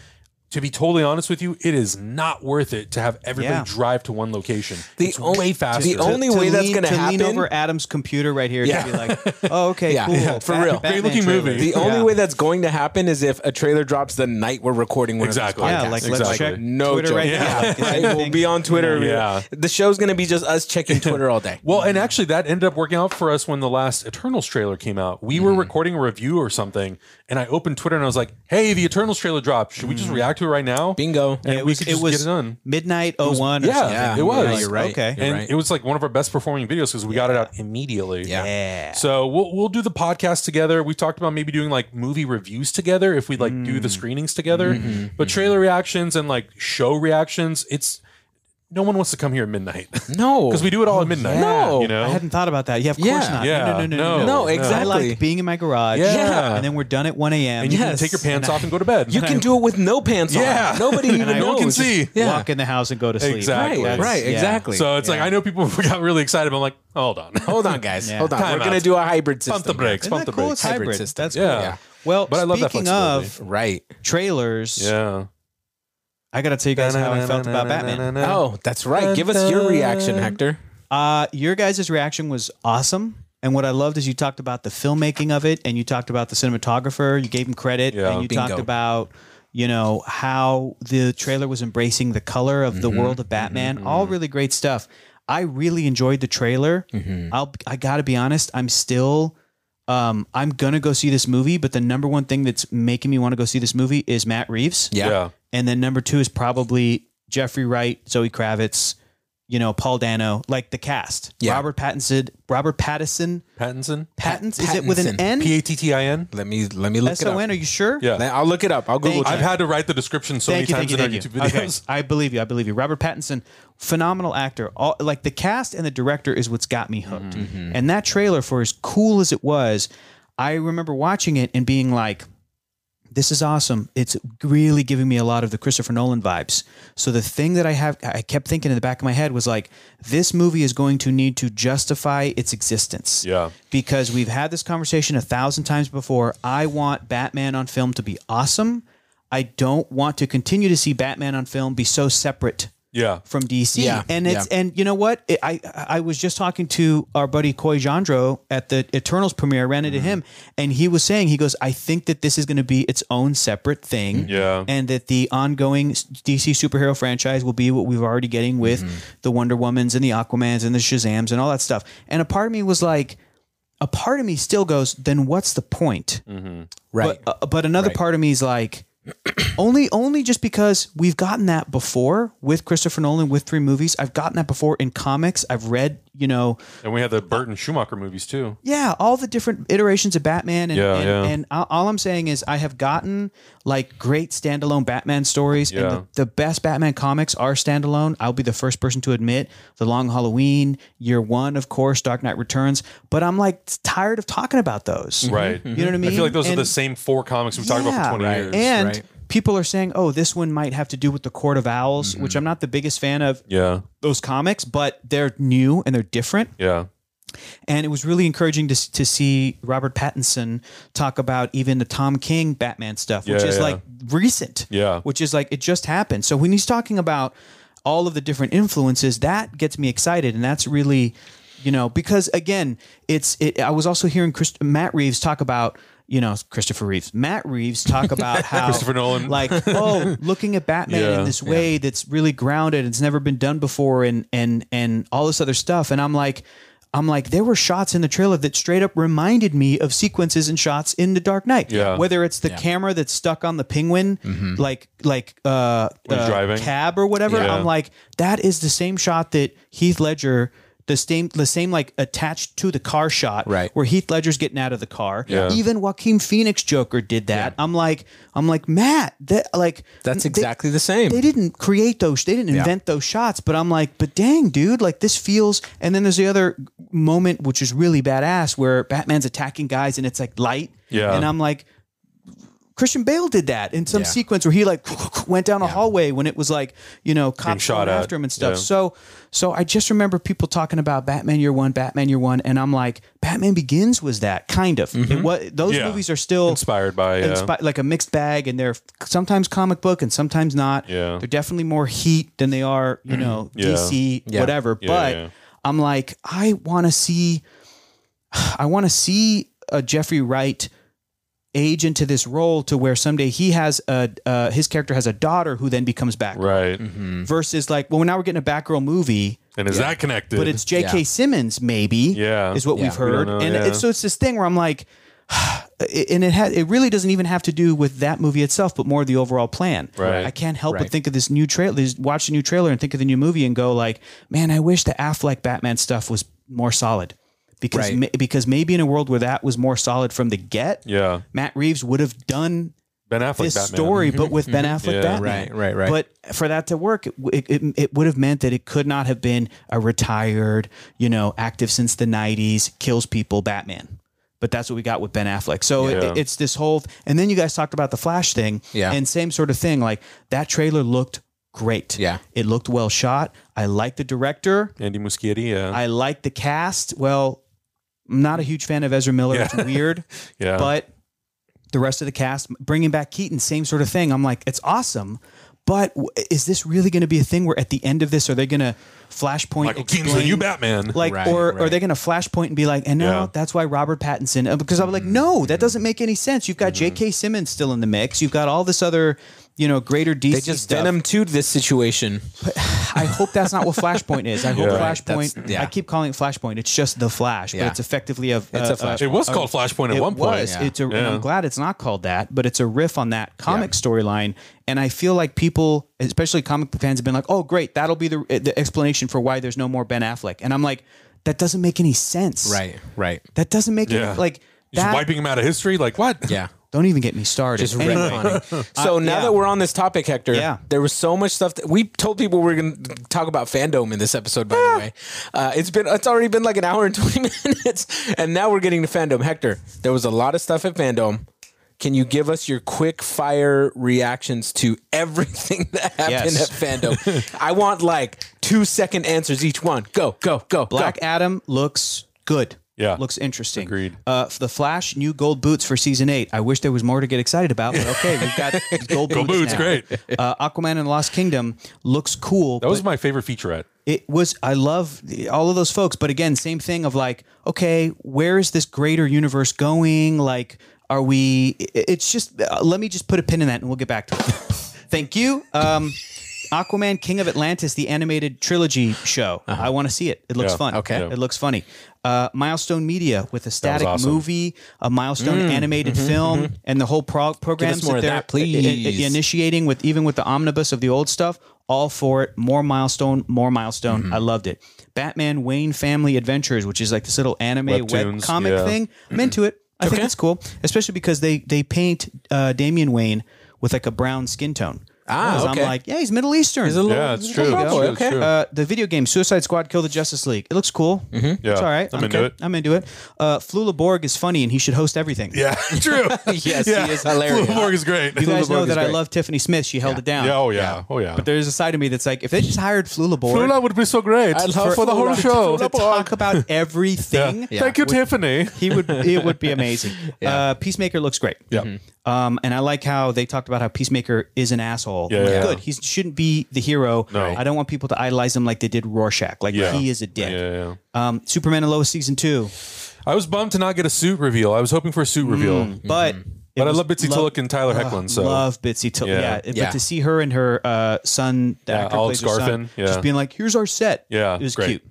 S1: to be totally honest with you, it is not worth it to have everybody
S3: Yeah.
S1: drive to one location.
S2: The
S1: it's
S2: on-
S1: way
S2: the
S1: faster.
S2: only way that's
S3: lean-
S2: gonna
S3: to lean
S2: happen-
S3: over Adam's computer right here
S2: Yeah.
S3: to be like, oh, okay,
S2: Yeah,
S3: cool.
S2: yeah, for
S3: Bat-
S2: real.
S3: Batman
S1: Great-looking
S3: trailer.
S1: movie.
S2: The only
S3: Yeah.
S2: way that's going to happen is if a trailer drops the night we're recording one
S1: Exactly.
S2: of these podcasts.
S3: yeah, like let's
S1: Exactly.
S3: check
S2: no
S3: Twitter
S2: joke.
S3: right now.
S2: yeah.
S3: Like, is
S2: Right? We'll
S3: anything-
S2: be on Twitter.
S1: Yeah.
S2: The show's going to be just us checking Twitter all day.
S1: Well, and actually, that ended up working out for us when the last Eternals trailer came out. We
S2: Mm-hmm.
S1: were recording a review or something, and I opened Twitter and I was like, "Hey, the Eternals trailer dropped. Should we
S2: Mm-hmm.
S1: just react to it right now?"
S2: Bingo.
S1: And
S3: it
S1: we
S3: was
S1: could
S3: it
S1: just
S3: was
S1: get it done.
S3: midnight 01 or
S1: yeah,
S3: something.
S2: Yeah,
S1: it was.
S2: yeah, you're right.
S3: Okay.
S2: You're
S1: and
S2: right.
S1: it was like one of our best performing videos because we got it out immediately.
S2: Yeah.
S3: Yeah.
S1: So we'll we'll do the podcast together. We talked about maybe doing like movie reviews together if we like do the
S2: Mm.
S1: screenings together.
S2: Mm-hmm.
S1: But trailer reactions and like show reactions, it's no one wants to come here at midnight
S2: No.
S1: because we do it all at midnight.
S2: No.
S1: you know.
S3: I hadn't thought about that. Yeah, of course
S2: Yeah.
S3: not.
S1: Yeah.
S3: Uh, No, no, no, no,
S1: No,
S3: no,
S1: No,
S3: I
S2: exactly.
S3: like being in my garage.
S1: Yeah.
S3: And then we're done at 1 a.m.
S1: and you
S2: Yes.
S1: can take your pants off and go to bed.
S2: you can do it with no pants
S1: Yeah.
S2: on. Nobody even
S1: I-
S2: knows.
S1: no one can see.
S2: Yeah.
S3: walk in the house and go to sleep.
S1: Exactly.
S2: Right,
S1: That's-
S2: right,
S3: yeah.
S2: exactly.
S1: So it's like I know people got really excited, but I'm like, hold on,
S3: Oh,
S2: Hold on, guys.
S3: Yeah.
S2: Hold on.
S1: Time
S2: We're going to
S1: out.
S2: do a hybrid system.
S1: pump the brakes,
S3: Isn't
S1: pump the
S3: that cool?
S1: brakes.
S3: It's hybrid.
S2: Hybrid system.
S3: That's cool.
S1: Yeah.
S3: Well,
S1: But I love that
S3: speaking of
S1: flexibility.
S2: Right.
S3: trailers,
S1: Yeah.
S3: I got to tell you guys how I felt about Batman.
S2: Oh, that's right. Give us your reaction, Hector.
S3: Uh, your guys' reaction was awesome. And what I loved is you talked about the filmmaking of it and you talked about the cinematographer. You gave him credit
S1: Yeah.
S3: and you
S2: Bingo.
S3: talked about, you know, how the trailer was embracing the color of the world of Batman. All really great stuff. I really enjoyed the trailer. I'll, I gotta be honest, I'm still, um, I'm gonna go see this movie, but the number one thing that's making me want to go see this movie is Matt Reeves.
S2: Yeah.
S1: Yeah.
S3: And then number two is probably Jeffrey Wright, Zoe Kravitz, you know, Paul Dano, like the cast.
S2: Yeah.
S3: Robert Pattinson, Robert Pattinson,
S1: Pattinson.
S3: Pattinson, is it with an
S2: Pattinson.
S3: N?
S1: P A T T I N.
S2: Let me let me look
S3: S
S2: it
S3: O
S2: up.
S3: N, are you sure?
S1: Yeah.
S2: I'll look it up. I'll Google
S3: Thank
S2: check.
S1: I've had to write the description so
S3: Thank you,
S1: many
S3: thank you,
S1: times
S3: thank you.
S1: in our YouTube videos.
S3: Okay. I believe you. I believe you. Robert Pattinson, phenomenal actor. All, like the cast and the director is what's got me hooked. And that trailer, for as cool as it was, I remember watching it and being like, this is awesome. It's really giving me a lot of the Christopher Nolan vibes. So the thing that I have I kept thinking in the back of my head was like this movie is going to need to justify its existence.
S1: Yeah.
S3: Because we've had this conversation a thousand times before. I want Batman on film to be awesome. I don't want to continue to see Batman on film be so separate
S1: Yeah.
S3: from DC.
S2: Yeah,
S3: And it's and you know what? It, I I was just talking to our buddy Coy Jandro at the Eternals premiere. I ran
S2: Mm-hmm.
S3: into him and he was saying he goes, "I think that this is going to be its own separate
S2: Mm-hmm.
S3: thing."
S1: Yeah.
S3: And that the ongoing s- DC superhero franchise will be what we've already getting with
S2: Mm-hmm.
S3: the Wonder Womans and the Aquamans and the Shazams and all that stuff. And a part of me was like a part of me still goes, "Then what's the point?"
S2: right.
S3: But, uh, but another part of me is like, only only just because we've gotten that before with Christopher Nolan with three movies. I've gotten that before in comics. I've read, you know,
S1: And we had the Burton Schumacher movies too.
S3: yeah, all the different iterations of Batman. And,
S1: Yeah,
S3: and,
S1: yeah.
S3: and all- all I'm saying is I have gotten like great standalone Batman stories.
S1: Yeah.
S3: And the, the best Batman comics are standalone. I'll be the first person to admit The Long Halloween, Year One, of course, Dark Knight Returns. But I'm like tired of talking about those.
S1: Right.
S3: mm-hmm. You know what I mean?
S1: I feel like those are
S3: And-
S1: the same four comics we've talked about for 20 years.
S3: and
S2: right.
S3: people are saying, oh, this one might have to do with the Court of Owls, which I'm not the biggest fan of
S1: Mm-hmm. yeah.
S3: those comics, but they're new and they're different.
S1: Yeah.
S3: And it was really encouraging to, s- to see Robert Pattinson talk about even the Tom King Batman stuff, which
S1: Yeah,
S3: is
S1: yeah.
S3: like recent,
S1: Yeah.
S3: which is like it just happened. So when he's talking about all of the different influences, that gets me excited, and that's really, you know, because again, it's. It, I was also hearing Chris, Matt Reeves talk about. You know Christopher Reeves, Matt Reeves talk about how
S1: Christopher Nolan.
S3: like oh, looking at Batman
S1: Yeah.
S3: in this way that's really grounded. It's never been done before, and and and all this other stuff. And I'm like, I'm like, there were shots in the trailer that straight up reminded me of sequences and shots in The Dark Knight.
S1: Yeah. Mm-hmm.
S3: Whether it's the camera that's stuck on the penguin, like like uh,
S1: he's
S3: uh,
S1: driving.
S3: cab or whatever.
S1: Yeah.
S3: I'm like, that is the same shot that Heath Ledger. The same, the same, like attached to the car shot,
S2: Right.
S3: Where Heath Ledger's getting out of the car.
S1: Yeah.
S3: Even Joaquin Phoenix Joker did that. I'm like, I'm like Matt. That like
S2: That's
S3: they-
S2: exactly the same.
S3: they didn't create those they didn't invent those shots but i'm like but dang dude like this feels and then there's the other moment which is really badass where batman's attacking guys and it's like light
S1: Yeah.
S3: and i'm like Christian Bale did that in some sequence where he like went down a hallway when it was like you know cops
S1: shot
S3: shot
S1: at,
S3: after him and stuff.
S1: yeah.
S3: So so I just remember people talking about Batman Year One, Batman Year One, and I'm like, Batman Begins was that kind of. It wa- those
S1: Mm-hmm. Yeah.
S3: movies are still
S1: Inspired by, uh, yeah.
S3: inspi- like a mixed bag, and they're sometimes comic book and sometimes not.
S1: Yeah. Mm-hmm.
S3: they're definitely more heat than they are you know
S1: Yeah.
S3: DC
S2: Yeah.
S3: whatever.
S1: Yeah,
S3: but
S1: yeah.
S3: I'm like, I want to see, I want to see a Jeffrey Wright age into this role to where someday he has a uh, his character has a daughter who then becomes Batgirl
S1: right.
S3: Mm-hmm. versus like well now we're getting a Batgirl movie
S1: And is that connected?
S3: but it's J.K.
S2: Yeah.
S3: Simmons, maybe.
S1: Yeah.
S3: is what
S2: Yeah.
S3: we've
S2: We
S1: don't
S3: heard,
S1: know,
S3: and
S1: yeah.
S3: it's, so it's this thing where I'm like, and it had it really doesn't even have to do with that movie itself, but more the overall plan.
S1: Right.
S3: I can't help
S2: Right.
S3: but think of this new trailer, watch the new trailer, and think of the new movie, and go like, man, I wish the Affleck Batman stuff was more solid. Because,
S2: Right.
S3: ma- because maybe in a world where that was more solid from the get,
S1: yeah.
S3: Matt Reeves would have done
S1: Ben Affleck
S3: this
S1: Batman. Mm-hmm.
S3: story, but with Ben Affleck
S1: Yeah.
S3: Batman.
S2: Right, right, right.
S3: But for that to work, it, it, it would have meant that it could not have been a retired, you know, active since the 90s, kills people Batman. But that's what we got with Ben Affleck. So it-
S1: Yeah.
S3: it's this whole, and then you guys talked about the Flash thing,
S2: Yeah.
S3: and same sort of thing. Like that trailer looked great.
S2: Yeah.
S3: it looked well shot. I like the director.
S1: Andy Muschietti. Yeah.
S3: I like the cast. Well, I'm not a huge fan of Ezra Miller. It's weird
S1: yeah.
S3: but the rest of the cast bringing back Keaton, same sort of thing. I'm like, it's awesome, but w- is this really going to be a thing where at the end of this, are they going to flashpoint?
S1: Michael Keaton's the
S3: explain-
S1: new Batman.
S3: Like,
S2: Right,
S3: or are
S2: right.
S3: they going to flashpoint and be like, and now
S1: Yeah. Mm-hmm.
S3: that's why Robert Pattinson? uh, Because I'm like, no, that doesn't make any sense. You've got J.K. Simmons still in the mix. You've got all this other, you know, greater DC
S2: They just
S3: stuff.
S2: venom to this situation.
S3: I hope that's not what Flashpoint is. I hope
S1: Yeah. Right,
S3: Flashpoint.
S2: yeah.
S3: I keep calling it Flashpoint. It's just the Flash,
S2: Yeah.
S3: but it's effectively a,
S2: It's a Flashpoint.
S1: it was called Flashpoint at
S3: it
S1: one point.
S3: was. It's a, and
S1: Yeah.
S3: I'm glad it's not called that, but it's a riff on that comic storyline. And I feel like people, especially comic book fans, have been like, "Oh, great, that'll be the the explanation for why there's no more Ben Affleck." And I'm like, that doesn't make any sense.
S2: Right, right.
S3: That doesn't make
S1: Yeah.
S3: any like
S1: Just
S3: that.
S1: wiping him out of history. Like what?
S2: Yeah.
S3: don't even get me started.
S2: Just
S3: Anyway,
S2: retconning. So now
S3: Uh, yeah.
S2: that we're on this topic, Hector,
S3: Yeah.
S2: there was so much stuff that we told people we are going to talk about fandom in this episode. By
S3: Ah.
S2: the way, uh, it's been it's already been like an hour and twenty minutes, and now we're getting to fandom. Hector, there was a lot of stuff at fandom. Can you give us your quick fire reactions to everything that happened
S3: Yes.
S2: at fandom? I want like two second answers each one. Go, go, go.
S3: Black
S2: go.
S3: Adam looks good.
S1: Yeah.
S3: looks interesting.
S1: Agreed.
S3: Uh, for the Flash, new gold boots for season eight. I wish there was more to get excited about, but okay, we've got gold,
S1: Gold boots,
S3: now.
S1: great.
S3: Uh, Aquaman and the Lost Kingdom looks cool.
S1: That was my favorite featurette.
S3: it was i love all of those folks but again same thing of like okay where is this greater universe going like are we it- it's just uh, let me just put a pin in that and we'll get back to it thank you um aquaman king of atlantis the animated trilogy show i want to see it it looks
S1: Yeah.
S3: fun
S2: Uh-huh. Okay.
S3: it looks funny uh, milestone media with a static
S1: awesome.
S3: movie a milestone
S2: Mm,
S3: animated
S2: mm-hmm,
S3: film and the whole pro- programs
S2: more
S3: that
S2: of
S3: they're
S2: that, please.
S3: i- i- initiating with even with the omnibus of the old stuff all for it more milestone more milestone
S1: Mm-hmm.
S3: i loved it batman wayne family adventures which is like this little anime web
S1: Webtoons,
S3: comic
S1: yeah.
S3: thing i'm into it i think it's cool especially because they they paint uh, damian wayne with like a brown skin tone
S2: Ah,
S3: Because
S2: okay.
S3: i'm like yeah he's middle eastern
S1: Yeah, it's true. It's true, it's
S2: Okay.
S1: true.
S3: uh, the video game Suicide Squad Kill the Justice League. It looks cool. Mm-hmm.
S1: Yeah,
S3: It's all right.
S1: I'm
S3: I
S1: into
S3: care.
S1: it.
S3: I'm into it. Uh, Flula Borg is funny and he should host everything.
S1: Yeah, true.
S2: Yes,
S1: yeah.
S2: he is hilarious.
S1: Borg is great.
S3: You guys know
S2: Borg is
S3: that I
S2: great.
S3: love Tiffany Smith. She held it down.
S1: Yeah, oh yeah, oh yeah.
S3: But there's a side of me that's like, if they just hired Flula Borg
S1: Lula would be so great
S2: I love
S1: for the whole
S2: Lula.
S1: show.
S3: to talk about everything,
S2: Yeah.
S1: Thank you, Tiffany.
S3: he would. It would be amazing. Uh, Peacemaker looks great.
S1: Yeah.
S3: Um, and I like how they talked about how Peacemaker is an asshole.
S1: Yeah,
S3: I'm like,
S1: yeah, yeah.
S3: Good. He shouldn't be the hero. No. I don't want people to idolize him like they did Rorschach. Like
S1: Yeah.
S3: he is a dick.
S1: Yeah, yeah.
S3: Um, Superman and Lois season two.
S1: I was bummed to not get a suit reveal. I was hoping for a suit reveal,
S3: but
S1: but I love Bitsy Tillich and Tyler Hoechlin. So
S3: uh, Ah, love Bitsy Tillich.
S1: Yeah.
S3: Yeah.
S2: Yeah.
S3: but to see her and her uh, son, the actor
S1: Olive
S3: plays her son,
S1: Scarfin. Yeah.
S3: just being like, "Here's our set."
S1: Yeah,
S3: it was
S1: great.
S3: cute.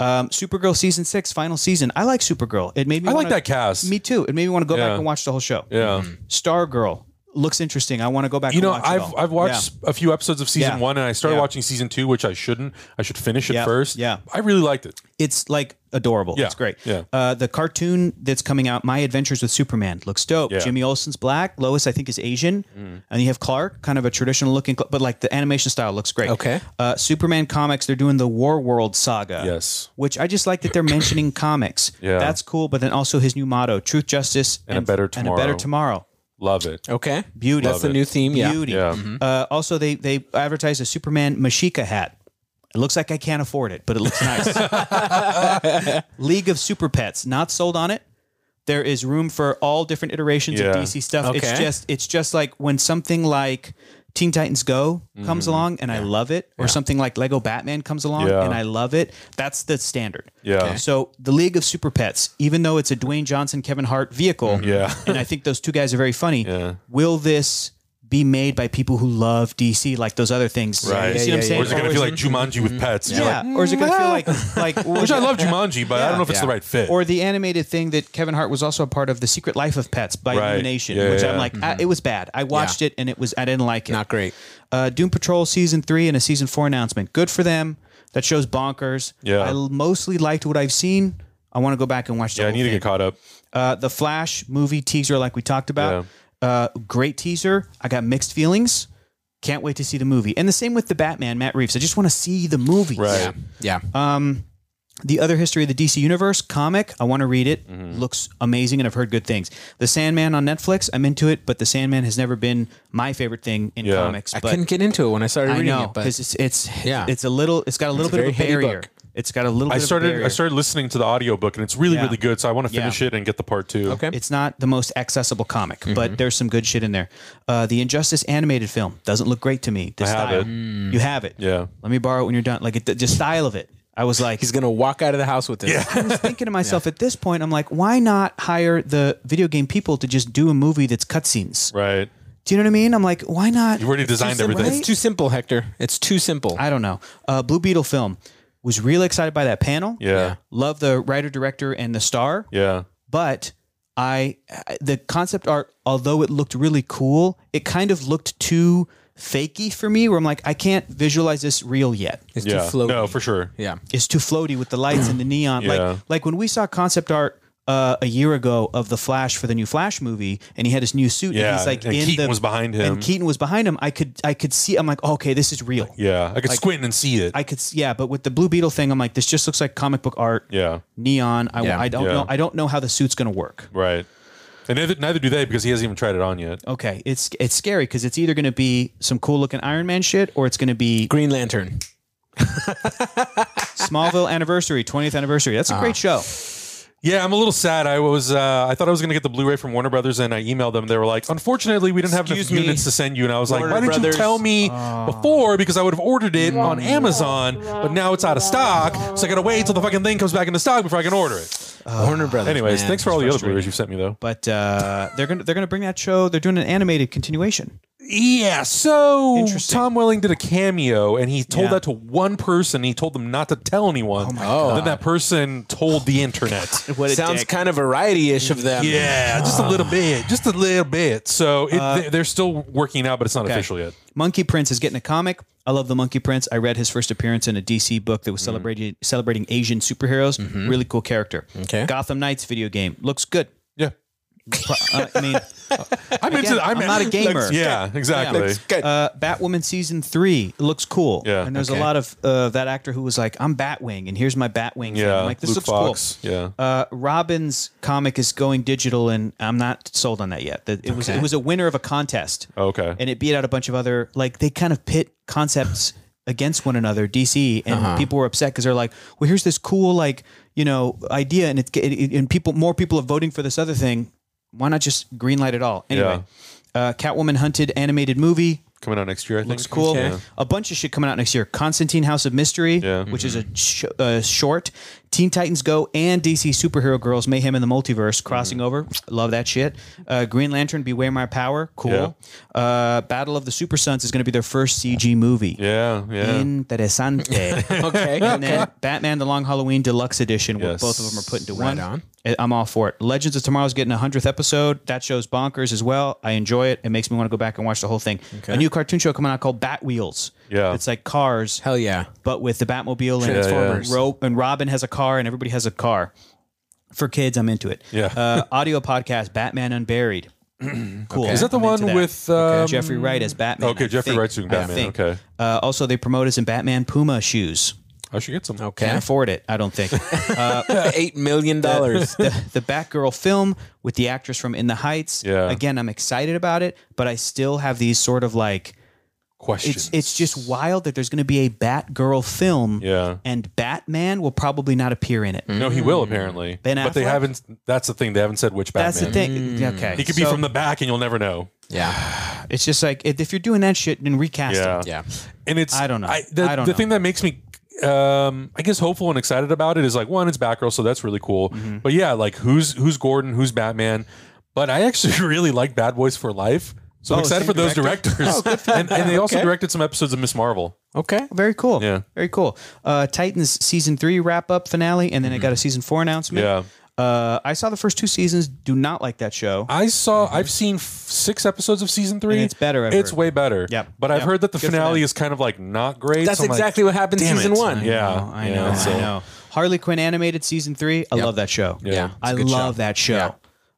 S3: Um, Supergirl season six, final season. I like Supergirl. It made me.
S1: I like
S3: wanna-
S1: that cast.
S3: Me too. It made me want to go
S1: Yeah.
S3: back and watch the whole show.
S1: yeah.
S3: Stargirl looks interesting. I want to go back.
S1: You know,
S3: and watch it
S1: I've
S3: all.
S1: I've watched a few episodes of season
S3: Yeah.
S1: one, and I started
S3: Yeah.
S1: watching season two, which I shouldn't. I should finish it
S3: Yeah.
S1: first.
S3: Yeah.
S1: I really liked it.
S3: it's like adorable.
S1: Yeah.
S3: It's great.
S1: Yeah.
S3: Uh, the cartoon that's coming out, My Adventures with Superman, looks dope.
S1: Yeah. Mm.
S3: Jimmy Olsen's black. Lois, I think, is Asian. And you have Clark, kind of a traditional looking, but like the animation style looks great.
S2: Okay.
S3: Uh, Superman comics, they're doing the War World saga.
S1: Yes.
S3: Which I just like that they're mentioning comics.
S1: Yeah.
S3: That's cool. But then also his new motto, truth, justice,
S1: And a better
S3: And a better
S1: tomorrow.
S3: tomorrow.
S1: Love it.
S2: Okay.
S3: Beauty.
S2: That's the new theme. Yeah.
S3: Beauty.
S1: Yeah.
S3: Uh, also, they they advertised a Superman Mashika hat. It looks like I can't afford it, but it looks nice. League of Super Pets not sold on it. There is room for all different iterations
S1: Yeah.
S3: of DC stuff. It's
S2: Okay.
S3: just it's just like when something like Teen Titans Go comes along and I love it, or something like Lego Batman comes along
S1: Mm-hmm. Yeah.
S3: and I love it. That's the standard.
S1: Yeah. Okay.
S3: So the League of Super Pets, even though it's a Dwayne Johnson Kevin Hart vehicle,
S1: Yeah.
S3: and I think those two guys are very funny. Will this be made by people who love DC like those other things?
S1: Right.
S3: You see
S2: Yeah,
S3: what I'm
S2: yeah,
S3: saying?
S1: Or is it going to feel like Jumanji with pets? You're
S3: Mm-hmm. yeah.
S1: like, "Ah!"
S3: or is it going to feel like like
S1: Which I love Jumanji, but I don't know if it's
S2: Yeah.
S1: the right fit.
S3: Or the animated thing that Kevin Hart was also a part of, The Secret Life of Pets by
S1: Right.
S3: Illumination,
S1: Yeah,
S3: which
S1: yeah. Mm-hmm.
S3: I'm like, I, it was bad. I watched it and it was I didn't like it.
S2: Not great.
S3: Uh, Doom Patrol season three and a season four announcement. Good for them. That show's bonkers.
S1: Yeah.
S3: I l- mostly liked what I've seen. I want to go back and watch. The
S1: yeah, I
S3: whole
S1: need to
S3: thing.
S1: get caught up.
S3: Uh, the Flash movie teaser, like we talked about, uh, great teaser. I got mixed feelings. Can't wait to see the movie. And the same with the Batman, Matt Reeves. I just want to see the movie.
S1: Right.
S2: Yeah.
S1: Uh,
S3: The other history of the DC Universe comic, I want to read it.
S1: Mm-hmm.
S3: Looks amazing, and I've heard good things. The Sandman on Netflix, I'm into it, but the Sandman has never been my favorite thing in
S1: Yeah.
S3: comics.
S2: I
S3: but
S2: couldn't get into it when I started
S3: I
S2: reading
S3: know
S2: it, but
S3: because it's it's
S2: Yeah.
S3: it's a little it's got a little
S2: a
S3: bit of
S2: very
S3: a
S2: heady
S3: barrier.
S2: book.
S3: It's got a little.
S1: I
S3: bit Of a
S1: started.
S3: barrier.
S1: I started listening to the audiobook, and it's really,
S3: Yeah.
S1: really good. So I want to
S3: Yeah.
S1: finish it and get the part two.
S2: Okay.
S3: It's not the most accessible comic,
S1: Mm-hmm.
S3: but there's some good shit in there. Uh, the Injustice animated film doesn't look great to me. The
S1: I have
S3: style. Mm.
S1: it.
S3: You have it.
S1: Yeah.
S3: Let me borrow it when you're done. Like it, the, the style of it. I was like,
S2: he's gonna walk out of the house with this.
S3: I was thinking to myself at this point, I'm like, why not hire the video game people to just do a movie that's cutscenes?
S1: Right.
S3: Do you know what I mean? I'm like, why not?
S1: You already
S3: It's just
S1: designed
S3: the
S1: everything.
S3: way-
S2: It's too simple, Hector. It's too simple.
S3: I don't know. Uh, Blue Beetle film was really excited by that panel.
S1: Yeah.
S3: Love the writer, director, and the star.
S1: Yeah.
S3: but I the concept art, although it looked really cool, it kind of looked too fakey for me. Where I'm like, I can't visualize this real yet.
S2: it's
S1: Yeah.
S2: too floaty.
S1: No, for sure.
S2: Yeah.
S3: It's too floaty with the lights and the neon.
S1: Yeah.
S3: Like like when we saw concept art. Uh, a year ago of the Flash for the new Flash movie, and he had his new suit.
S1: Yeah,
S3: and he's like
S1: and
S3: in
S1: Keaton
S3: the,
S1: was behind him.
S3: and Keaton was behind him. I could I could see. I'm like, okay, this is real.
S1: Yeah. I could squint and see it.
S3: I could s- yeah, but with the Blue Beetle thing, I'm like, this just looks like comic book art.
S1: yeah.
S3: neon. I,
S2: Yeah.
S3: I don't
S1: Yeah.
S3: know. I don't know how the suit's gonna work.
S1: Right. And neither, neither do they because he hasn't even tried it on yet.
S3: okay, it's it's scary because it's either going to be some cool looking Iron Man shit or it's going to be
S2: Green Lantern.
S3: Smallville anniversary, 20th anniversary. That's a great show.
S1: Yeah, I'm a little sad. I was uh, I thought I was going to get the Blu-ray from Warner Brothers, and I emailed them. They were like, "Unfortunately, we didn't have enough
S2: Excuse me.
S1: units to send you." And I was like,
S2: Warner
S1: "Why didn't
S2: Brothers.
S1: you tell me before? Because I would have ordered it on Amazon, but now it's out of stock, so I got to wait till the fucking thing comes back into stock before I can order it."
S2: Warner Brothers.
S1: Anyways,
S2: Oh, man.
S1: thanks for all the other Blu-rays you've sent me, though.
S3: But uh, they're gonna they're gonna bring that show. They're doing an animated continuation.
S1: Yeah. So
S3: Interesting.
S1: Tom Welling did a cameo, and he told
S3: Yeah.
S1: that to one person. He told them not to tell anyone. Oh my
S2: God.
S1: Then that person told the internet.
S3: What
S2: Sounds kind of variety-ish of them.
S1: Yeah, just a little bit, just a little bit. So it, they- they're still working out, but it's not official yet.
S3: Monkey Prince is getting a comic. I love the Monkey Prince. I read his first appearance in a DC book that was celebrating celebrating Asian superheroes. Really cool character.
S2: Okay.
S3: Gotham Knights video game looks good.
S1: Yeah,
S3: Uh, I mean,
S1: I'm
S3: Again, I'm not a gamer.
S1: Like, yeah, exactly.
S2: Good.
S3: uh, Batwoman season three looks cool.
S1: Yeah.
S3: and there's
S2: Okay.
S3: a lot of uh, that actor who was like, "I'm Batwing," and here's my Batwing.
S1: Yeah,
S3: thing. I'm like this
S1: Luke Fox.
S3: looks cool.
S1: Yeah.
S3: Uh, Robin's comic is going digital, and I'm not sold on that yet. That it was
S2: Okay.
S3: it was a winner of a contest,
S1: Okay.
S3: and it beat out a bunch of other like they kind of pit concepts against one another. DC and people were upset because they're like, "Well, here's this cool like you know idea," and it, it, and people more people are voting for this other thing. Why not just green light it all? Anyway, uh, Catwoman hunted animated movie
S1: Coming out next year, I think.
S3: looks cool.
S1: Yeah.
S3: A bunch of shit coming out next year. Constantine House of Mystery,
S1: Yeah. Mm-hmm.
S3: which is a sh- uh, short. Teen Titans Go and DC Superhero Girls Mayhem in the Multiverse crossing
S1: Mm-hmm.
S3: over. Love that shit. Uh, Green Lantern Beware My Power, cool. Uh, Battle of the Super Sons is going to be their first CG movie.
S1: Yeah, yeah.
S3: Interesante.
S2: Okay.
S3: And then Batman: The Long Halloween Deluxe Edition, where
S1: Yes.
S3: both of them are put into
S2: Right
S3: one.
S2: on.
S3: I- I'm all for it. Legends of Tomorrow's getting a hundredth episode. That show's bonkers as well. I enjoy it. It makes me want to go back and watch the whole thing. A new cartoon show coming out called Bat Wheels.
S1: Yeah.
S3: it's like cars,
S2: Hell yeah.
S3: but with the Batmobile and
S1: Transformers.
S3: Ro- and Robin has a car, and everybody has a car. For kids, I'm into it.
S1: Yeah.
S3: Uh, audio podcast, Batman Unburied. Cool.
S1: Is that the
S3: I'm
S1: one
S3: into that.
S1: with um,
S3: Jeffrey Wright as Batman?
S1: Okay,
S3: I
S1: Jeffrey
S3: think.
S1: Wright's doing
S3: I
S1: Batman,
S3: think.
S1: okay.
S3: Uh, also, they promote us in Batman Puma shoes.
S1: I should get some.
S2: Okay.
S3: Can't afford it, I don't think.
S2: Eight million dollars.
S3: the, the Batgirl film with the actress from In the Heights.
S1: Yeah.
S3: Again, I'm excited about it, but I still have these sort of like
S1: Questions.
S3: it's it's just wild that there's going to be a Batgirl film.
S1: Yeah.
S3: And Batman will probably not appear in it.
S1: no, he will apparently.
S3: Ben
S1: But they
S3: Affleck?
S1: haven't. That's the thing. They haven't said which Batman.
S3: That's the thing. Okay.
S1: He could be
S3: so
S1: from the back, and you'll never know.
S2: yeah.
S3: It's just like if if you're doing that shit, then recast
S1: Yeah.
S3: it.
S2: Yeah.
S1: And it's
S3: I don't know.
S1: the
S3: I don't
S1: the
S3: know.
S1: thing that makes me um I guess hopeful and excited about it is like one, it's Batgirl, so that's really cool.
S3: Mm-hmm.
S1: But yeah, like who's who's Gordon, who's Batman? But I actually really like Bad Boys for Life. So I'm
S3: Oh,
S1: excited
S3: same
S1: for those
S3: director? Oh,
S1: directors. and, and they also directed some episodes of Miss Marvel.
S2: Okay.
S3: Very cool.
S1: Yeah.
S3: Very cool. Uh, Titans season three wrap up finale, and then it got a season four announcement.
S1: Mm-hmm. Yeah.
S3: Uh, I saw the first two seasons. Do not like that show.
S1: I saw I've seen f- six episodes of season three.
S3: Mm-hmm. And it's better, I've
S1: it's
S3: heard.
S1: way better.
S3: Yep.
S1: But I've
S3: Yep.
S1: heard that the
S3: Good for
S1: finale
S3: them.
S1: is kind of like not great.
S2: That's
S1: so I'm like,
S2: exactly what happened
S1: damn
S2: season
S1: it.
S2: one.
S1: Yeah.
S3: I
S1: yeah,
S3: know.
S1: so-
S3: I know. Harley Quinn animated season three. I love that show.
S1: Yeah.
S2: It's a
S3: I
S2: good
S3: love
S2: show.
S3: that show.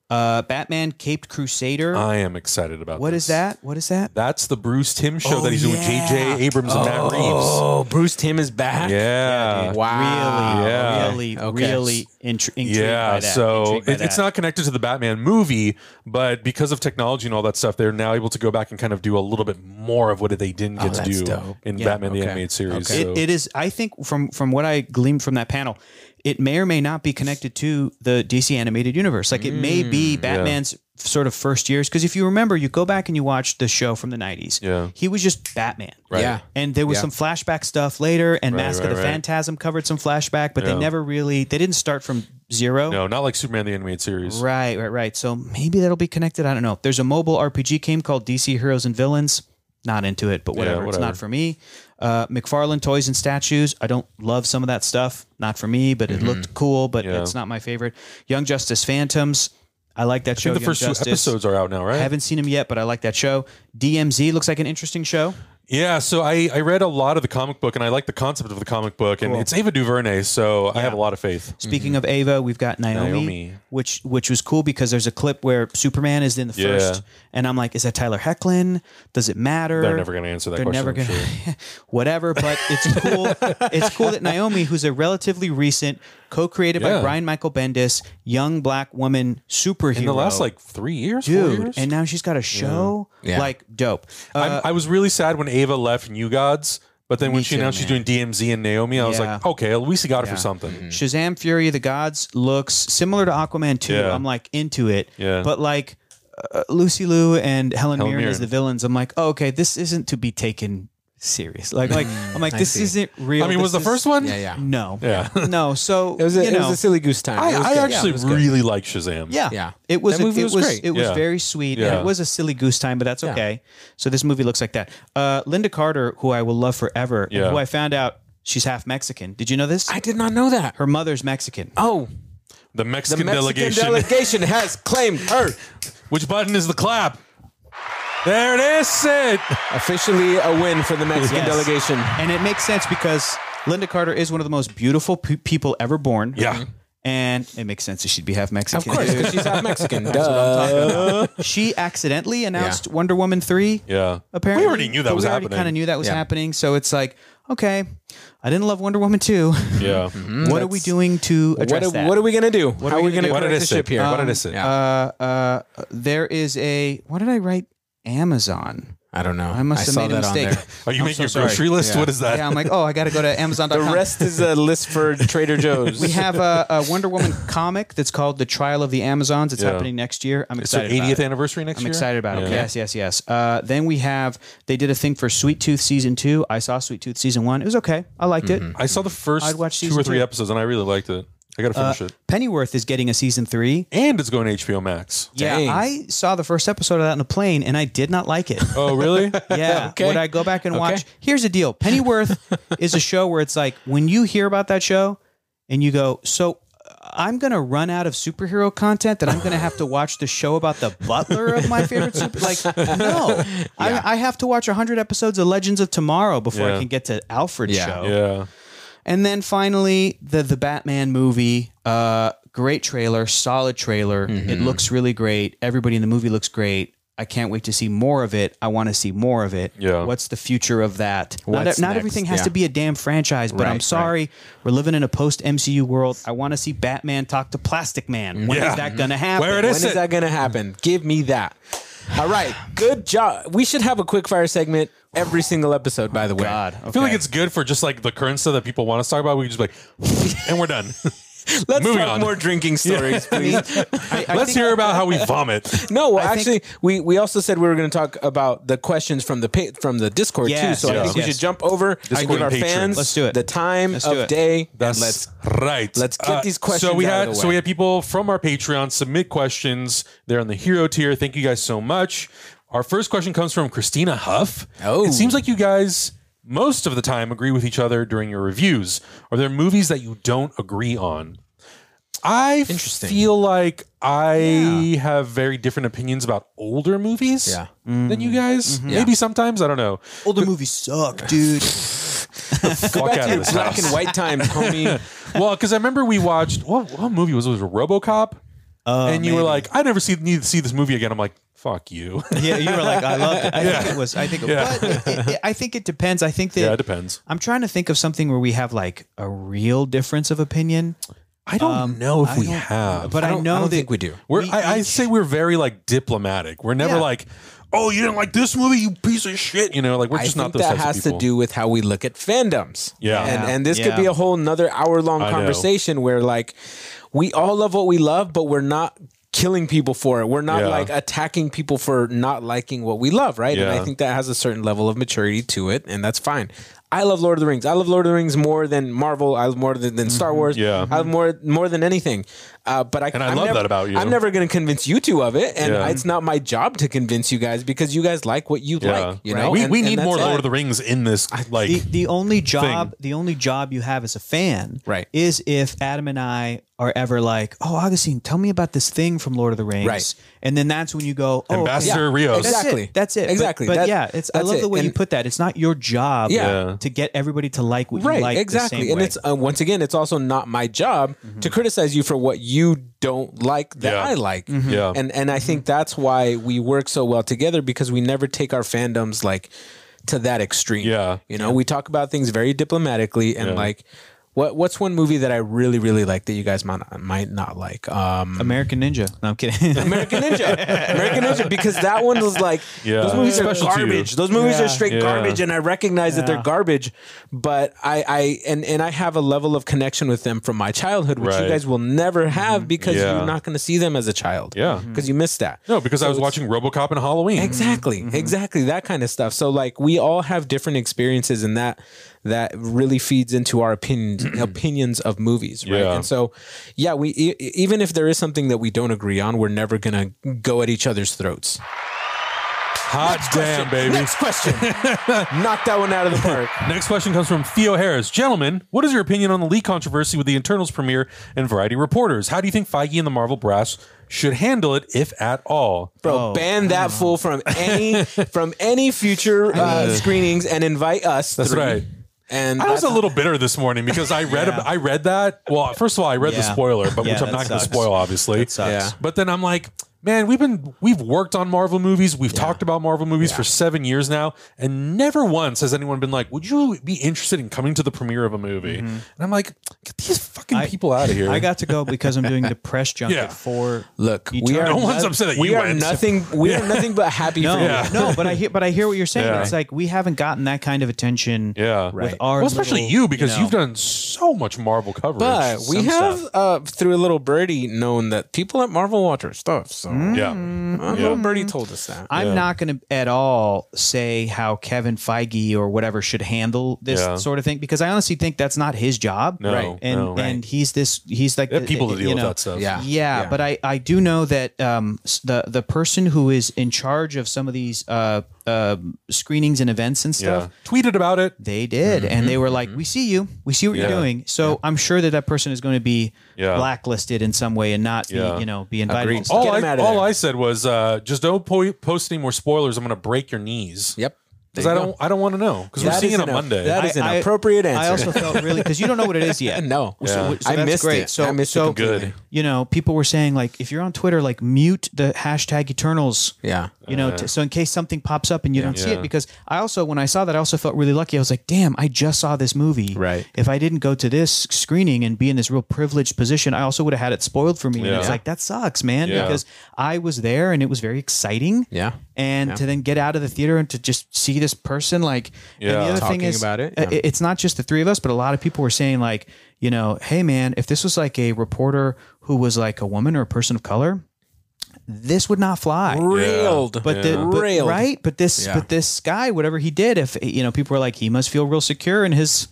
S3: Uh, Batman Caped Crusader.
S1: I am excited about
S3: what
S1: this.
S3: is that? What is that?
S1: That's the Bruce Tim show
S3: Oh,
S1: that he's doing with
S3: yeah.
S1: JJ Abrams and Matt Reeves.
S2: Oh, Bruce Tim is back.
S1: Yeah.
S2: Wow.
S3: Really,
S1: Uh, Yeah.
S3: really,
S2: Okay.
S3: really intri- intrigued by
S1: Yeah,
S3: that.
S1: so
S3: Intrigued by
S1: it, it's
S3: that.
S1: not connected to the Batman movie, but because of technology and all that stuff, they're now able to go back and kind of do a little bit more of what they didn't get to
S2: that's
S1: do
S2: dope.
S1: in
S3: Oh, Yeah,
S1: Batman the
S2: okay.
S1: Animated Series.
S2: Okay.
S1: so-
S3: It, it is. I think from from what I gleaned from that panel, it may or may not be connected to the DC animated universe. Like it may
S1: Mm.
S3: be Batman's sort of first years. Because if you remember, you go back and you watch the show from the nineties.
S1: Yeah.
S3: he was just Batman.
S1: Right.
S2: Yeah.
S3: And there was
S2: Yeah.
S3: some flashback stuff later, and Mask
S1: right,
S3: of the
S1: right.
S3: Phantasm covered some flashback, but
S1: Yeah.
S3: they never really they didn't start from zero.
S1: no, not like Superman the Animated Series.
S3: Right, right, right. So maybe that'll be connected. I don't know. There's a mobile RPG game called DC Heroes and Villains. Not into it, but whatever. It's
S1: whatever.
S3: not for me. Uh, McFarlane toys and statues. I don't love some of that stuff. Not for me, but it looked cool. But
S1: Mm-hmm. Yeah.
S3: it's not my favorite. Young Justice Phantoms. I like that
S1: I
S3: show.
S1: think the
S3: Young
S1: first
S3: Justice.
S1: two episodes are out now,
S3: I
S1: right?
S3: haven't seen him yet, but I like that show. DMZ looks like an interesting show.
S1: Yeah, so I, I read a lot of the comic book and I like the concept of the comic book, and it's Ava DuVernay, so I have a lot of faith.
S3: Speaking of Ava, we've got Naomi,
S1: Mm-hmm. Naomi.
S3: which which was cool because there's a clip where Superman is in the
S1: Yeah.
S3: first, and I'm like, is that Tyler Hecklin? Does it matter?
S1: They're never going to answer that
S3: they're
S1: question.
S3: never
S1: I'm
S3: gonna
S1: sure.
S3: whatever but it's cool it's cool that naomi who's a relatively recent co-created
S1: Yeah.
S3: by brian michael bendis young black woman superhero
S1: In the last like three years, four
S3: dude
S1: years?
S3: and now she's got a show
S2: Yeah.
S3: like dope uh,
S1: I'm, I was really sad when Ava left New Gods, but then when she
S3: too,
S1: announced she's doing DMZ and Naomi, I was
S3: Yeah. Mm-hmm.
S1: like, okay, at least he got her for something.
S3: Mm. shazam fury of the gods looks similar to aquaman 2
S1: Yeah.
S3: i'm like into it
S1: Yeah.
S3: but like uh, lucy liu and helen,
S1: Helen
S3: mirren, as
S1: Mirren.
S3: the villains i'm like oh, okay this isn't to be taken serious like like i'm like this
S2: Mm. see.
S3: isn't real
S1: I mean, was the
S3: This is-
S1: first one?
S2: Yeah. Yeah.
S3: no
S1: Yeah.
S3: no so
S2: It was a,
S3: you
S2: it
S3: know,
S2: was a silly goose time. It was
S1: I, I
S2: good.
S1: actually
S2: Yeah, it was good.
S1: really like Shazam.
S3: Yeah,
S2: Yeah.
S3: It was.
S2: That
S3: a-
S2: movie
S3: it
S2: was
S3: was.
S2: great.
S3: It was
S1: Yeah.
S3: very sweet. and
S1: Yeah.
S3: it was a silly goose time, but that's okay. So this movie looks like that. Uh, Linda Carter, who I will love forever, and
S1: Yeah.
S3: who I found out she's half Mexican. Did you know this?
S2: I did not know that.
S3: Her mother's Mexican.
S2: Oh,
S1: The
S2: the
S1: Mexican,
S2: Mexican
S1: delegation.
S2: delegation. has claimed her.
S1: Which button is the clap? There it is. It.
S3: Mm-hmm.
S2: Officially a win for the Mexican
S3: Yes.
S2: delegation.
S3: and it makes sense because Linda Carter is one of the most beautiful pe- people ever born.
S1: Yeah.
S3: and it makes sense that she'd be half Mexican.
S2: Of course, because she's half Mexican. Duh.
S3: Uh, she accidentally announced Wonder Woman three.
S1: Yeah.
S3: Apparently,
S1: We already knew that
S3: but
S1: was
S3: we already
S1: happening.
S3: Kind of knew that was
S2: Yeah.
S3: happening. So it's like, okay, I didn't love Wonder Woman two.
S1: Yeah.
S3: what are we doing to address
S2: What are,
S3: that?
S2: what are we gonna do? How are we gonna
S1: What
S2: correct
S1: did it
S2: the
S1: say?
S2: ship here? Um,
S1: What did it say?
S2: yeah.
S3: Um, uh, there is a what did I write? Amazon.
S2: I don't know.
S3: I must have
S2: saw
S3: made a
S2: that on
S3: mistake.
S1: Are
S2: there.
S1: Oh, you
S3: I'm
S1: making
S3: so
S1: your
S3: sorry.
S1: grocery list? What is that?
S3: yeah, I'm like, oh, I got to go to Amazon.com.
S2: The rest is a list for Trader Joe's.
S3: We have a, a Wonder Woman comic that's called "The Trial of the Amazons." It's
S1: Yeah.
S3: happening next year. I'm
S1: it's their
S3: excited. about
S1: 80th
S3: it.
S1: anniversary next
S3: I'm
S1: year.
S3: excited about it.
S1: Yeah.
S3: Yes, yes, yes. Uh, then we have they did a thing for Sweet Tooth season two. I saw Sweet Tooth season one. It was okay. I liked
S2: Mm-hmm.
S3: it.
S1: I saw the 1st
S3: Mm-hmm. I'd watch
S1: two or
S3: season
S1: three
S3: two. Uh,
S1: episodes and I really liked it. I got to finish it.
S3: Pennyworth is getting a season three.
S1: And it's going to HBO Max.
S3: Yeah,
S2: Dang.
S3: I saw the first episode of that in a plane, and I did not like it.
S1: Oh, really?
S3: Yeah.
S2: Okay.
S3: Would I go back and watch?
S2: Okay.
S3: Here's the deal. Pennyworth is a show where it's like when you hear about that show and you go, so uh, I'm gonna run out of superhero content that I'm gonna have to watch the show about the butler of my favorite super. Like, no, I, I have to watch 100 episodes of Legends of Tomorrow before
S1: Yeah.
S3: I can get to Alfred's
S2: Yeah.
S3: show.
S1: yeah.
S3: And then finally, the the Batman movie.
S1: Mm-hmm.
S3: Uh, great trailer, solid trailer. It looks really great. Everybody in the movie looks great. I can't wait to see more of it. I want to see more of it.
S1: Yeah.
S3: What's the future of that?
S2: What's
S3: not not
S2: next?
S3: everything has
S2: Yeah.
S3: to be a damn franchise, but
S2: Right,
S3: I'm
S2: right.
S3: sorry. We're living in a post MCU world. I want to see Batman talk to Plastic Man. When is
S1: Yeah. Mm-hmm.
S3: that going to happen?
S1: Where it
S2: When
S1: That's
S2: is that going to happen? Give me that. All right. Good job. We should have a quick fire segment every single episode, by the way.
S3: God. Okay.
S1: I feel like it's good for just like the current stuff that people want us to talk about. We can just be like, and we're done.
S2: Let's
S1: Moving
S2: talk
S1: on.
S2: more drinking stories, please.
S1: Let's hear about how we vomit.
S2: No, well,
S3: I think-
S2: actually, we, we also said we were going to talk about the questions from the pa- from the Discord
S3: Yes,
S2: too. So I
S1: yes,
S2: think we
S3: yes.
S2: should jump over and
S1: Discord
S2: give our
S1: patrons.
S2: fans
S3: Let's do it.
S2: the time
S3: Let's do
S2: of
S3: it.
S2: day.
S1: That's
S2: and let's
S1: right. Uh,
S2: let's get these questions
S1: So we
S2: out of
S1: had
S2: the
S1: so
S2: way.
S1: we had people from our Patreon submit questions. They're on the hero tier. Thank you guys so much. Our first question comes from Christina Huff.
S2: Oh.
S1: it seems like you guys most of the time agree with each other during your reviews. Are there movies that you don't agree on? I
S2: Interesting.
S1: feel like I have very different opinions about older movies
S2: Yeah. Mm-hmm.
S1: than you guys. Maybe sometimes I don't know.
S3: Older movies suck, dude.
S1: Fuck out of this
S2: black
S1: house.
S2: and white time, Tony.
S1: well, because I remember we watched what, what movie was it? Was it RoboCop?
S2: Uh,
S1: and you were like, I never see need to see this movie again. I'm like, fuck you.
S3: yeah, you were like, I loved it. I think it was. I think. It,
S1: Yeah.
S3: But it, it, I think it depends. I think that.
S1: yeah, it depends.
S3: I'm trying to think of something where we have like a real difference of opinion.
S1: I don't know if we
S3: don't-
S1: have,
S3: but I,
S2: Um, don't- I
S3: know
S2: don't
S3: that
S2: think we do.
S1: we're,
S3: we
S1: I, I
S3: each-
S1: say we're very like diplomatic. We're never
S3: Yeah.
S1: like, oh, you didn't like this movie, you piece of shit. You know, like we're
S2: I
S1: just
S2: think
S1: not those
S2: that
S1: types
S2: has
S1: of
S2: to
S1: people.
S2: do with how we look at fandoms.
S1: Yeah.
S2: And,
S1: Yeah.
S2: and this
S3: Yeah.
S2: could be a whole another hour long
S1: know.
S2: conversation where like we all love what we love, but we're not killing people for it. We're not
S1: Yeah.
S2: like attacking people for not liking what we love, right? And
S1: Yeah.
S2: I think that has a certain level of maturity to it, and that's fine. I love Lord of the Rings. I love Lord of the Rings more than Marvel. I love more than, than Star Wars.
S1: Mm-hmm. Yeah.
S2: I love more more than anything. Uh, but I
S1: And I
S2: I'm
S1: love
S2: never-
S1: that about you.
S2: I'm never going to convince you two of it, and
S1: Yeah.
S2: it's not my job to convince you guys because you guys like what you
S1: yeah.
S2: like. You know,
S1: we,
S2: And-
S1: we
S2: and
S1: need
S2: that's
S1: more
S2: it.
S1: Lord of the Rings in this. Like,
S3: the, the only job the only job you have as a fan
S2: Right.
S3: is if Adam and I are ever like, Oh Augustine, tell me about this thing from Lord of the Rings.
S2: Right.
S3: And then that's when you go, Oh okay.
S1: Ambassador Rios.
S3: That's
S2: Exactly.
S3: it. That's it. But-
S2: Exactly.
S3: But,
S2: That-
S3: yeah, it's I
S2: that's
S3: love
S2: it.
S3: the way you
S2: And-
S3: put that. It's not your job
S2: Yeah.
S3: to get everybody to like what
S2: right
S3: you like. the
S2: exactly
S3: same
S2: and
S3: way. Mm-hmm.
S2: it's uh, once again it's also not my job to criticize you for what you don't like that
S1: Yeah.
S2: i like
S3: Mm-hmm.
S1: Yeah.
S2: and and i think that's why we work so well together because we never take our fandoms like to that extreme
S1: Yeah.
S2: you know we talk about things very diplomatically and
S1: Yeah.
S2: like what what's one movie that i really really like that you guys might might not like um
S3: American Ninja. No, I'm kidding.
S2: American Ninja, American Ninja, because that one was like
S1: Yeah.
S2: those movies are
S1: Special to you.
S2: garbage. Those movies
S3: Yeah.
S2: are straight
S1: Yeah.
S2: garbage, and I recognize that they're
S3: Yeah.
S2: garbage. But I, I, and and I have a level of connection with them from my childhood, which
S1: Right.
S2: you guys will never have because
S1: Yeah.
S2: you're not going to see them as a child.
S1: Yeah.
S2: because you missed that.
S1: no, because I was watching RoboCop and Halloween.
S2: Exactly, exactly that kind of stuff. So like we all have different experiences, and that that really feeds into our opinions opinions of movies, right?
S1: Yeah.
S2: And so, yeah, we e- e- even if there is something that we don't agree on, we're never gonna go at each other's throats.
S1: Hot damn, baby.
S2: Next question. Knock that one out of the park.
S1: Next question comes from Theo Harris. Gentlemen, what is your opinion on the Lee controversy with the internals premiere and variety reporters? How do you think Feige and the Marvel brass should handle it, if at all?
S2: Bro, ban that fool from any from any future uh, screenings and invite us.
S1: That's
S2: three.
S1: right.
S2: And
S1: I was a
S2: that's-
S1: little bitter this morning because I read ab- I read that. Well, first of all, I read the
S3: Yeah.
S1: spoiler, but
S3: Yeah,
S1: which I'm
S3: that
S1: not going to
S3: sucks.
S1: spoil, obviously.
S2: sucks. Yeah.
S1: But then I'm like, man, we've been we've worked on Marvel movies. We've talked about Marvel movies for seven years now, and never once has anyone been like, "Would you be interested in coming to the premiere of a movie?" And I'm like, get these fucking people out of here.
S3: Mm-hmm. I got to go because I'm doing the press junket
S1: Yeah.
S3: for
S2: Look, we
S3: Eternal.
S2: are
S1: No one's
S2: no-
S1: upset that
S2: we
S1: you
S2: are
S1: went.
S2: nothing. We are nothing but happy.
S3: No,
S2: for you.
S1: Yeah.
S3: no, but I hear, but I hear what you're saying.
S1: Yeah.
S3: It's like we haven't gotten that kind of attention.
S1: Yeah.
S3: with
S1: Right.
S3: our
S1: well, especially
S3: little,
S1: you because
S3: know-
S1: you have done so much Marvel coverage.
S2: But we
S1: Some
S2: have,
S1: stuff.
S2: uh, through a little birdie, known that people at Marvel watch our stuff. So
S1: Mm-hmm. yeah,
S2: mm, a little birdie told us that.
S3: I'm not going to at all say how Kevin Feige or whatever should handle this
S1: Yeah.
S3: sort of thing because I honestly think that's not his job.
S1: No,
S2: Right.
S3: And
S1: no.
S3: and he's this he's like
S1: They have
S3: the-
S1: people to
S3: you
S1: deal with
S3: know,
S1: that stuff.
S2: Yeah.
S3: Yeah,
S2: Yeah.
S3: but I, I do know that um, s- the the person who is in charge of some of these uh, uh, screenings and events and stuff,
S1: yeah. Tweeted about it.
S3: They did, and they were like, "We see you. We see what
S1: Mm-hmm. Yeah.
S3: you're doing." So I'm sure that that person is going to be
S1: Yeah.
S3: blacklisted in some way and not,
S1: Yeah.
S3: be, you know, be invited.
S2: Agreed.
S3: and stuff.
S1: All
S2: Get 'em
S1: I
S2: outta
S1: all
S2: there.
S1: I said was uh, just don't po- post any more spoilers. I'm going to break your knees.
S2: Yep.
S1: because I don't I don't want to know because we're
S2: That
S1: seeing
S2: is
S1: it on
S2: an-
S1: Monday.
S2: That is an appropriate answer.
S3: I also felt really because you don't know what it is yet.
S2: no,
S1: Yeah.
S3: So, so
S2: I
S3: that's
S2: missed
S3: great.
S2: it.
S3: So
S2: I missed
S3: so,
S2: it completely.
S1: Good.
S3: You know, people were saying like, if you're on Twitter, like mute the hashtag Eternals.
S2: Yeah.
S3: You know, t- so in case something pops up and you don't see
S1: Yeah.
S3: it, because I also when I saw that, I also felt really lucky. I was like, damn, I just saw this movie.
S2: Right.
S3: If I didn't go to this screening and be in this real privileged position, I also would have had it spoiled for me. And
S1: Yeah.
S3: it's like that sucks, man,
S1: Yeah.
S3: because I was there and it was very exciting.
S2: Yeah.
S3: And to then get out of the theater and to just see this person, like, and
S1: Yeah.
S3: the other
S2: Talking
S3: thing is
S2: about it,
S3: uh,
S2: yeah.
S3: it- it's not just the three of us, but a lot of people were saying like, you know, hey man, if this was like a reporter who was like a woman or a person of color, this would not fly.
S2: Railed,
S3: But the but-
S2: Railed.
S3: right, but this
S2: Yeah.
S3: but this guy, whatever he did, if you know, people were like, he must feel real secure in his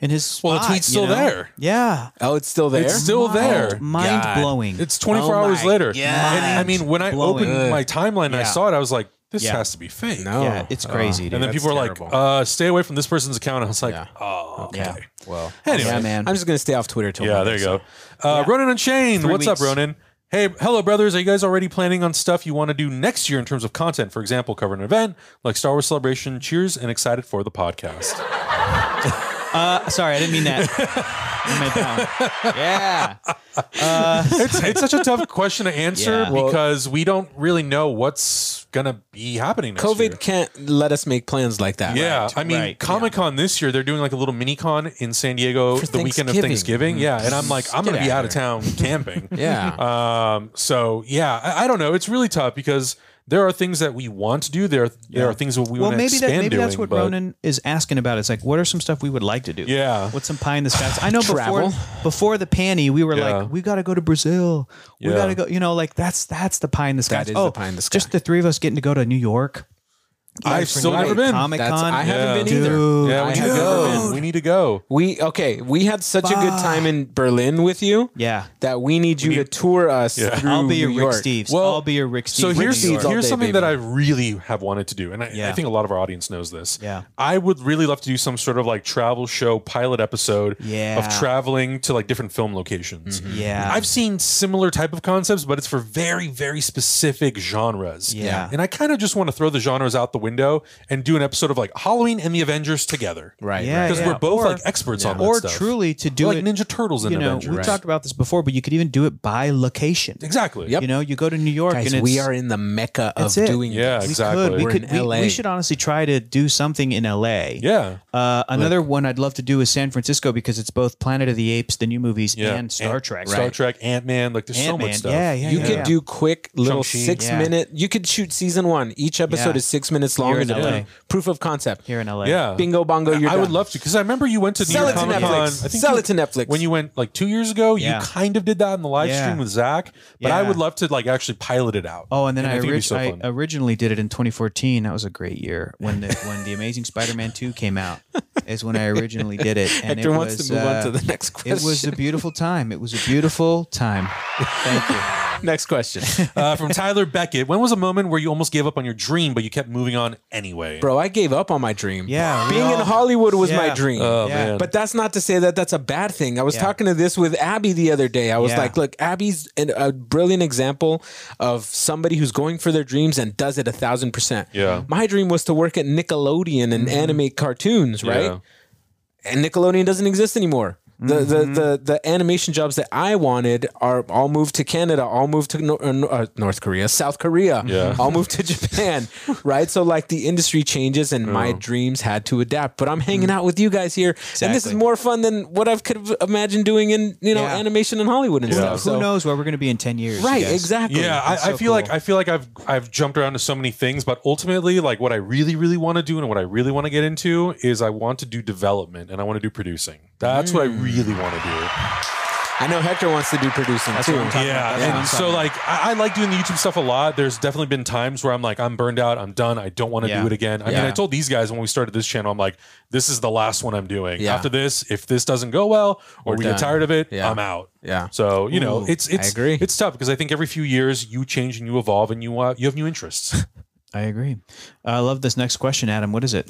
S3: in his
S1: Well, the
S3: spot,
S1: tweet's
S3: you
S1: still
S3: know?
S1: there.
S3: Yeah,
S2: Oh, it's still there.
S1: It's still there.
S3: mind blowing.
S1: It's 24
S2: Oh
S1: hours
S2: my
S1: later.
S2: God.
S1: And, I mean, when I
S3: Blowing.
S1: opened my timeline, and I
S3: Yeah.
S1: saw it. I was like, this
S3: Yeah.
S1: has to be fake.
S2: no.
S3: yeah, it's crazy. dude.
S1: and then
S2: that's
S1: people were like,
S2: terrible.
S1: uh, stay away from this person's account. I was like,
S2: Yeah.
S1: oh, okay.
S3: Yeah.
S2: well,
S1: Anyway.
S3: yeah, man.
S2: I'm just gonna stay off Twitter till.
S1: Yeah,
S2: Monday,
S1: there you
S2: so-
S1: go. Uh, Ronan and Shane, what's up,
S3: weeks.
S1: Ronan? Hey, hello, brothers. Are you guys already planning on stuff you want to do next year in terms of content? For example, cover an event like Star Wars Celebration. Cheers and excited for the podcast.
S3: Uh, sorry, I didn't mean that. I meant that one. yeah,
S1: it's, it's such a tough question to answer
S3: Yeah.
S2: Well-
S1: because we don't really know what's going to be happening next year.
S2: COVID can't let us make plans like that.
S1: Yeah, I mean
S3: right,
S1: Comic Con this year they're doing like a little mini con in San Diego
S2: For
S1: the weekend of
S2: Thanksgiving.
S1: Thanksgiving. Yeah, and I'm like I'm
S2: Get
S1: gonna be
S2: outta
S1: out of town camping.
S2: Yeah.
S1: Um. So yeah, I, I don't know. It's really tough because there are things that we want to do. There are, there are things that we
S3: well,
S1: want to
S3: maybe that,
S1: expand
S3: maybe
S1: doing.
S3: that's what
S1: but
S3: Ronan is asking about. It's like, what are some stuff we would like to do?
S1: Yeah.
S3: what's some pie in the sky? I know
S2: Travel.
S3: before before the panty, we were
S1: Yeah.
S3: like, we got to go to Brazil. We
S1: Yeah.
S3: got to go. You know, like that's that's the pie in the sky.
S2: That is
S3: oh,
S2: the pie in the sky.
S3: Just the three of us getting to go to New York.
S1: I've still never been.
S3: Comic
S2: That's-
S3: Con.
S2: I haven't
S1: Yeah.
S2: been either.
S3: Dude.
S1: yeah, we need
S2: I
S1: to
S2: have
S1: go.
S2: never
S1: We need to go.
S2: We okay. We had such a good time in Berlin with you.
S3: Yeah.
S2: That we need you to tour us through
S3: I'll be your
S2: New
S3: Rick
S2: York.
S3: Steves.
S1: Well,
S3: I'll be your Rick Steves.
S1: So
S3: in
S1: here's
S3: New York.
S2: Steves all
S1: here's
S2: day,
S1: something that I
S2: baby.
S1: really have wanted to do, and I,
S3: Yeah.
S1: I think a lot of our audience knows this.
S3: Yeah.
S1: I would really love to do some sort of like travel show pilot episode
S3: Yeah. Mm-hmm.
S1: of traveling to like different film locations.
S3: Yeah.
S1: I've seen similar type of concepts, but it's for very very specific genres.
S3: Yeah.
S1: and I kind of just want to throw the genres out the window and do an episode of like Halloween and the Avengers together.
S2: Right.
S3: Yeah,
S2: right.
S1: because we're both
S3: Or-
S1: like experts on that
S3: or
S1: stuff.
S3: truly to do
S1: like
S3: it.
S1: Ninja Turtles and
S3: you know,
S1: Avengers.
S3: we've talked about this before, but you could even do it by location.
S1: exactly.
S2: Yep.
S3: You know, you go to New York
S2: Guys,
S3: and it's,
S2: we are in the mecca of
S3: That's it.
S2: doing
S1: Yeah,
S2: this.
S1: exactly.
S3: Could. We
S2: We're
S3: could.
S2: in
S3: we-
S2: LA.
S3: We, should honestly try to do something in LA.
S1: Yeah.
S3: Uh, another one I'd love to do is San Francisco because it's both Planet of the Apes, the new movies,
S1: Yeah.
S3: and Star
S1: Ant-
S3: Trek.
S1: Star Trek, Ant Man, like there's so
S3: Ant-Man.
S1: much stuff.
S3: Yeah, yeah,
S2: You
S3: yeah,
S2: could
S3: yeah.
S2: do quick little
S1: Shang-Chi.
S2: six
S3: Yeah.
S2: minute. You could shoot season one. Each episode
S3: Yeah.
S2: is six minutes long.
S3: Here
S2: and
S3: in
S2: it's
S3: LA.
S2: done. Proof of concept.
S3: here in LA.
S1: Yeah.
S2: Bingo bongo. You're
S1: I would
S2: done.
S1: love to because I remember you went to New
S2: Sell
S1: York
S2: it to
S1: Comic Con. I
S2: Netflix.
S1: think
S2: Sell
S1: you-
S2: it to Netflix.
S1: When you went like two years ago,
S3: Yeah.
S1: you kind of did that in the live
S3: Yeah.
S1: stream with Zach. But I
S3: Yeah.
S1: would love to like actually pilot it out.
S3: Oh, and then I,
S1: think it'd be
S3: orig-
S1: so
S3: I
S1: fun.
S3: originally did it in 2014. That was a great year when the when the Amazing Spider-Man 2 came out. Is when I originally did it. And
S2: Hector
S3: it
S2: wants
S3: was,
S2: to move
S3: uh,
S2: on to the next question.
S3: It was a beautiful time. It was a beautiful time. Thank you.
S2: next question.
S1: uh, from Tyler Beckett, when was a moment where you almost gave up on your dream, but you kept moving on anyway?
S2: Bro, I gave up on my dream.
S3: Yeah, we
S2: Being in
S3: all-
S2: Hollywood was my
S3: Yeah.
S2: dream.
S1: oh
S3: Yeah.
S1: man,
S2: But that's not to say that that's a bad thing. I was
S3: Yeah.
S2: talking to this with Abby the other day. I was
S3: Yeah.
S2: like, look, Abby's an, a brilliant example of somebody who's going for their dreams and does it a thousand percent.
S1: Yeah. Mm-hmm.
S2: My dream was to work at Nickelodeon and animate cartoons, right?
S1: Yeah.
S2: And Nickelodeon doesn't exist anymore. The,
S1: Mm-hmm.
S2: the the the animation jobs that I wanted are all moved to Canada, all moved to Nor- uh, Nor- uh, North Korea, South Korea,
S1: Yeah.
S2: all moved to Japan, right? So like the industry changes and my
S1: Oh.
S2: dreams had to adapt. But I'm hanging
S1: Mm-hmm.
S2: out with you guys here, and this is
S3: Exactly.
S2: more fun than what I could have imagined doing in you know
S3: Yeah.
S2: animation in Hollywood and stuff.
S3: Who
S2: So,
S3: knows where we're going to be in 10 years? you
S2: Right,
S3: guys?
S2: exactly.
S1: Yeah, I, I
S3: so
S1: feel like
S3: cool.
S1: I feel like I've I've jumped around to so many things, but ultimately, like what I really really want to do and what I really want to get into is I want to do development and I want to do producing. That's what I really want to do.
S2: I know Hector wants to do producing
S3: That's
S2: too.
S3: what I'm talking
S1: Yeah.
S3: about. That's what
S1: And
S3: I'm
S1: so
S3: talking
S1: like I, I like doing the YouTube stuff a lot. There's definitely been times where I'm like, I'm burned out, I'm done, I don't want to
S3: Yeah.
S1: do it again. I mean,
S2: Yeah.
S1: I told these guys when we started this channel, I'm like, this is the last one I'm doing.
S2: Yeah.
S1: After this, if this doesn't go well or we
S2: done.
S1: get tired of it,
S2: Yeah.
S1: I'm out.
S2: Yeah.
S1: So, you know,
S2: Ooh,
S1: it's
S2: I
S1: it's
S2: agree.
S1: it's tough because I think every few years you change and you evolve and you uh, you have new interests.
S3: I agree. I love this next question, Adam. What is it?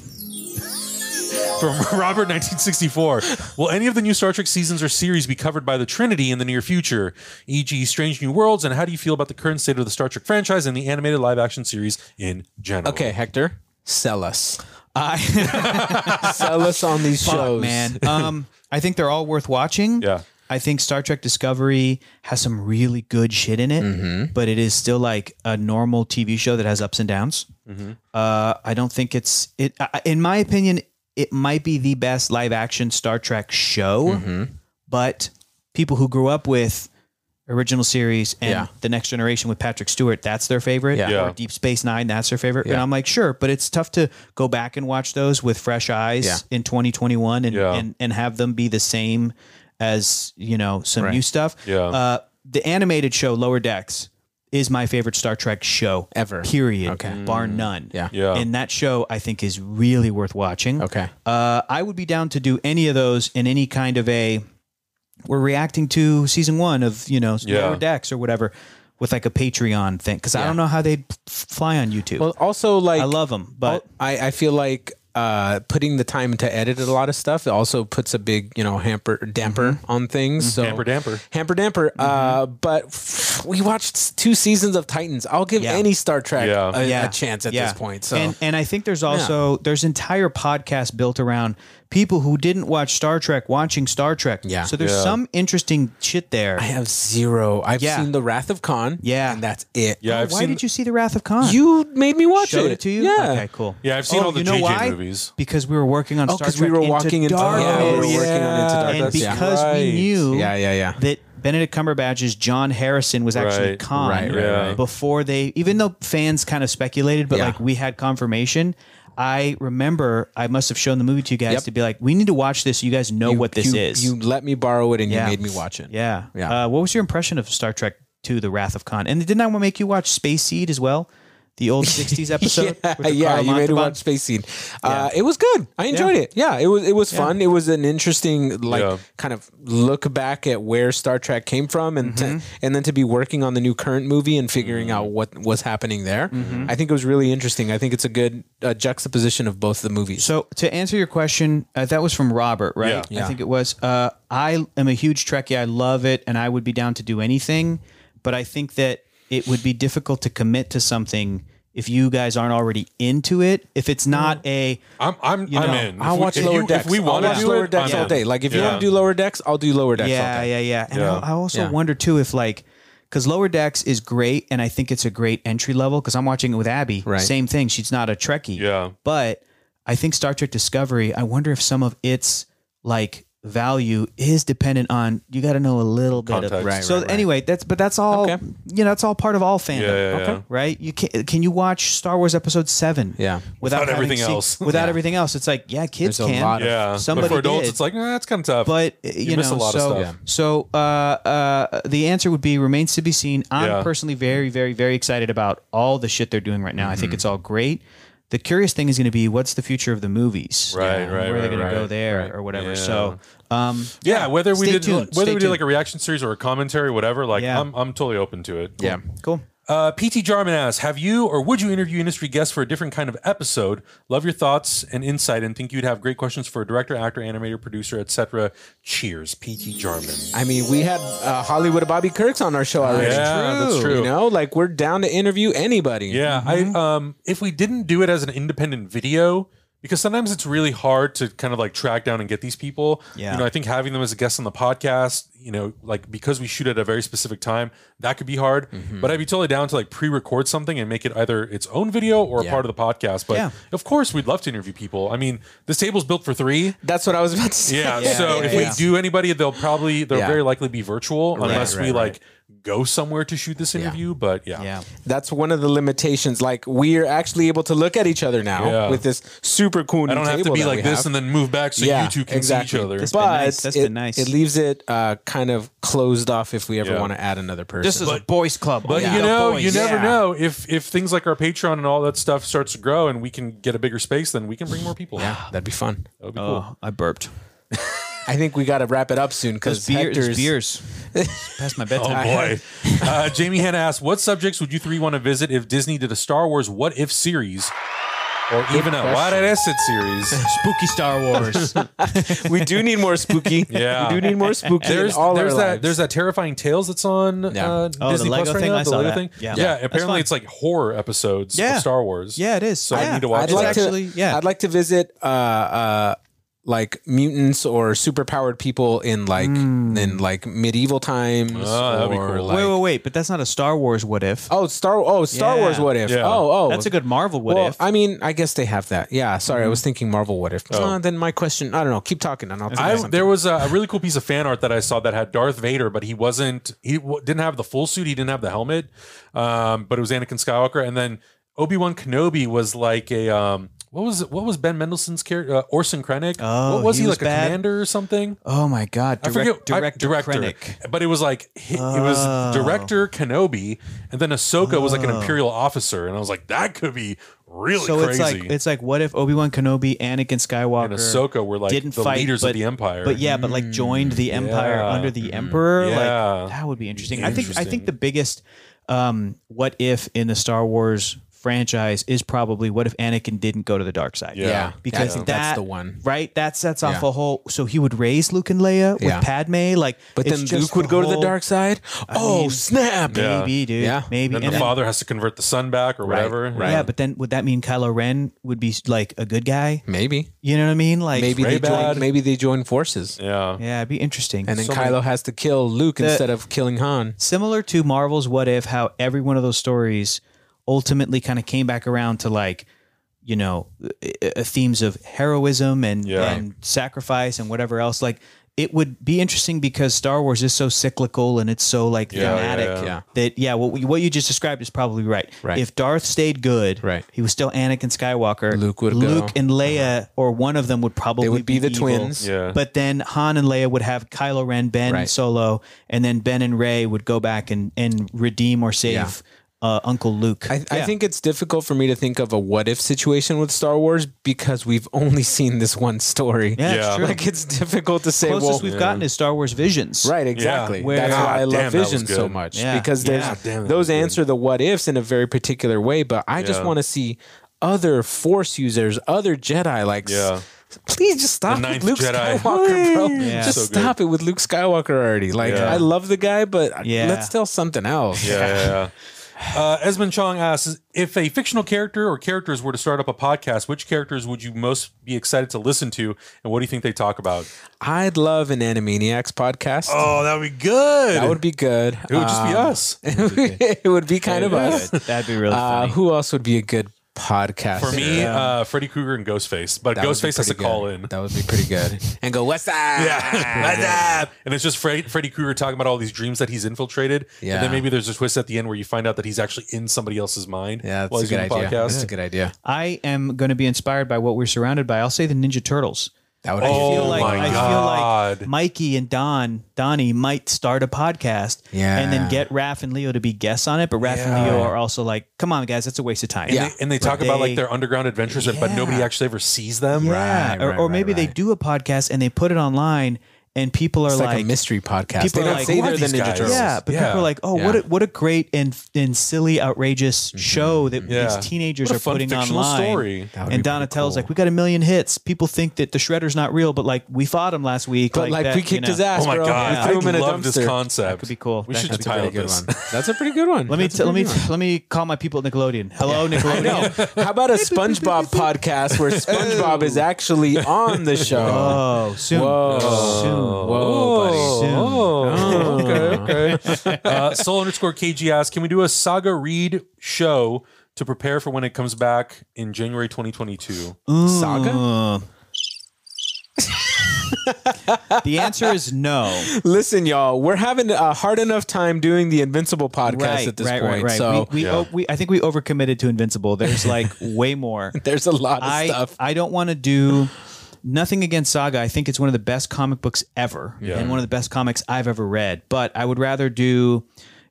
S1: From Robert 1964. Will any of the new Star Trek seasons or series be covered by the Trinity in the near future, e.g., Strange New Worlds? And how do you feel about the current state of the Star Trek franchise and the animated live action series in general?
S2: Okay, Hector. Sell us.
S3: I
S2: Sell us on these
S3: fuck,
S2: shows,
S3: man. Um, I think they're all worth watching.
S1: Yeah.
S3: I think Star Trek Discovery has some really good shit in it, but it is still like a normal TV show that has ups and downs. Uh, I don't think it's it. I, I- in my opinion, it might be the best live action Star Trek show. But people who grew up with original series and
S2: Yeah.
S3: the Next Generation with Patrick Stewart, that's their favorite.
S2: Yeah.
S1: Yeah.
S3: Or Deep Space Nine, that's their favorite. And I'm like, sure, but it's tough to go back and watch those with fresh eyes
S2: Yeah.
S3: in 2021 and,
S1: Yeah.
S3: and and have them be the same as you know some new stuff.
S1: Yeah.
S3: Uh, the animated show Lower Decks is my favorite Star Trek show
S2: Ever.
S3: Period.
S2: Okay. Mm.
S3: Bar none.
S2: Yeah.
S1: Yeah.
S3: And that show I think is really worth watching.
S2: Okay.
S3: Uh, I would be down to do any of those in any kind of a. We're reacting to season one of you know
S1: Yeah.
S3: Lower Decks or whatever with like a Patreon thing because I don't know how they'd f- fly on YouTube.
S2: Well, also like
S3: I love them, but
S2: I, I feel like uh, putting the time to edit a lot of stuff also puts a big you know hamper damper on things. So
S1: Hamper damper.
S2: hamper damper. Uh, but we watched two seasons of Titans. I'll give
S3: Yeah.
S2: any Star Trek
S1: Yeah.
S2: A, a
S3: Yeah.
S2: chance at
S3: Yeah.
S2: this point. So
S3: and and I think there's also there's entire podcasts built around people who didn't watch Star Trek watching Star Trek.
S2: Yeah.
S3: So there's
S1: Yeah.
S3: some interesting shit there.
S2: I have zero. I've
S3: Yeah.
S2: seen the Wrath of Khan.
S3: Yeah.
S2: and that's it.
S1: Yeah, I've
S3: Why
S1: seen.
S3: did you see the Wrath of Khan?
S2: You made me watch
S3: showed
S2: it.
S3: it to you.
S2: Yeah.
S3: Okay. Cool.
S1: Yeah, I've seen
S3: Oh,
S1: all the
S3: you know
S1: JJ
S3: why?
S1: movies.
S3: because we were working on.
S2: Oh,
S3: Star
S2: because we
S3: Trek
S2: were walking into
S3: Darkness.
S2: yeah, we were
S1: Darkness.
S2: working on into
S1: Yeah.
S2: darkness.
S3: and
S1: That's
S2: yeah.
S3: because we
S1: right.
S3: knew
S2: Yeah, yeah, yeah.
S3: that Benedict Cumberbatch's John Harrison was actually
S1: Right.
S3: Khan
S2: Right,
S1: right, right.
S3: before they, even though fans kind of speculated, but
S2: Yeah.
S3: like we had confirmation. I remember I must have shown the movie to you guys
S2: Yep.
S3: to be like, we need to watch this so you guys know what this
S2: you,
S3: is.
S2: You let me borrow it and
S3: Yeah.
S2: you made me watch it.
S3: yeah.
S2: Yeah.
S3: Uh, what was your impression of Star Trek II, The Wrath of Khan? And didn't I make you watch Space Seed as well? The old 60s episode?
S2: yeah,
S3: with the
S2: yeah,
S3: Karl
S2: you made me
S3: Montalban?
S2: watch Space Scene. Uh, It was good. I enjoyed it. Yeah, it was it was fun. It was an interesting like
S1: Yeah.
S2: kind of look back at where Star Trek came from, and to,
S1: Mm-hmm.
S2: and then to be working on the new current movie and figuring
S1: Mm.
S2: out what was happening there.
S1: Mm-hmm.
S2: I think it was really interesting. I think it's a good uh, juxtaposition of both the movies.
S3: So to answer your question, uh, that was from Robert, right?
S1: Yeah.
S3: I
S2: Yeah.
S3: think it was. Uh, I am a huge Trekkie. I love it, and I would be down to do anything. But I think that it would be difficult to commit to something if you guys aren't already into it. If it's not a
S1: I'm I'm
S3: You
S1: I'm
S3: know,
S1: in. If
S2: I'll
S1: we-
S2: watch
S1: if
S2: lower
S1: you,
S2: decks.
S1: If we want
S2: I'll
S1: to
S2: watch
S1: do
S2: lower
S1: it,
S2: decks
S1: I'm
S2: all
S1: in.
S2: day. Like if you
S1: Yeah.
S2: want to do lower decks, I'll do lower decks all
S3: yeah,
S2: day.
S3: yeah, yeah. And
S1: Yeah.
S3: I, I also
S2: Yeah.
S3: wonder too if like because Lower Decks is great, and I think it's a great entry level because I'm watching it with Abby.
S2: Right.
S3: Same thing. She's not a Trekkie.
S1: Yeah.
S3: But I think Star Trek Discovery. I wonder if some of its like value is dependent on you got to know a little bit of
S1: Context. Right,
S3: so
S2: right, right.
S3: anyway that's but that's all
S2: Okay.
S3: you know that's all part of all fandom
S1: Yeah, yeah, yeah.
S3: right you can can you watch star wars episode 7
S2: Yeah.
S3: without,
S1: Without
S3: having
S1: everything
S3: seen-
S1: else.
S3: without everything else it's like yeah kids
S2: There's a
S3: can
S2: lot of-
S1: Yeah,
S3: Somebody
S1: but for adults,
S3: did.
S1: it's like nah, that's kind of tough.
S3: but uh, you,
S1: miss
S3: know,
S1: a lot of
S3: so
S1: stuff.
S3: so uh, uh, the answer would be remains to be seen. I'm
S1: Yeah.
S3: personally very, very, very excited about all the shit they're doing right now. I
S1: Mm-hmm.
S3: think it's all great. The curious thing is going to be what's the future of the movies,
S1: Right,
S3: and
S1: right,
S3: Where they're
S1: right,
S3: to go
S1: right,
S3: there or whatever. So, um,
S1: yeah, whether we
S3: Stay
S1: did
S3: tuned,
S1: whether
S3: stay
S1: we did like a reaction series or a commentary, whatever, like
S3: Yeah.
S1: I'm I'm totally open to it.
S2: Yeah.
S3: cool.
S1: Uh, PT Jarman asks, have you or would you interview industry guests for a different kind of episode? Love your thoughts and insight, and think you'd have great questions for a director, actor, animator, producer, etc. Cheers, PT Jarman.
S2: I mean, we had uh, Hollywood Bobby Kirk's on our show already.
S1: Yeah, that's true.
S2: You know, like we're down to interview anybody.
S1: Yeah, I um if we didn't do it as an independent video because sometimes it's really hard to kind of like track down and get these people.
S3: Yeah.
S1: You know, I think having them as a guest on the podcast, you know, like because we shoot at a very specific time, that could be hard. But I'd be totally down to like pre-record something and make it either its own video or a part of the podcast. But
S3: Yeah.
S1: of course, we'd love to interview people. I mean, this table's built for three.
S2: That's what I was about to say.
S1: Yeah.
S3: Yeah,
S1: so
S3: yeah,
S1: if
S3: yeah.
S1: we do anybody, they'll probably they'll
S2: Yeah.
S1: very likely be virtual unless we
S2: right,
S1: like go somewhere to shoot this interview. But yeah.
S3: Yeah.
S2: That's one of the limitations. Like we are actually able to look at each other now
S1: Yeah.
S2: with this super cool. New
S1: I don't have to
S2: table
S1: be
S2: that
S1: like
S2: we
S1: this
S2: have.
S1: and then move back so you two can see each other.
S3: That's been
S2: but
S3: nice. That's
S2: it,
S3: been nice.
S2: it leaves it uh, kind of closed off if we ever
S1: Yeah.
S2: want to add another person.
S3: This is a boys' club.
S1: But
S3: Yeah.
S1: you
S3: The
S1: know,
S3: boys.
S1: you never
S3: Yeah.
S1: know if if things like our Patreon and all that stuff starts to grow and we can get a bigger space, then we can bring more people.
S2: yeah, that'd be fun.
S1: that would be cool.
S3: Oh, I burped.
S2: I think we got to wrap it up soon because
S3: Those beers,
S2: Hector's
S3: those beers. It's past my
S1: Oh
S3: bedtime.
S1: boy, uh, Jamie Hanna asked, "What subjects would you three want to visit if Disney did a Star Wars What If series?" or even a Why Did I Sit series.
S5: Spooky Star Wars.
S2: we do need more spooky.
S1: Yeah.
S2: we do need more spooky.
S1: There's
S2: in all
S1: there's
S2: our
S1: that
S2: lives.
S1: there's that terrifying tales that's on
S2: Yeah.
S1: uh,
S3: Oh, the
S1: Disney
S3: Lego
S1: Plus right
S3: thing?
S1: now.
S3: I
S1: the
S3: saw
S1: Lego
S3: that.
S1: thing. yeah
S3: Yeah. Yeah, that's
S1: apparently
S3: fine.
S1: it's like horror episodes
S3: Yeah.
S1: of Star Wars.
S3: Yeah, it is. So
S1: I
S3: yeah.
S1: need to watch
S2: I'd
S3: It's
S2: like
S3: actually,
S2: to.
S3: yeah.
S2: I'd like to visit uh, uh, like mutants or superpowered people in like
S3: Hmm.
S2: in like medieval times.
S1: Oh, that'd be
S2: or,
S1: cool.
S2: like-
S3: wait, wait, wait. But that's not a Star Wars what if.
S2: Oh, Star. Oh, Star
S3: Yeah.
S2: Wars. What if?
S1: Yeah.
S2: Oh, oh,
S3: That's a good Marvel what
S2: well,
S3: if. Mm-hmm.
S2: I mean, I guess they have that. Yeah. Sorry, I was thinking Marvel. What if? Uh, then my question. I don't know. Keep talking, and I'll. think
S1: Oh. I,
S2: of something.
S1: there was a, a really cool piece of fan art that I saw that had Darth Vader, but he wasn't. He w- didn't have the full suit. He didn't have the helmet. Um, but it was Anakin Skywalker, and then Obi Wan Kenobi was like a um, what was it, what was Ben Mendelsohn's character? Uh, Orson Krennic.
S3: Oh,
S1: what was he,
S3: he was
S1: like
S3: bad.
S1: a commander or something?
S3: oh my God.
S1: I
S3: Direct,
S1: forget I-
S3: director, Krennic. Oh.
S1: but it was like hi- it was director Kenobi, and then Ahsoka was like an imperial officer, and I was like, that could be really
S3: so
S1: crazy.
S3: it's like it's like what if Obi Wan Kenobi, Anakin Skywalker,
S1: and Ahsoka were like
S3: didn't
S1: the
S3: fight,
S1: leaders
S3: but-
S1: of the empire. Mm-hmm.
S3: but yeah, but like joined the empire
S1: Yeah.
S3: under the emperor.
S1: Yeah.
S3: Like that would be interesting. I think I
S1: Interesting.
S3: think the biggest um, what if in the Star Wars franchise is probably what if Anakin didn't go to the dark side?
S1: Yeah. Yeah.
S2: I
S3: because
S2: think
S3: that,
S2: that's the one.
S3: Right, that sets off
S2: Yeah.
S3: a whole. So he would raise Luke and Leia with
S2: Yeah.
S3: Padme, like.
S2: But
S3: it's
S2: then
S3: just
S2: Luke would
S3: the
S2: go to the
S3: whole-
S2: dark side. oh
S3: mean,
S2: snap!
S1: Yeah.
S3: Maybe, dude.
S2: Yeah.
S3: Maybe.
S1: then
S3: And
S1: the
S3: then-
S1: father has to convert the son back or whatever.
S2: right.
S3: Yeah, but then would that mean Kylo Ren would be like a good guy?
S2: Maybe.
S3: You know what I mean? Like
S2: Maybe they
S1: Raybad.
S2: join. Maybe they join forces,
S1: Yeah.
S3: Yeah, it'd be interesting.
S2: and then
S3: So
S2: Kylo has to kill Luke
S3: The-
S2: instead of killing Han.
S3: similar to Marvel's What If, how every one of those stories ultimately kind of came back around to like, you know, uh, uh, themes of heroism and,
S1: Yeah.
S3: and sacrifice and whatever else. Like, it would be interesting because Star Wars is so cyclical and it's so like
S1: Yeah,
S3: thematic
S1: yeah,
S2: yeah.
S3: that yeah, what we, what you just described is probably right.
S2: Right.
S3: If Darth stayed good,
S2: Right.
S3: he was still Anakin Skywalker.
S2: Luke would go.
S3: Luke and Leia or one of them would probably
S2: would be the
S3: evil.
S2: twins.
S1: Yeah.
S3: But then Han and Leia would have Kylo Ren, Ben
S2: Right.
S3: Solo, and then Ben and Ray would go back and, and redeem or save
S2: Yeah.
S3: uh, Uncle Luke.
S2: I, I think it's difficult for me to think of a what if situation with Star Wars because we've only seen this one story.
S3: yeah,
S1: Yeah.
S3: It's true.
S2: Like it's difficult to say, well,
S3: closest we've gotten is Star Wars Visions.
S2: right, exactly.
S1: Where-
S2: That's
S1: God
S2: why I
S1: Ah, damn,
S2: love
S1: that was
S2: Vision so
S1: good.
S2: much
S3: Yeah.
S2: because there's
S3: Yeah.
S1: damn, that was
S2: those
S1: good.
S2: answer the what ifs in a very particular way. But I just
S1: Yeah.
S2: want to see other Force users, other Jedi, like. s-
S1: Yeah.
S2: Please just stop
S1: ninth
S2: with Luke
S1: Jedi.
S2: Skywalker, bro.
S3: Yeah.
S2: Just
S1: So good.
S2: stop it with Luke Skywalker already. Like,
S1: Yeah.
S2: I love the guy, but
S3: Yeah.
S2: let's tell something else.
S1: Yeah. yeah, yeah. Uh, Esmond Chong asks if a fictional character or characters were to start up a podcast, which characters would you most be excited to listen to, and what do you think they talk about?
S2: I'd love an Animaniacs podcast.
S1: Oh, that would be good.
S2: That would be good.
S1: It would just be
S2: Um,
S1: us.
S2: it would be kind of us.
S3: That'd be really
S2: Uh,
S3: funny.
S2: who else would be a good podcast?
S1: For me, uh, Freddy Krueger and Ghostface, but
S2: That would be
S1: Ghostface has
S2: pretty
S1: to call
S2: good.
S1: in.
S2: That would be pretty good. And go, what's that?
S1: Yeah, What's up? and it's just Fred, Freddy Krueger talking about all these dreams that he's infiltrated.
S2: Yeah.
S1: and then maybe there's a twist at the end where you find out that he's actually in somebody else's mind. while
S2: Yeah, that's a
S1: he's
S2: good
S1: doing the
S2: idea. That's
S1: podcast.
S2: a good idea.
S3: I am going to be inspired by what we're surrounded by. I'll say the Ninja Turtles.
S2: That would
S1: Oh,
S2: be
S3: I feel like
S1: my
S3: I
S1: God.
S3: feel like Mikey and Don Donnie might start a podcast,
S2: Yeah.
S3: and then get Raph and Leo to be guests on it. But Raph and Leo are also like, "Come on, guys, that's a waste of time."
S2: Yeah.
S1: And they talk about like
S3: they-
S1: their underground adventures, but nobody actually ever sees them.
S3: Yeah,
S2: Right,
S3: Ah, or,
S2: right,
S3: or
S2: right,
S3: maybe they
S2: right.
S3: do a podcast and they put it online, and people are
S2: it's like,
S3: like,
S2: a mystery podcast.
S3: people
S2: They
S3: are
S2: don't
S3: like,
S2: say
S3: who are
S2: they're the
S1: these
S2: Ninja
S1: guys?
S2: Turtles.
S3: yeah, but
S1: Yeah.
S3: people are like, oh, what
S2: Yeah. Mm-hmm.
S3: a, what a great and and silly, outrageous show that
S1: Yeah.
S3: these teenagers
S1: What a
S3: are
S1: fun
S3: putting
S1: fictional
S3: online.
S1: story.
S2: That would
S3: And
S2: be pretty
S3: Donatello's
S2: cool.
S3: like, we got a million hits. People think that the Shredder's not real, but like we fought him last week.
S2: But like,
S3: that,
S2: we
S3: you
S2: kicked
S3: know.
S2: his ass.
S1: Oh my
S2: bro.
S1: god!
S2: We threw him
S1: I
S2: in a
S1: love this
S2: dumpster.
S1: concept.
S3: That could be cool.
S1: We
S3: That
S1: should
S3: could
S2: That's
S1: just
S2: a pretty
S1: pilot
S2: good
S1: this.
S2: one. That's a pretty good one.
S3: Let me
S2: That's a
S3: t- let me
S2: pretty good one.
S3: let me call my people at Nickelodeon. Hello, Nickelodeon.
S2: How about a SpongeBob podcast where SpongeBob is actually on the show?
S3: Oh, soon,
S2: Whoa.
S3: soon.
S2: Whoa, buddy.
S3: Soon.
S1: Oh, okay, okay. Uh, Soul underscore KG asks, can we do a Saga Reed show to prepare for when it comes back in January 2022?
S2: Saga?
S3: Uh. the answer is no.
S2: Listen, y'all, we're having a hard enough time doing the Invincible podcast at this point. So
S3: we, we,
S1: Yeah.
S3: oh, we, I think we overcommitted to Invincible. There's like way more.
S2: there's a lot of
S3: I
S2: stuff.
S3: I don't want to do nothing against Saga. I think it's one of the best comic books ever,
S1: Yeah.
S3: and one of the best comics I've ever read. But I would rather do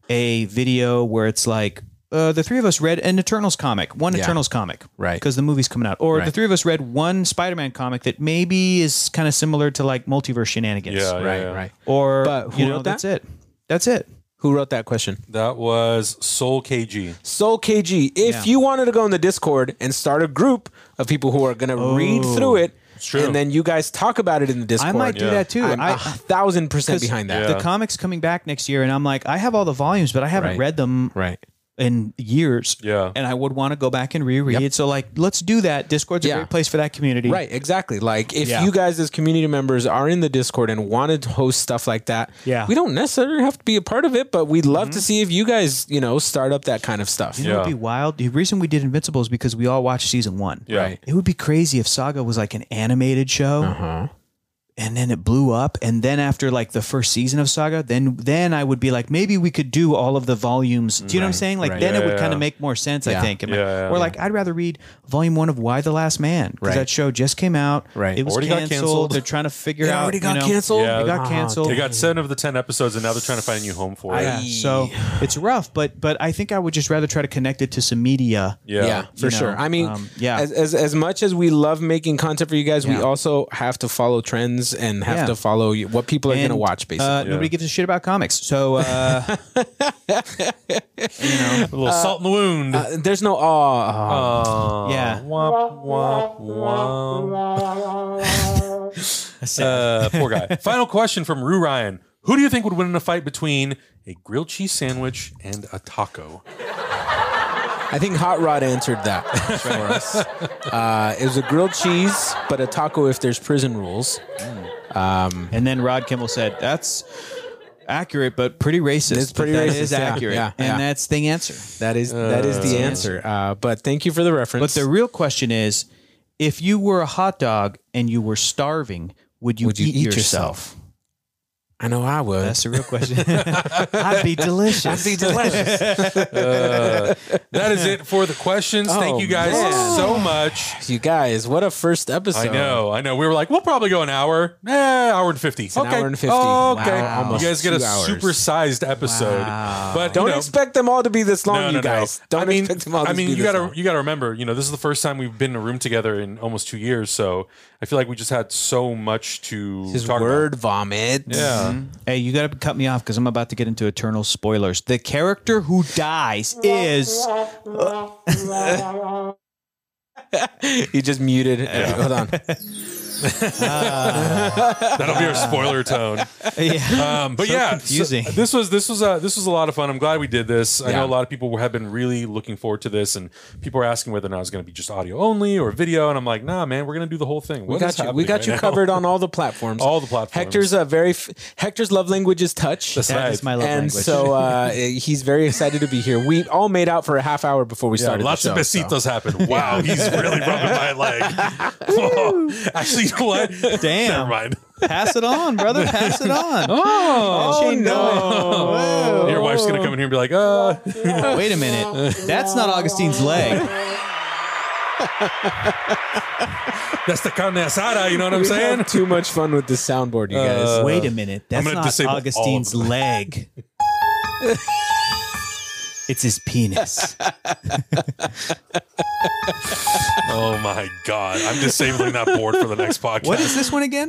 S3: a video where it's like. Uh, the three of us read an Eternals comic, one Eternals comic,
S2: Right.
S3: Because the movie's coming out, or the
S2: Right.
S3: three of us read one Spider-Man comic that maybe is kind of similar to like multiverse shenanigans,
S1: Yeah, yeah,
S2: Right,
S1: yeah.
S2: right.
S3: Or
S2: But who
S3: you know,
S2: wrote that?
S3: that's it. That's it.
S2: Who wrote that question?
S1: That was Soul KG.
S2: Soul KG. If
S3: Yeah.
S2: you wanted to go in the Discord and start a group of people who are going to read through it,
S1: true.
S2: and then you guys talk about it in the Discord,
S3: Oh. I might do
S1: Yeah.
S3: that too.
S2: I'm
S3: I-
S2: a thousand percent
S3: 'cause
S2: behind that.
S1: Yeah.
S3: The comics coming back next year, and I'm like, I have all the volumes, but I haven't
S2: Right.
S3: read them
S2: Right.
S3: in years.
S1: Yeah.
S3: and I would want to go back and reread. So like, let's do that. Discord's
S2: Yeah.
S3: a great place for that community.
S2: Right, exactly. Like if
S3: Yeah.
S2: you guys as community members are in the Discord and want to host stuff like that,
S3: Yeah.
S2: we don't necessarily have to be a part of it, but we'd love to see if you guys, you know, start up that kind of stuff.
S3: You know
S1: Mm-hmm. Yeah.
S3: It'd be wild. The reason we did Invincible is because we all watched season one.
S1: Yeah.
S2: Right.
S3: It would be crazy if Saga was like an animated show,
S1: Uh-huh.
S3: and then it blew up. And then after like the first season of Saga, then then I would be like, maybe we could do all of the volumes. Do you know what I'm saying? Like
S2: Right.
S3: then
S1: Yeah,
S3: it would kind
S1: yeah.
S3: of make more sense.
S2: Yeah.
S3: I think. It might-
S1: Yeah, yeah,
S3: or
S1: yeah.
S3: like I'd rather read volume one of Why the Last Man because
S2: Right.
S3: that show just came out.
S2: Right.
S3: It was
S1: Already got
S3: canceled.
S1: canceled.
S3: They're trying to figure
S2: It
S3: out.
S2: already got
S3: you know,
S2: canceled.
S1: Yeah.
S3: It got
S2: Ah,
S3: canceled.
S1: They got seven of the ten episodes, and now they're trying to find a new home for it.
S3: Yeah, so it's rough, but but I think I would just rather try to connect it to some media.
S1: yeah.
S2: Yeah, for
S3: You
S2: sure.
S3: know,
S2: I mean,
S3: um, yeah.
S2: As, as as much as we love making content for you guys, we
S3: Yeah.
S2: also have to follow trends and have
S3: Yeah.
S2: to follow y- what people are going to
S3: And,
S2: watch. Basically,
S3: Uh, Nobody gives a shit about comics, so uh,
S1: A little salt in the wound.
S2: Uh, there's no awe.
S1: Aw,
S3: yeah.
S1: Womp, womp, womp. Uh, poor guy. Final question from Rue Ryan. Who do you think would win in a fight between a grilled cheese sandwich and a taco?
S2: I think Hot Rod answered that for us. Uh, it was a grilled cheese, but a taco if there's prison rules.
S3: and then Rod Kimball said, "That's accurate, but pretty racist.
S2: It's pretty
S3: but that
S2: racist,
S3: is
S2: yeah,
S3: accurate,
S2: yeah,
S3: and
S2: yeah.
S3: that's the answer.
S2: That is that is the answer. Uh, but thank you for the
S3: But
S2: reference.
S3: the real question is, if you were a hot dog and you were starving, would you,
S2: Would you
S3: eat,
S2: eat
S3: yourself?
S2: I know I would.
S3: That's the real question. I'd be delicious. I'd be delicious.
S1: That is it for the questions. Thank
S2: Oh,
S1: you guys
S2: man.
S1: so much.
S2: you guys, what a first episode!
S1: I know, I know. We were like, we'll probably go an hour, eh, hour and fifty.
S2: an
S1: okay.
S2: hour and 50.
S1: Okay,
S2: Wow. Almost
S1: you guys get a
S2: two hours.
S1: supersized episode, but
S2: Don't
S1: you know,
S2: expect them all to be this long, you guys. Don't
S1: I mean,
S2: expect them all. To
S1: I mean,
S2: be
S1: you
S2: this
S1: gotta
S2: long.
S1: you gotta remember, you know, this is the first time we've been in a room together in almost two years. So I feel like we just had so much to
S2: His
S1: talk
S2: word vomit.
S1: about. Yeah,
S3: Mm-hmm. hey, you got to cut me off because I'm about to get into eternal spoilers. The character who dies is
S2: he just muted. Hold on.
S1: that'll be our spoiler tone.
S3: yeah.
S1: Um, but
S3: So
S1: yeah,
S3: confusing.
S1: so this was this was a this was a lot of fun. I'm glad we did this. I
S2: Yeah.
S1: know a lot of people were- have been really looking forward to this, and people are asking whether or not it's going to be just audio only or video. And I'm like, nah, man, we're going to do the whole thing.
S2: We got you. We got you covered on all the platforms.
S1: All the platforms.
S2: Hector's a very f- Hector's love language is touch.
S1: That's
S3: That
S1: right.
S3: is my love
S2: and
S3: language.
S2: so uh, he's very excited to be here. We all made out for a half hour before we
S1: Yeah,
S2: started.
S1: lots
S2: the show,
S1: of besitos happened. Wow, he's really rubbing my leg. Whoa. Actually, you know what?
S3: Damn.
S1: Never mind.
S3: Pass it on, brother. Pass it on.
S2: Oh,
S3: She
S2: no!
S1: Your wife's gonna come in here and be like, uh
S3: Wait a minute. That's not Augustine's leg.
S1: that's the carne asada, you know what I'm
S2: We
S1: saying? Uh,
S2: have too much fun with this soundboard, you guys.
S3: Wait a minute.
S1: I'm
S3: That's
S1: gonna
S3: not
S1: disable all of
S3: Augustine's
S1: them.
S3: leg. It's his penis.
S1: Oh my god. I'm disabling that board for the next podcast.
S3: What is this one again?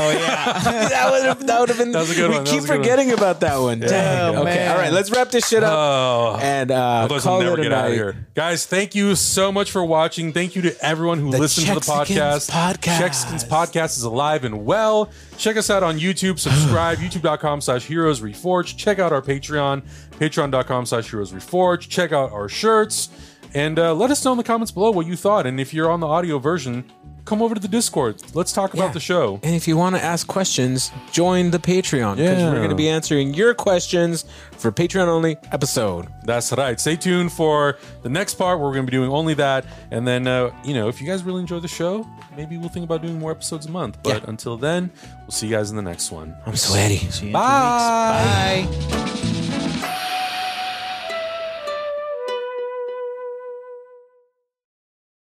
S3: Oh yeah.
S2: that would have that would have been.
S1: That was a good
S2: we
S1: one. That
S2: keep
S1: was a good one.
S2: forgetting about that one. Dang.
S3: Oh,
S2: okay.
S3: man.
S2: All right. Let's wrap this shit up
S1: Oh,
S2: and uh,
S1: Otherwise,
S2: call
S1: we'll never
S2: it a
S1: get out of
S2: night.
S1: here. Guys, thank you so much for watching. Thank you to everyone who
S2: The
S1: listened to the
S2: Chexicans
S1: podcast.
S2: podcast.
S1: Chexicans podcast is alive and well. Check us out on YouTube. Subscribe, youtube.com slash heroes reforged. Check out our Patreon, patreon.com slash heroes reforged. Check out our shirts. And uh, let us know in the comments below what you thought. And if you're on the audio version, come over to the Discord. Let's talk
S2: Yeah.
S1: about the show.
S2: And if you want to ask questions, join the Patreon because
S1: Yeah.
S2: we're going to be answering your questions for Patreon only episode.
S1: That's right. Stay tuned for the next part where we're going to be doing only that. And then, uh, you know, if you guys really enjoy the show, maybe we'll think about doing more episodes a month. But
S2: Yeah.
S1: until then, we'll see you guys in the next one.
S2: I'm sweaty.
S3: See you in two weeks.
S1: Bye.
S3: Bye.